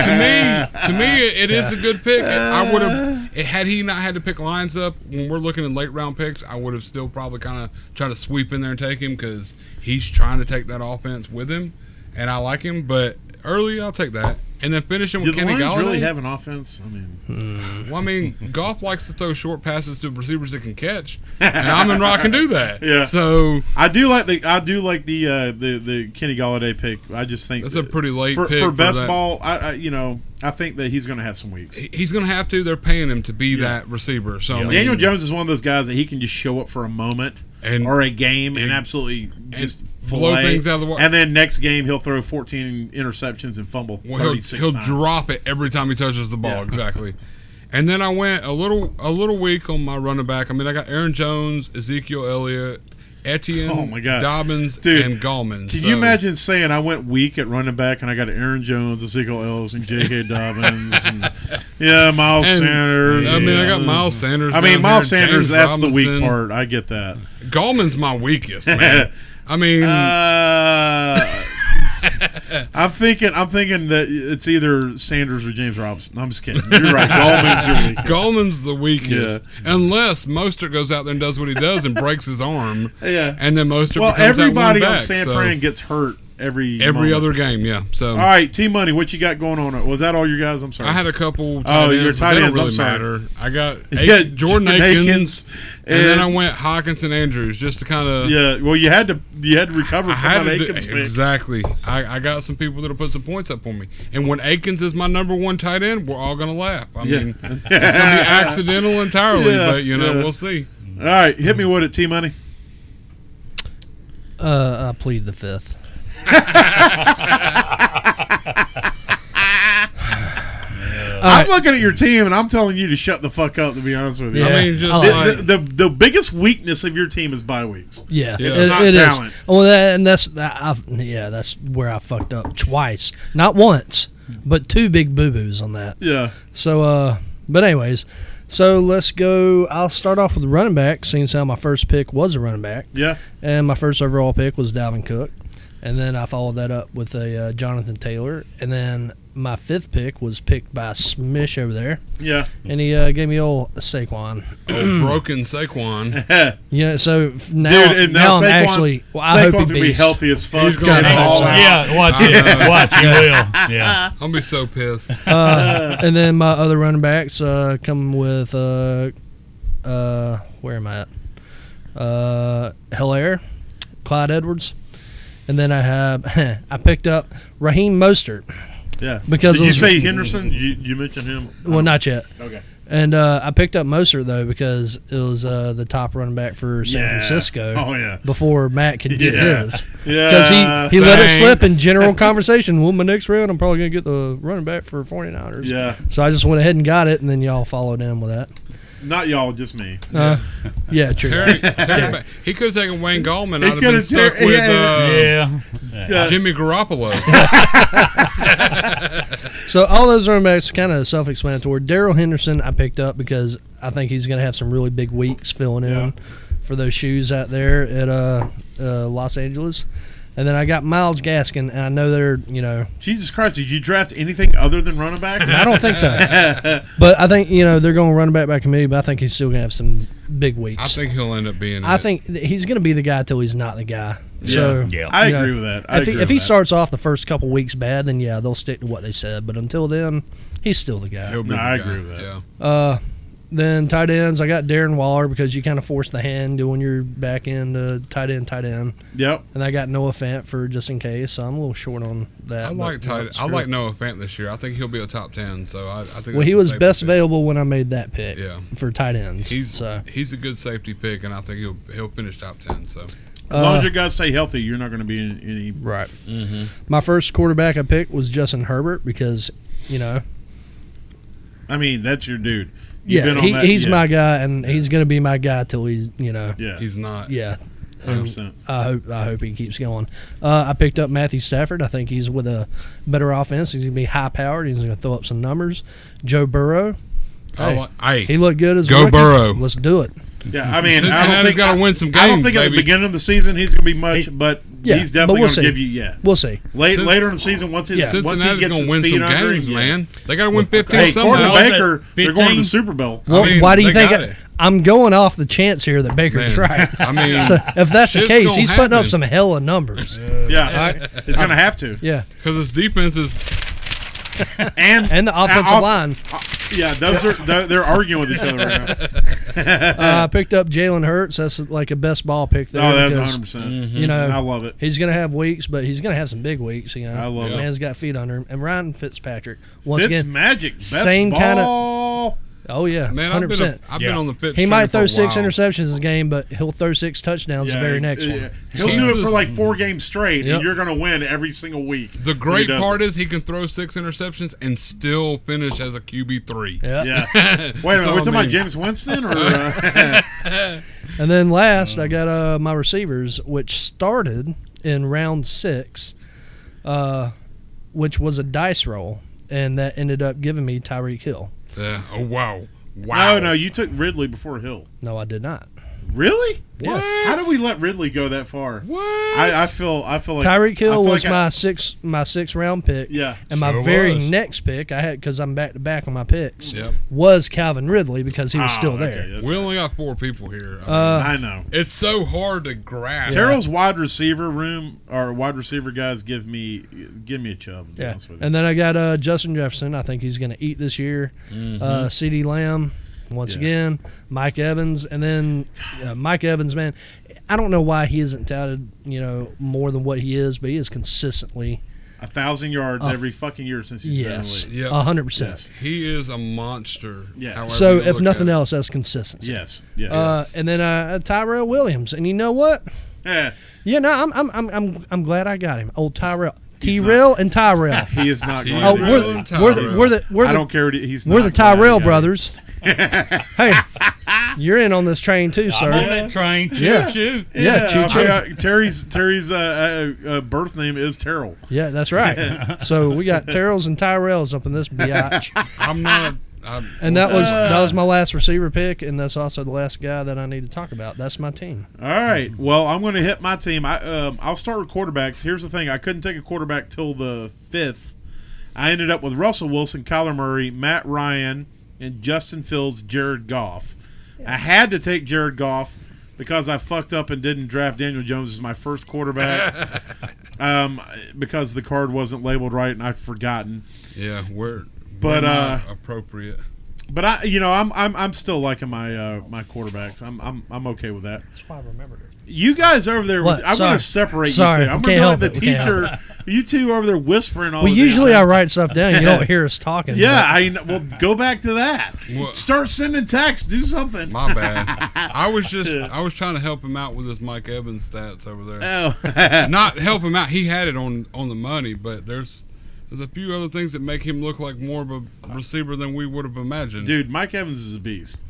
[SPEAKER 3] to me, to me, it, it is a good pick. I would have it- had he not had to pick lines up when we're looking at late round picks, I would have still probably kind of tried to sweep in there and take him because he's trying to take that offense with him, and I like him. But early, I'll take that. And then finishing
[SPEAKER 2] Do
[SPEAKER 3] with
[SPEAKER 2] the
[SPEAKER 3] Kenny
[SPEAKER 2] Lions
[SPEAKER 3] Galladay.
[SPEAKER 2] really have an offense? I mean,
[SPEAKER 3] well, I mean, golf likes to throw short passes to receivers that can catch, and I'm in rock and do that.
[SPEAKER 2] Yeah.
[SPEAKER 3] So
[SPEAKER 2] I do like the I do like the uh, the the Kenny Galladay pick. I just think
[SPEAKER 3] That's a
[SPEAKER 2] that-
[SPEAKER 3] pretty late
[SPEAKER 2] for,
[SPEAKER 3] pick
[SPEAKER 2] for
[SPEAKER 3] for
[SPEAKER 2] best
[SPEAKER 3] that.
[SPEAKER 2] ball. I, I you know I think that he's going to have some weeks.
[SPEAKER 3] he- he's going to have to. They're paying him to be that receiver. So I mean,
[SPEAKER 2] Daniel Jones is one of those guys that he can just show up for a moment
[SPEAKER 3] And-
[SPEAKER 2] or a game and, absolutely just
[SPEAKER 3] blow
[SPEAKER 2] fillet.
[SPEAKER 3] things out of the water.
[SPEAKER 2] And then next game he'll throw 14 interceptions and fumble
[SPEAKER 3] Well, he'll
[SPEAKER 2] 36
[SPEAKER 3] he'll
[SPEAKER 2] times.
[SPEAKER 3] drop it every time he touches the ball.
[SPEAKER 2] Yeah.
[SPEAKER 3] Exactly. And then I went a little a little weak on my running back. I mean, I got Aaron Jones, Ezekiel Elliott, Etienne,
[SPEAKER 2] Oh, my God.
[SPEAKER 3] Dobbins,
[SPEAKER 2] Dude,
[SPEAKER 3] and Gallman.
[SPEAKER 2] Can
[SPEAKER 3] So,
[SPEAKER 2] you imagine saying I went weak at running back and I got Aaron Jones, Ezekiel Ellis, and J.K. Dobbins, and yeah, Miles
[SPEAKER 3] And,
[SPEAKER 2] Sanders.
[SPEAKER 3] I mean, I got
[SPEAKER 2] yeah.
[SPEAKER 3] Miles Sanders.
[SPEAKER 2] I
[SPEAKER 3] down here,
[SPEAKER 2] mean, Miles Sanders.
[SPEAKER 3] James
[SPEAKER 2] That's the weak
[SPEAKER 3] Robinson.
[SPEAKER 2] part. I get that.
[SPEAKER 3] Gallman's my weakest man. I mean,
[SPEAKER 2] Uh, I'm thinking. I'm thinking that it's either Sanders or James Robinson. I'm just kidding. You're right. Gallman's your weakest.
[SPEAKER 3] Gallman's the weakest, unless Mostert goes out there and does what he does and breaks his arm.
[SPEAKER 2] Yeah.
[SPEAKER 3] and then Mostert.
[SPEAKER 2] well,
[SPEAKER 3] becomes that one
[SPEAKER 2] everybody on
[SPEAKER 3] back,
[SPEAKER 2] San
[SPEAKER 3] so
[SPEAKER 2] Fran gets hurt every
[SPEAKER 3] Every
[SPEAKER 2] moment.
[SPEAKER 3] other game, yeah. So
[SPEAKER 2] All right, T Money, what you got going on? Was that all your guys? I'm sorry.
[SPEAKER 3] I had a couple.
[SPEAKER 2] Oh,
[SPEAKER 3] Tight
[SPEAKER 2] your
[SPEAKER 3] ends, but
[SPEAKER 2] tight
[SPEAKER 3] they
[SPEAKER 2] ends,
[SPEAKER 3] Don't really
[SPEAKER 2] I'm sorry.
[SPEAKER 3] matter. I got
[SPEAKER 2] Yeah,
[SPEAKER 3] Aiken- Jordan Akins, and, then I went Hawkins and Andrews just to kind of.
[SPEAKER 2] Yeah, well, you had to you had to recover
[SPEAKER 3] I
[SPEAKER 2] from
[SPEAKER 3] had
[SPEAKER 2] that
[SPEAKER 3] to do-
[SPEAKER 2] Aikens pick.
[SPEAKER 3] exactly. I, I got some people that'll put some points up on me, and when Akins is my number one tight end, we're all gonna laugh. I
[SPEAKER 2] Yeah.
[SPEAKER 3] mean, it's gonna be accidental entirely,
[SPEAKER 2] Yeah,
[SPEAKER 3] but you know
[SPEAKER 2] yeah.
[SPEAKER 3] we'll see.
[SPEAKER 2] All right, hit me with it, T Money.
[SPEAKER 5] Uh, I plead the fifth.
[SPEAKER 2] I'm looking at your team and I'm telling you to shut the fuck up. To be honest with you,
[SPEAKER 5] Yeah.
[SPEAKER 3] I mean, just
[SPEAKER 5] I
[SPEAKER 2] The-
[SPEAKER 5] like
[SPEAKER 3] like,
[SPEAKER 2] the, the, the biggest weakness of your team is bye weeks.
[SPEAKER 5] Yeah,
[SPEAKER 3] It's
[SPEAKER 5] it-
[SPEAKER 2] not
[SPEAKER 5] it is.
[SPEAKER 2] talent.
[SPEAKER 5] Well, that, and that's that, I, yeah, that's where I fucked up twice, not once, but two big boo boos on that.
[SPEAKER 2] Yeah.
[SPEAKER 5] So, uh, but anyways, so let's go. I'll start off with the running back, seeing as how my first pick was a running back,
[SPEAKER 2] Yeah.
[SPEAKER 5] and my first overall pick was Dalvin Cook, and then I followed that up with a uh, Jonathan Taylor, and then my fifth pick was picked by Smish over there,
[SPEAKER 2] Yeah.
[SPEAKER 5] and he uh, gave me old Saquon.
[SPEAKER 3] old broken Saquon.
[SPEAKER 5] Yeah, so f- now,
[SPEAKER 2] Dude, and now,
[SPEAKER 5] now, I'm
[SPEAKER 2] Saquon,
[SPEAKER 5] actually, well, I hope
[SPEAKER 2] Saquon's
[SPEAKER 5] he
[SPEAKER 2] gonna be
[SPEAKER 5] beats.
[SPEAKER 2] healthy as fuck.
[SPEAKER 3] He's gonna
[SPEAKER 2] going
[SPEAKER 3] be
[SPEAKER 2] all
[SPEAKER 3] awesome.
[SPEAKER 2] out.
[SPEAKER 4] Yeah, watch
[SPEAKER 3] I
[SPEAKER 4] it. Watch you will. Yeah.
[SPEAKER 3] I'm be so pissed.
[SPEAKER 5] uh, and then my other running backs uh, come with uh, uh, where am I at? Uh, Hilaire, Clyde Edwards, and then I have I picked up Raheem Mostert.
[SPEAKER 2] Yeah.
[SPEAKER 5] Because
[SPEAKER 2] Did
[SPEAKER 5] it
[SPEAKER 2] you
[SPEAKER 5] was-
[SPEAKER 2] say Henderson? You, you mentioned him.
[SPEAKER 5] Well, not yet.
[SPEAKER 2] Okay.
[SPEAKER 5] And uh, I picked up Mostert though because it was uh, the top running back for San
[SPEAKER 2] Yeah.
[SPEAKER 5] Francisco.
[SPEAKER 2] Oh, yeah.
[SPEAKER 5] Before Matt could get
[SPEAKER 2] Yeah. Uh,
[SPEAKER 5] his.
[SPEAKER 2] Yeah.
[SPEAKER 5] Because he, he let it
[SPEAKER 3] thanks.
[SPEAKER 5] slip in general conversation. Well, my next round, I'm probably going to get the running back for 49ers.
[SPEAKER 2] Yeah.
[SPEAKER 5] So I just went ahead and got it, and then y'all followed in with that.
[SPEAKER 2] Not y'all, just me.
[SPEAKER 5] Uh, yeah, true.
[SPEAKER 3] Terry, Terry, Ba- he could have taken Wayne Gallman. I'd have been
[SPEAKER 2] could've
[SPEAKER 3] stuck
[SPEAKER 2] Terry-
[SPEAKER 3] with
[SPEAKER 2] yeah,
[SPEAKER 3] uh,
[SPEAKER 4] Yeah.
[SPEAKER 2] Yeah.
[SPEAKER 3] Jimmy Garoppolo.
[SPEAKER 5] So all those running backs kind of self-explanatory. Daryl Henderson I picked up because I think he's going to have some really big weeks filling in
[SPEAKER 2] Yeah.
[SPEAKER 5] for those shoes out there at uh, uh, Los Angeles. And then I got Miles Gaskin, and I know they're you know
[SPEAKER 2] Jesus Christ, did you draft anything other than running backs?
[SPEAKER 5] I don't think so, but I think you know they're going to run back by committee. But I think he's still going to have some big weeks.
[SPEAKER 3] I think he'll end up being.
[SPEAKER 5] I
[SPEAKER 3] it.
[SPEAKER 5] think th- he's going to be the guy till he's not the guy. So
[SPEAKER 4] Yeah.
[SPEAKER 2] I
[SPEAKER 5] you know,
[SPEAKER 2] agree with that. I
[SPEAKER 5] if he,
[SPEAKER 2] agree
[SPEAKER 5] if he
[SPEAKER 2] with that.
[SPEAKER 5] starts off the first couple weeks bad, then yeah, they'll stick to what they said. But until then, he's still the guy.
[SPEAKER 3] He'll be
[SPEAKER 2] No,
[SPEAKER 3] the
[SPEAKER 2] I
[SPEAKER 3] guy.
[SPEAKER 2] agree with that.
[SPEAKER 3] Yeah.
[SPEAKER 5] Uh, then tight ends, I got Darren Waller because you kind of force the hand doing your back end uh, tight end, tight end,
[SPEAKER 2] Yep.
[SPEAKER 5] and I got Noah Fant for just in case. So I'm a little short on that.
[SPEAKER 3] I
[SPEAKER 5] but,
[SPEAKER 3] like
[SPEAKER 5] you know,
[SPEAKER 3] tight. I
[SPEAKER 5] screw
[SPEAKER 3] like
[SPEAKER 5] it.
[SPEAKER 3] Noah Fant this year. I think he'll be a top ten. So I, I think.
[SPEAKER 5] Well,
[SPEAKER 3] that's
[SPEAKER 5] he
[SPEAKER 3] a
[SPEAKER 5] was
[SPEAKER 3] safety
[SPEAKER 5] best
[SPEAKER 3] pick.
[SPEAKER 5] available when I made that pick.
[SPEAKER 3] Yeah.
[SPEAKER 5] For tight ends,
[SPEAKER 3] He's
[SPEAKER 5] so
[SPEAKER 3] he's a good safety pick, and I think he'll he'll finish top ten. So
[SPEAKER 2] As long
[SPEAKER 5] Uh,
[SPEAKER 2] as your guys stay healthy, you're not going to be in any.
[SPEAKER 5] right. My first quarterback I picked was Justin Herbert because you know
[SPEAKER 2] I mean, that's your dude. You've
[SPEAKER 5] yeah
[SPEAKER 2] been on
[SPEAKER 5] he,
[SPEAKER 2] that-
[SPEAKER 5] he's
[SPEAKER 2] yeah,
[SPEAKER 5] my guy and he's gonna be my guy till he's you know
[SPEAKER 2] Yeah.
[SPEAKER 3] he's not.
[SPEAKER 5] yeah.
[SPEAKER 2] hundred percent.
[SPEAKER 5] I hope I hope he keeps going. Uh, I picked up Matthew Stafford. I think he's with a better offense. He's gonna be high powered. He's gonna throw up some numbers. Joe Burrow,
[SPEAKER 3] I
[SPEAKER 5] Hey.
[SPEAKER 3] like. Hey,
[SPEAKER 5] he looked good as a
[SPEAKER 3] Go
[SPEAKER 5] rookie.
[SPEAKER 3] Burrow.
[SPEAKER 5] Let's do it.
[SPEAKER 2] Yeah, I mean, I don't
[SPEAKER 3] Cincinnati's
[SPEAKER 2] think
[SPEAKER 3] gotta win some
[SPEAKER 2] I don't
[SPEAKER 3] games,
[SPEAKER 2] think at the
[SPEAKER 3] baby.
[SPEAKER 2] beginning of the season he's going to be much, but
[SPEAKER 5] Yeah,
[SPEAKER 2] he's
[SPEAKER 5] but
[SPEAKER 2] definitely
[SPEAKER 5] we'll
[SPEAKER 2] going to
[SPEAKER 5] see.
[SPEAKER 2] give you yeah.
[SPEAKER 5] We'll see.
[SPEAKER 2] Late,
[SPEAKER 3] Cin-
[SPEAKER 2] later in the season, once his once
[SPEAKER 5] Yeah.
[SPEAKER 2] he
[SPEAKER 3] Cincinnati's
[SPEAKER 2] gets
[SPEAKER 3] gonna
[SPEAKER 2] his
[SPEAKER 3] win
[SPEAKER 2] feet
[SPEAKER 3] some
[SPEAKER 2] under him,
[SPEAKER 3] games,
[SPEAKER 2] yeah.
[SPEAKER 3] man. They got to win 15
[SPEAKER 2] Hey,
[SPEAKER 3] somehow.
[SPEAKER 2] according to
[SPEAKER 4] What was that,
[SPEAKER 2] Baker, they're going to
[SPEAKER 4] 15?
[SPEAKER 2] the Super Bowl.
[SPEAKER 3] I mean,
[SPEAKER 5] Why do you
[SPEAKER 3] they
[SPEAKER 5] think
[SPEAKER 3] got
[SPEAKER 5] I,
[SPEAKER 3] it.
[SPEAKER 5] I'm going off the chance here that Baker's
[SPEAKER 3] Man,
[SPEAKER 5] right?
[SPEAKER 3] I mean,
[SPEAKER 5] So if that's the
[SPEAKER 3] shit's
[SPEAKER 5] case,
[SPEAKER 3] gonna
[SPEAKER 5] he's putting up
[SPEAKER 3] happen.
[SPEAKER 5] some hella numbers.
[SPEAKER 2] Yeah, he's going to have to.
[SPEAKER 5] Yeah,
[SPEAKER 3] because his defense is
[SPEAKER 2] And
[SPEAKER 5] and the offensive
[SPEAKER 2] off-
[SPEAKER 5] line.
[SPEAKER 2] Yeah, those are they're, they're arguing with each other right now.
[SPEAKER 5] Uh, I picked up Jalen Hurts. That's like a best ball pick there.
[SPEAKER 2] Oh, that's
[SPEAKER 5] because,
[SPEAKER 2] 100. percent
[SPEAKER 5] You know,
[SPEAKER 2] Mm-hmm. I love it.
[SPEAKER 5] He's gonna have weeks, but he's gonna have some big weeks. You know,
[SPEAKER 2] I love
[SPEAKER 5] the
[SPEAKER 2] it.
[SPEAKER 5] Man's got feet under him, and Ryan Fitzpatrick once
[SPEAKER 2] Fitz
[SPEAKER 5] again.
[SPEAKER 2] magic, best
[SPEAKER 5] same kinda-
[SPEAKER 2] ball.
[SPEAKER 5] Oh yeah,
[SPEAKER 3] man.
[SPEAKER 5] hundred
[SPEAKER 3] I've been a,
[SPEAKER 5] percent.
[SPEAKER 3] I've
[SPEAKER 4] Yeah.
[SPEAKER 3] been on the pitch.
[SPEAKER 5] He might throw six interceptions this game, but he'll throw six touchdowns the very next
[SPEAKER 2] yeah.
[SPEAKER 5] one.
[SPEAKER 2] He'll do it for
[SPEAKER 3] Jesus.
[SPEAKER 2] like four games straight,
[SPEAKER 5] Yep.
[SPEAKER 2] and you're going to win every single week.
[SPEAKER 3] The great part is he can throw six interceptions and still finish as a QB three.
[SPEAKER 5] Yeah.
[SPEAKER 2] yeah. Wait a minute, we're
[SPEAKER 3] So, I
[SPEAKER 2] talking about
[SPEAKER 3] mean-
[SPEAKER 2] James Winston or uh,
[SPEAKER 5] And then last, I got uh, my receivers, which started in round six, uh, which was a dice roll, and that ended up giving me Tyreek Hill.
[SPEAKER 3] Yeah. Oh wow. Wow.
[SPEAKER 2] no, no, you took Ridley before Hill.
[SPEAKER 5] No, I did not.
[SPEAKER 2] Really?
[SPEAKER 5] Yeah.
[SPEAKER 2] How did we let Ridley go that far?
[SPEAKER 3] What?
[SPEAKER 2] I, I feel I feel like
[SPEAKER 5] Tyreek
[SPEAKER 2] I feel
[SPEAKER 5] Hill was
[SPEAKER 2] like I-
[SPEAKER 5] my six my six round pick.
[SPEAKER 2] Yeah.
[SPEAKER 5] And my
[SPEAKER 4] Sure
[SPEAKER 5] very
[SPEAKER 4] was.
[SPEAKER 5] next pick, I had because I'm back to back on my picks,
[SPEAKER 3] Yep.
[SPEAKER 5] was Calvin Ridley because he was
[SPEAKER 2] Ah,
[SPEAKER 5] still
[SPEAKER 2] okay,
[SPEAKER 5] there.
[SPEAKER 2] that's-
[SPEAKER 3] We only got four people here. I mean,
[SPEAKER 5] Uh,
[SPEAKER 2] I know.
[SPEAKER 3] it's so hard to grasp.
[SPEAKER 2] Terrell's wide receiver room or wide receiver guys give me give me a chub. To be
[SPEAKER 5] yeah.
[SPEAKER 2] honest with you.
[SPEAKER 5] And then I got uh, Justin Jefferson. I think he's going to eat this year. Uh, C.D. Lamb, once
[SPEAKER 2] Mm-hmm. Yeah.
[SPEAKER 5] again. Mike Evans, and then uh, Mike Evans, man. I don't know why he isn't touted, you know, more than what he is, but he is consistently
[SPEAKER 2] a thousand yards every fucking year since he's
[SPEAKER 5] Oh. yes,
[SPEAKER 2] been in
[SPEAKER 3] Yeah.
[SPEAKER 5] a hundred percent.
[SPEAKER 2] Yes.
[SPEAKER 3] He is a monster.
[SPEAKER 2] Yeah.
[SPEAKER 3] however
[SPEAKER 5] So
[SPEAKER 3] you
[SPEAKER 5] if
[SPEAKER 3] look
[SPEAKER 5] nothing
[SPEAKER 3] at it.
[SPEAKER 5] else, that's consistency.
[SPEAKER 2] the league. Yes. Yes.
[SPEAKER 5] Uh, and then uh, Tyrell Williams. And you know what?
[SPEAKER 2] Eh,
[SPEAKER 5] Yeah, no, I'm I'm I'm I'm, I'm glad I got him. Old Tyrell, T-Rail and Tyrell.
[SPEAKER 2] he is not going.
[SPEAKER 3] He's
[SPEAKER 5] oh,
[SPEAKER 2] to
[SPEAKER 3] not
[SPEAKER 2] be good.
[SPEAKER 5] we're the, we're the we're the we're
[SPEAKER 2] I don't
[SPEAKER 5] the,
[SPEAKER 2] care. what he- He's
[SPEAKER 5] we're the
[SPEAKER 2] not going to
[SPEAKER 5] Tyrell
[SPEAKER 2] be.
[SPEAKER 5] brothers. hey, you're in on this train too,
[SPEAKER 4] I'm on
[SPEAKER 5] sir.
[SPEAKER 4] that train. Choo
[SPEAKER 5] Yeah.
[SPEAKER 4] choo.
[SPEAKER 5] Yeah,
[SPEAKER 2] Yeah,
[SPEAKER 5] choo-choo.
[SPEAKER 2] I- I- Terry's Terry's uh, uh, uh, birth name is Terrell.
[SPEAKER 5] Yeah, that's right. so we got Terrells and Tyrells up in this biatch,
[SPEAKER 3] I'm not. I'm,
[SPEAKER 5] and that was that was my last receiver pick, and that's also the last guy that I need to talk about. That's my team.
[SPEAKER 2] All right. Well, I'm going to hit my team. I um, I'll start with quarterbacks. Here's the thing: I couldn't take a quarterback till the fifth. I ended up with Russell Wilson, Kyler Murray, Matt Ryan, and Justin Fields, Jared Goff. I had to take Jared Goff because I fucked up and didn't draft Daniel Jones as my first quarterback um, because the card wasn't labeled right and I'd forgotten.
[SPEAKER 3] yeah, we're
[SPEAKER 2] But,
[SPEAKER 3] we're not
[SPEAKER 2] uh,
[SPEAKER 3] appropriate.
[SPEAKER 2] But I, you know, I'm I'm, I'm still liking my uh, my quarterbacks. I'm, I'm I'm okay with that.
[SPEAKER 5] That's why I remembered it.
[SPEAKER 2] You guys over there,
[SPEAKER 5] What?
[SPEAKER 2] I'm going to
[SPEAKER 5] Sorry.
[SPEAKER 2] separate
[SPEAKER 5] Sorry.
[SPEAKER 2] you two. I'm
[SPEAKER 5] We
[SPEAKER 2] going
[SPEAKER 5] can't
[SPEAKER 2] to let
[SPEAKER 5] help
[SPEAKER 2] the
[SPEAKER 5] it. We can't
[SPEAKER 2] teacher. You two over there whispering all.
[SPEAKER 5] Well,
[SPEAKER 2] Oh, the damn
[SPEAKER 5] usually I
[SPEAKER 2] time.
[SPEAKER 5] write stuff down. You don't hear us talking.
[SPEAKER 2] Yeah, I kn- well go back to that.
[SPEAKER 3] What?
[SPEAKER 2] Start sending texts. Do something.
[SPEAKER 3] My bad. I was just I was trying to help him out with his Mike Evans stats over there.
[SPEAKER 2] Oh.
[SPEAKER 3] not help him out. He had it on on the money, but there's there's a few other things that make him look like more of a receiver than we would have imagined.
[SPEAKER 2] dude, Mike Evans is a beast.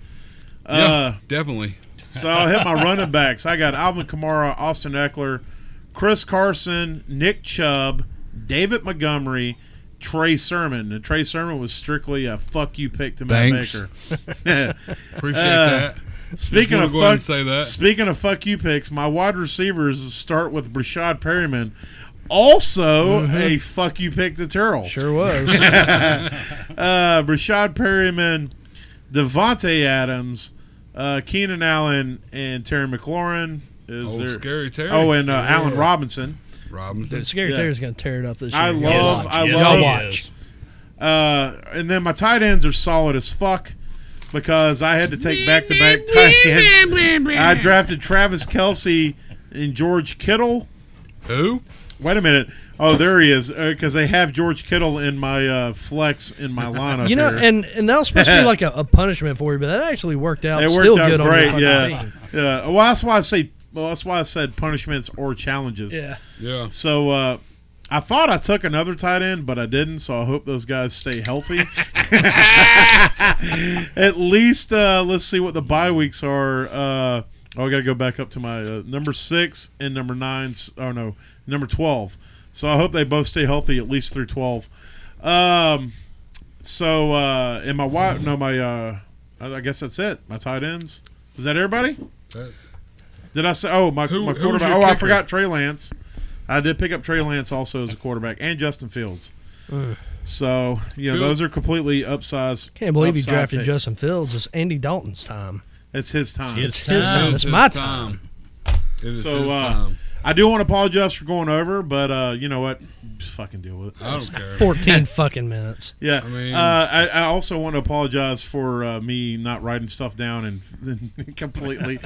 [SPEAKER 3] yeah,
[SPEAKER 2] Uh,
[SPEAKER 3] definitely.
[SPEAKER 2] so I'll hit my running backs. I got Alvin Kamara, Austin Eckler, Chris Carson, Nick Chubb, David Montgomery, Trey Sermon. And Trey Sermon was strictly a fuck you pick to Matt
[SPEAKER 3] Thanks.
[SPEAKER 2] Baker.
[SPEAKER 3] Appreciate
[SPEAKER 2] Uh,
[SPEAKER 3] that.
[SPEAKER 2] Speaking
[SPEAKER 3] wanna
[SPEAKER 2] of
[SPEAKER 3] go ahead and
[SPEAKER 2] fuck,
[SPEAKER 3] say that.
[SPEAKER 2] speaking of fuck you picks, my wide receivers start with Brashad Perryman, also
[SPEAKER 3] Mm-hmm.
[SPEAKER 2] a fuck you pick to Terrell.
[SPEAKER 5] sure was.
[SPEAKER 2] Uh, Brashad Perryman, Devonte Adams, uh, Keenan Allen, and Terry McLaurin. Is
[SPEAKER 3] Oh,
[SPEAKER 2] there?
[SPEAKER 3] scary Terry.
[SPEAKER 2] Oh, and uh, Allen Robinson.
[SPEAKER 3] Robinson.
[SPEAKER 5] Dude, Scary
[SPEAKER 2] Yeah.
[SPEAKER 5] Terry's gonna tear it up this year.
[SPEAKER 2] I
[SPEAKER 5] Y'all
[SPEAKER 2] love-
[SPEAKER 5] watch.
[SPEAKER 2] I
[SPEAKER 4] yes,
[SPEAKER 2] love-
[SPEAKER 4] he
[SPEAKER 5] Watch.
[SPEAKER 4] is.
[SPEAKER 2] Uh, and then my tight ends are solid as fuck because I had to take back to back tight ends. I drafted Travis Kelsey and George Kittle.
[SPEAKER 3] Who?
[SPEAKER 2] Wait a minute. Oh, there he is. Because they have George Kittle in my uh, flex in my lineup.
[SPEAKER 5] You know,
[SPEAKER 2] here.
[SPEAKER 5] and and that was supposed to be like a, a punishment for you, but that actually worked out.
[SPEAKER 2] it worked
[SPEAKER 5] still
[SPEAKER 2] out
[SPEAKER 5] good
[SPEAKER 2] great.
[SPEAKER 5] on the
[SPEAKER 2] yeah,
[SPEAKER 5] fucking team.
[SPEAKER 2] yeah. Well, that's why I say. Well, that's why I said punishments or challenges.
[SPEAKER 5] Yeah.
[SPEAKER 3] Yeah.
[SPEAKER 2] So uh, I thought I took another tight end, but I didn't. So I hope those guys stay healthy. At least uh, let's see what the bye weeks are. Uh, oh, I got to go back up to my uh, number six and number nine. s- Oh no, number twelve. So I hope they both stay healthy at least through twelve. Um, so uh, and my wife, no, my uh, I I guess that's it. My tight ends. Is that everybody?
[SPEAKER 3] That-
[SPEAKER 2] Did I say? Oh, my,
[SPEAKER 3] Who-
[SPEAKER 2] my
[SPEAKER 3] who was
[SPEAKER 2] quarterback.
[SPEAKER 3] your
[SPEAKER 2] Oh, I
[SPEAKER 3] kicker?
[SPEAKER 2] forgot Trey Lance. I did pick up Trey Lance also as a quarterback and Justin Fields. So you know
[SPEAKER 3] Who-
[SPEAKER 2] those are completely upsized.
[SPEAKER 5] Can't believe you
[SPEAKER 2] upside
[SPEAKER 5] drafted
[SPEAKER 2] picks.
[SPEAKER 5] Justin Fields. It's Andy Dalton's time.
[SPEAKER 2] It's his time.
[SPEAKER 4] It's
[SPEAKER 5] his time.
[SPEAKER 4] time.
[SPEAKER 5] It's
[SPEAKER 3] his
[SPEAKER 5] my
[SPEAKER 3] It is
[SPEAKER 2] So,
[SPEAKER 3] his
[SPEAKER 2] uh,
[SPEAKER 3] time.
[SPEAKER 2] I do want to apologize for going over, but uh, you know what? Just fucking deal with it.
[SPEAKER 3] I don't care.
[SPEAKER 5] 14 fucking minutes.
[SPEAKER 2] Yeah.
[SPEAKER 3] I mean-
[SPEAKER 2] uh, I, I also want to apologize for uh, me not writing stuff down and, and completely,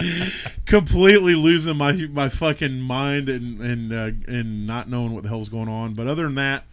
[SPEAKER 2] completely losing my my fucking mind and and uh, and not knowing what the hell's going on. But other than that,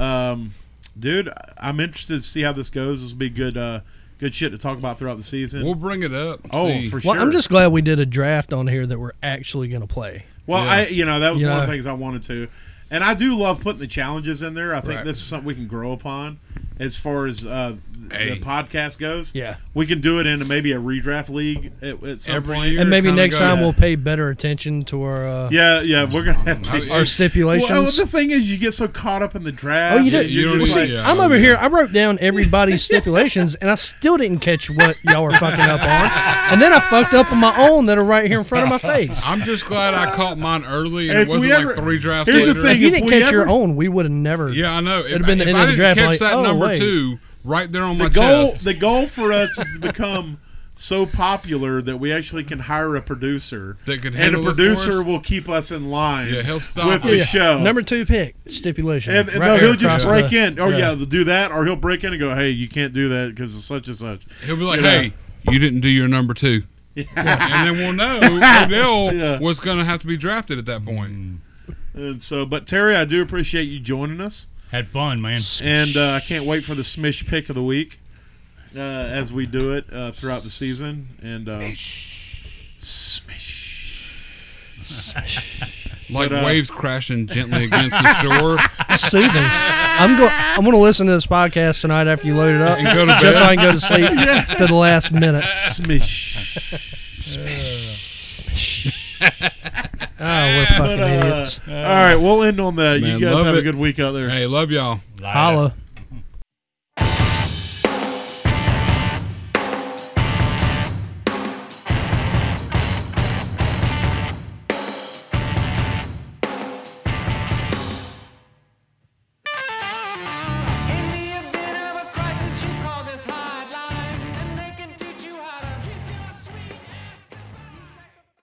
[SPEAKER 2] um, dude, I'm interested to see how this goes. This will be good. Uh, Good shit to talk about throughout the season.
[SPEAKER 3] We'll bring it up.
[SPEAKER 2] oh,
[SPEAKER 3] See,
[SPEAKER 2] for sure.
[SPEAKER 5] Well, I'm just glad we did a draft on here that we're actually going to play.
[SPEAKER 2] Well,
[SPEAKER 3] Yeah.
[SPEAKER 2] I you know that was
[SPEAKER 5] You
[SPEAKER 2] one of
[SPEAKER 5] know.
[SPEAKER 2] the things I wanted to, and I do love putting the challenges in there. I think
[SPEAKER 3] Right.
[SPEAKER 2] this is something we can grow upon as far as uh, th-
[SPEAKER 3] Hey.
[SPEAKER 2] the podcast goes.
[SPEAKER 5] Yeah.
[SPEAKER 2] we can do it in maybe a redraft league at, at some
[SPEAKER 3] Every
[SPEAKER 2] point.
[SPEAKER 3] year.
[SPEAKER 5] And maybe
[SPEAKER 3] kinda
[SPEAKER 5] next
[SPEAKER 3] go-
[SPEAKER 5] time
[SPEAKER 3] Yeah.
[SPEAKER 5] we'll pay better attention to our uh,
[SPEAKER 2] Yeah, yeah, we're gonna have to.
[SPEAKER 3] I-
[SPEAKER 5] our
[SPEAKER 2] Well,
[SPEAKER 5] stipulations.
[SPEAKER 2] well, the thing is, you get so caught up in the draft.
[SPEAKER 5] Oh, you
[SPEAKER 2] and
[SPEAKER 5] did.
[SPEAKER 3] you
[SPEAKER 2] you're
[SPEAKER 3] don't
[SPEAKER 2] just
[SPEAKER 5] Well,
[SPEAKER 2] like,
[SPEAKER 5] see,
[SPEAKER 3] yeah,
[SPEAKER 5] I'm
[SPEAKER 3] I
[SPEAKER 5] over
[SPEAKER 3] mean-
[SPEAKER 5] here. I wrote down everybody's stipulations, and I still didn't catch what y'all were fucking up on. And then I fucked up on my own that are right here in front of my face.
[SPEAKER 3] I'm just glad I caught mine early and
[SPEAKER 2] If
[SPEAKER 3] it wasn't
[SPEAKER 2] we
[SPEAKER 3] like
[SPEAKER 2] ever-
[SPEAKER 3] three drafts
[SPEAKER 2] here's the
[SPEAKER 3] later.
[SPEAKER 5] if
[SPEAKER 2] thing,
[SPEAKER 5] you
[SPEAKER 2] if
[SPEAKER 5] didn't
[SPEAKER 2] we
[SPEAKER 5] catch
[SPEAKER 2] ever-
[SPEAKER 5] your own, we would have never.
[SPEAKER 3] Yeah, I know. If,
[SPEAKER 5] It'd been the
[SPEAKER 3] if
[SPEAKER 5] end
[SPEAKER 3] I
[SPEAKER 5] of the
[SPEAKER 3] didn't
[SPEAKER 5] draft,
[SPEAKER 3] catch
[SPEAKER 5] like,
[SPEAKER 3] that
[SPEAKER 5] oh,
[SPEAKER 3] number
[SPEAKER 5] wait.
[SPEAKER 3] two right there on my
[SPEAKER 2] the goal.
[SPEAKER 3] chest,
[SPEAKER 2] The goal for us is to become so popular that we actually can hire a producer.
[SPEAKER 3] That can
[SPEAKER 2] and a
[SPEAKER 3] handle this for
[SPEAKER 2] producer
[SPEAKER 3] us?
[SPEAKER 2] will keep us in line.
[SPEAKER 3] Yeah, help stop
[SPEAKER 2] with
[SPEAKER 3] us.
[SPEAKER 2] the
[SPEAKER 3] Yeah.
[SPEAKER 2] show.
[SPEAKER 5] Number two pick stipulation.
[SPEAKER 2] And, and
[SPEAKER 5] Right
[SPEAKER 2] no,
[SPEAKER 5] here
[SPEAKER 2] he'll just
[SPEAKER 5] across
[SPEAKER 2] break
[SPEAKER 5] the-
[SPEAKER 2] in. Oh yeah. they'll do that, or he'll break in and go, "Hey, you can't do that because it's such and such."
[SPEAKER 3] he'll be like,
[SPEAKER 2] Yeah.
[SPEAKER 3] "Hey, you didn't do your number two. and then we'll know Odell
[SPEAKER 2] Yeah. Mm.
[SPEAKER 3] was going to have to be drafted at that point.
[SPEAKER 2] And so, but Terry, I do appreciate you joining us,
[SPEAKER 4] Had fun, man.
[SPEAKER 2] and uh, I can't wait for the Smish pick of the week uh, as we do it uh, throughout the season. And uh, Smish.
[SPEAKER 3] Like
[SPEAKER 2] But, uh,
[SPEAKER 3] waves crashing gently against the shore.
[SPEAKER 5] soothing. I'm going. I'm going to listen to this podcast tonight after you load it up,
[SPEAKER 3] And go to bed.
[SPEAKER 5] just so I can go to sleep to the last minute.
[SPEAKER 2] Smish.
[SPEAKER 5] Oh, we're fucking
[SPEAKER 2] But, uh,
[SPEAKER 5] idiots.
[SPEAKER 2] All right, we'll end on that.
[SPEAKER 3] Man,
[SPEAKER 2] you guys
[SPEAKER 3] love
[SPEAKER 2] have
[SPEAKER 3] it.
[SPEAKER 2] a good week out there.
[SPEAKER 3] Hey, love y'all.
[SPEAKER 4] Later.
[SPEAKER 5] Holla.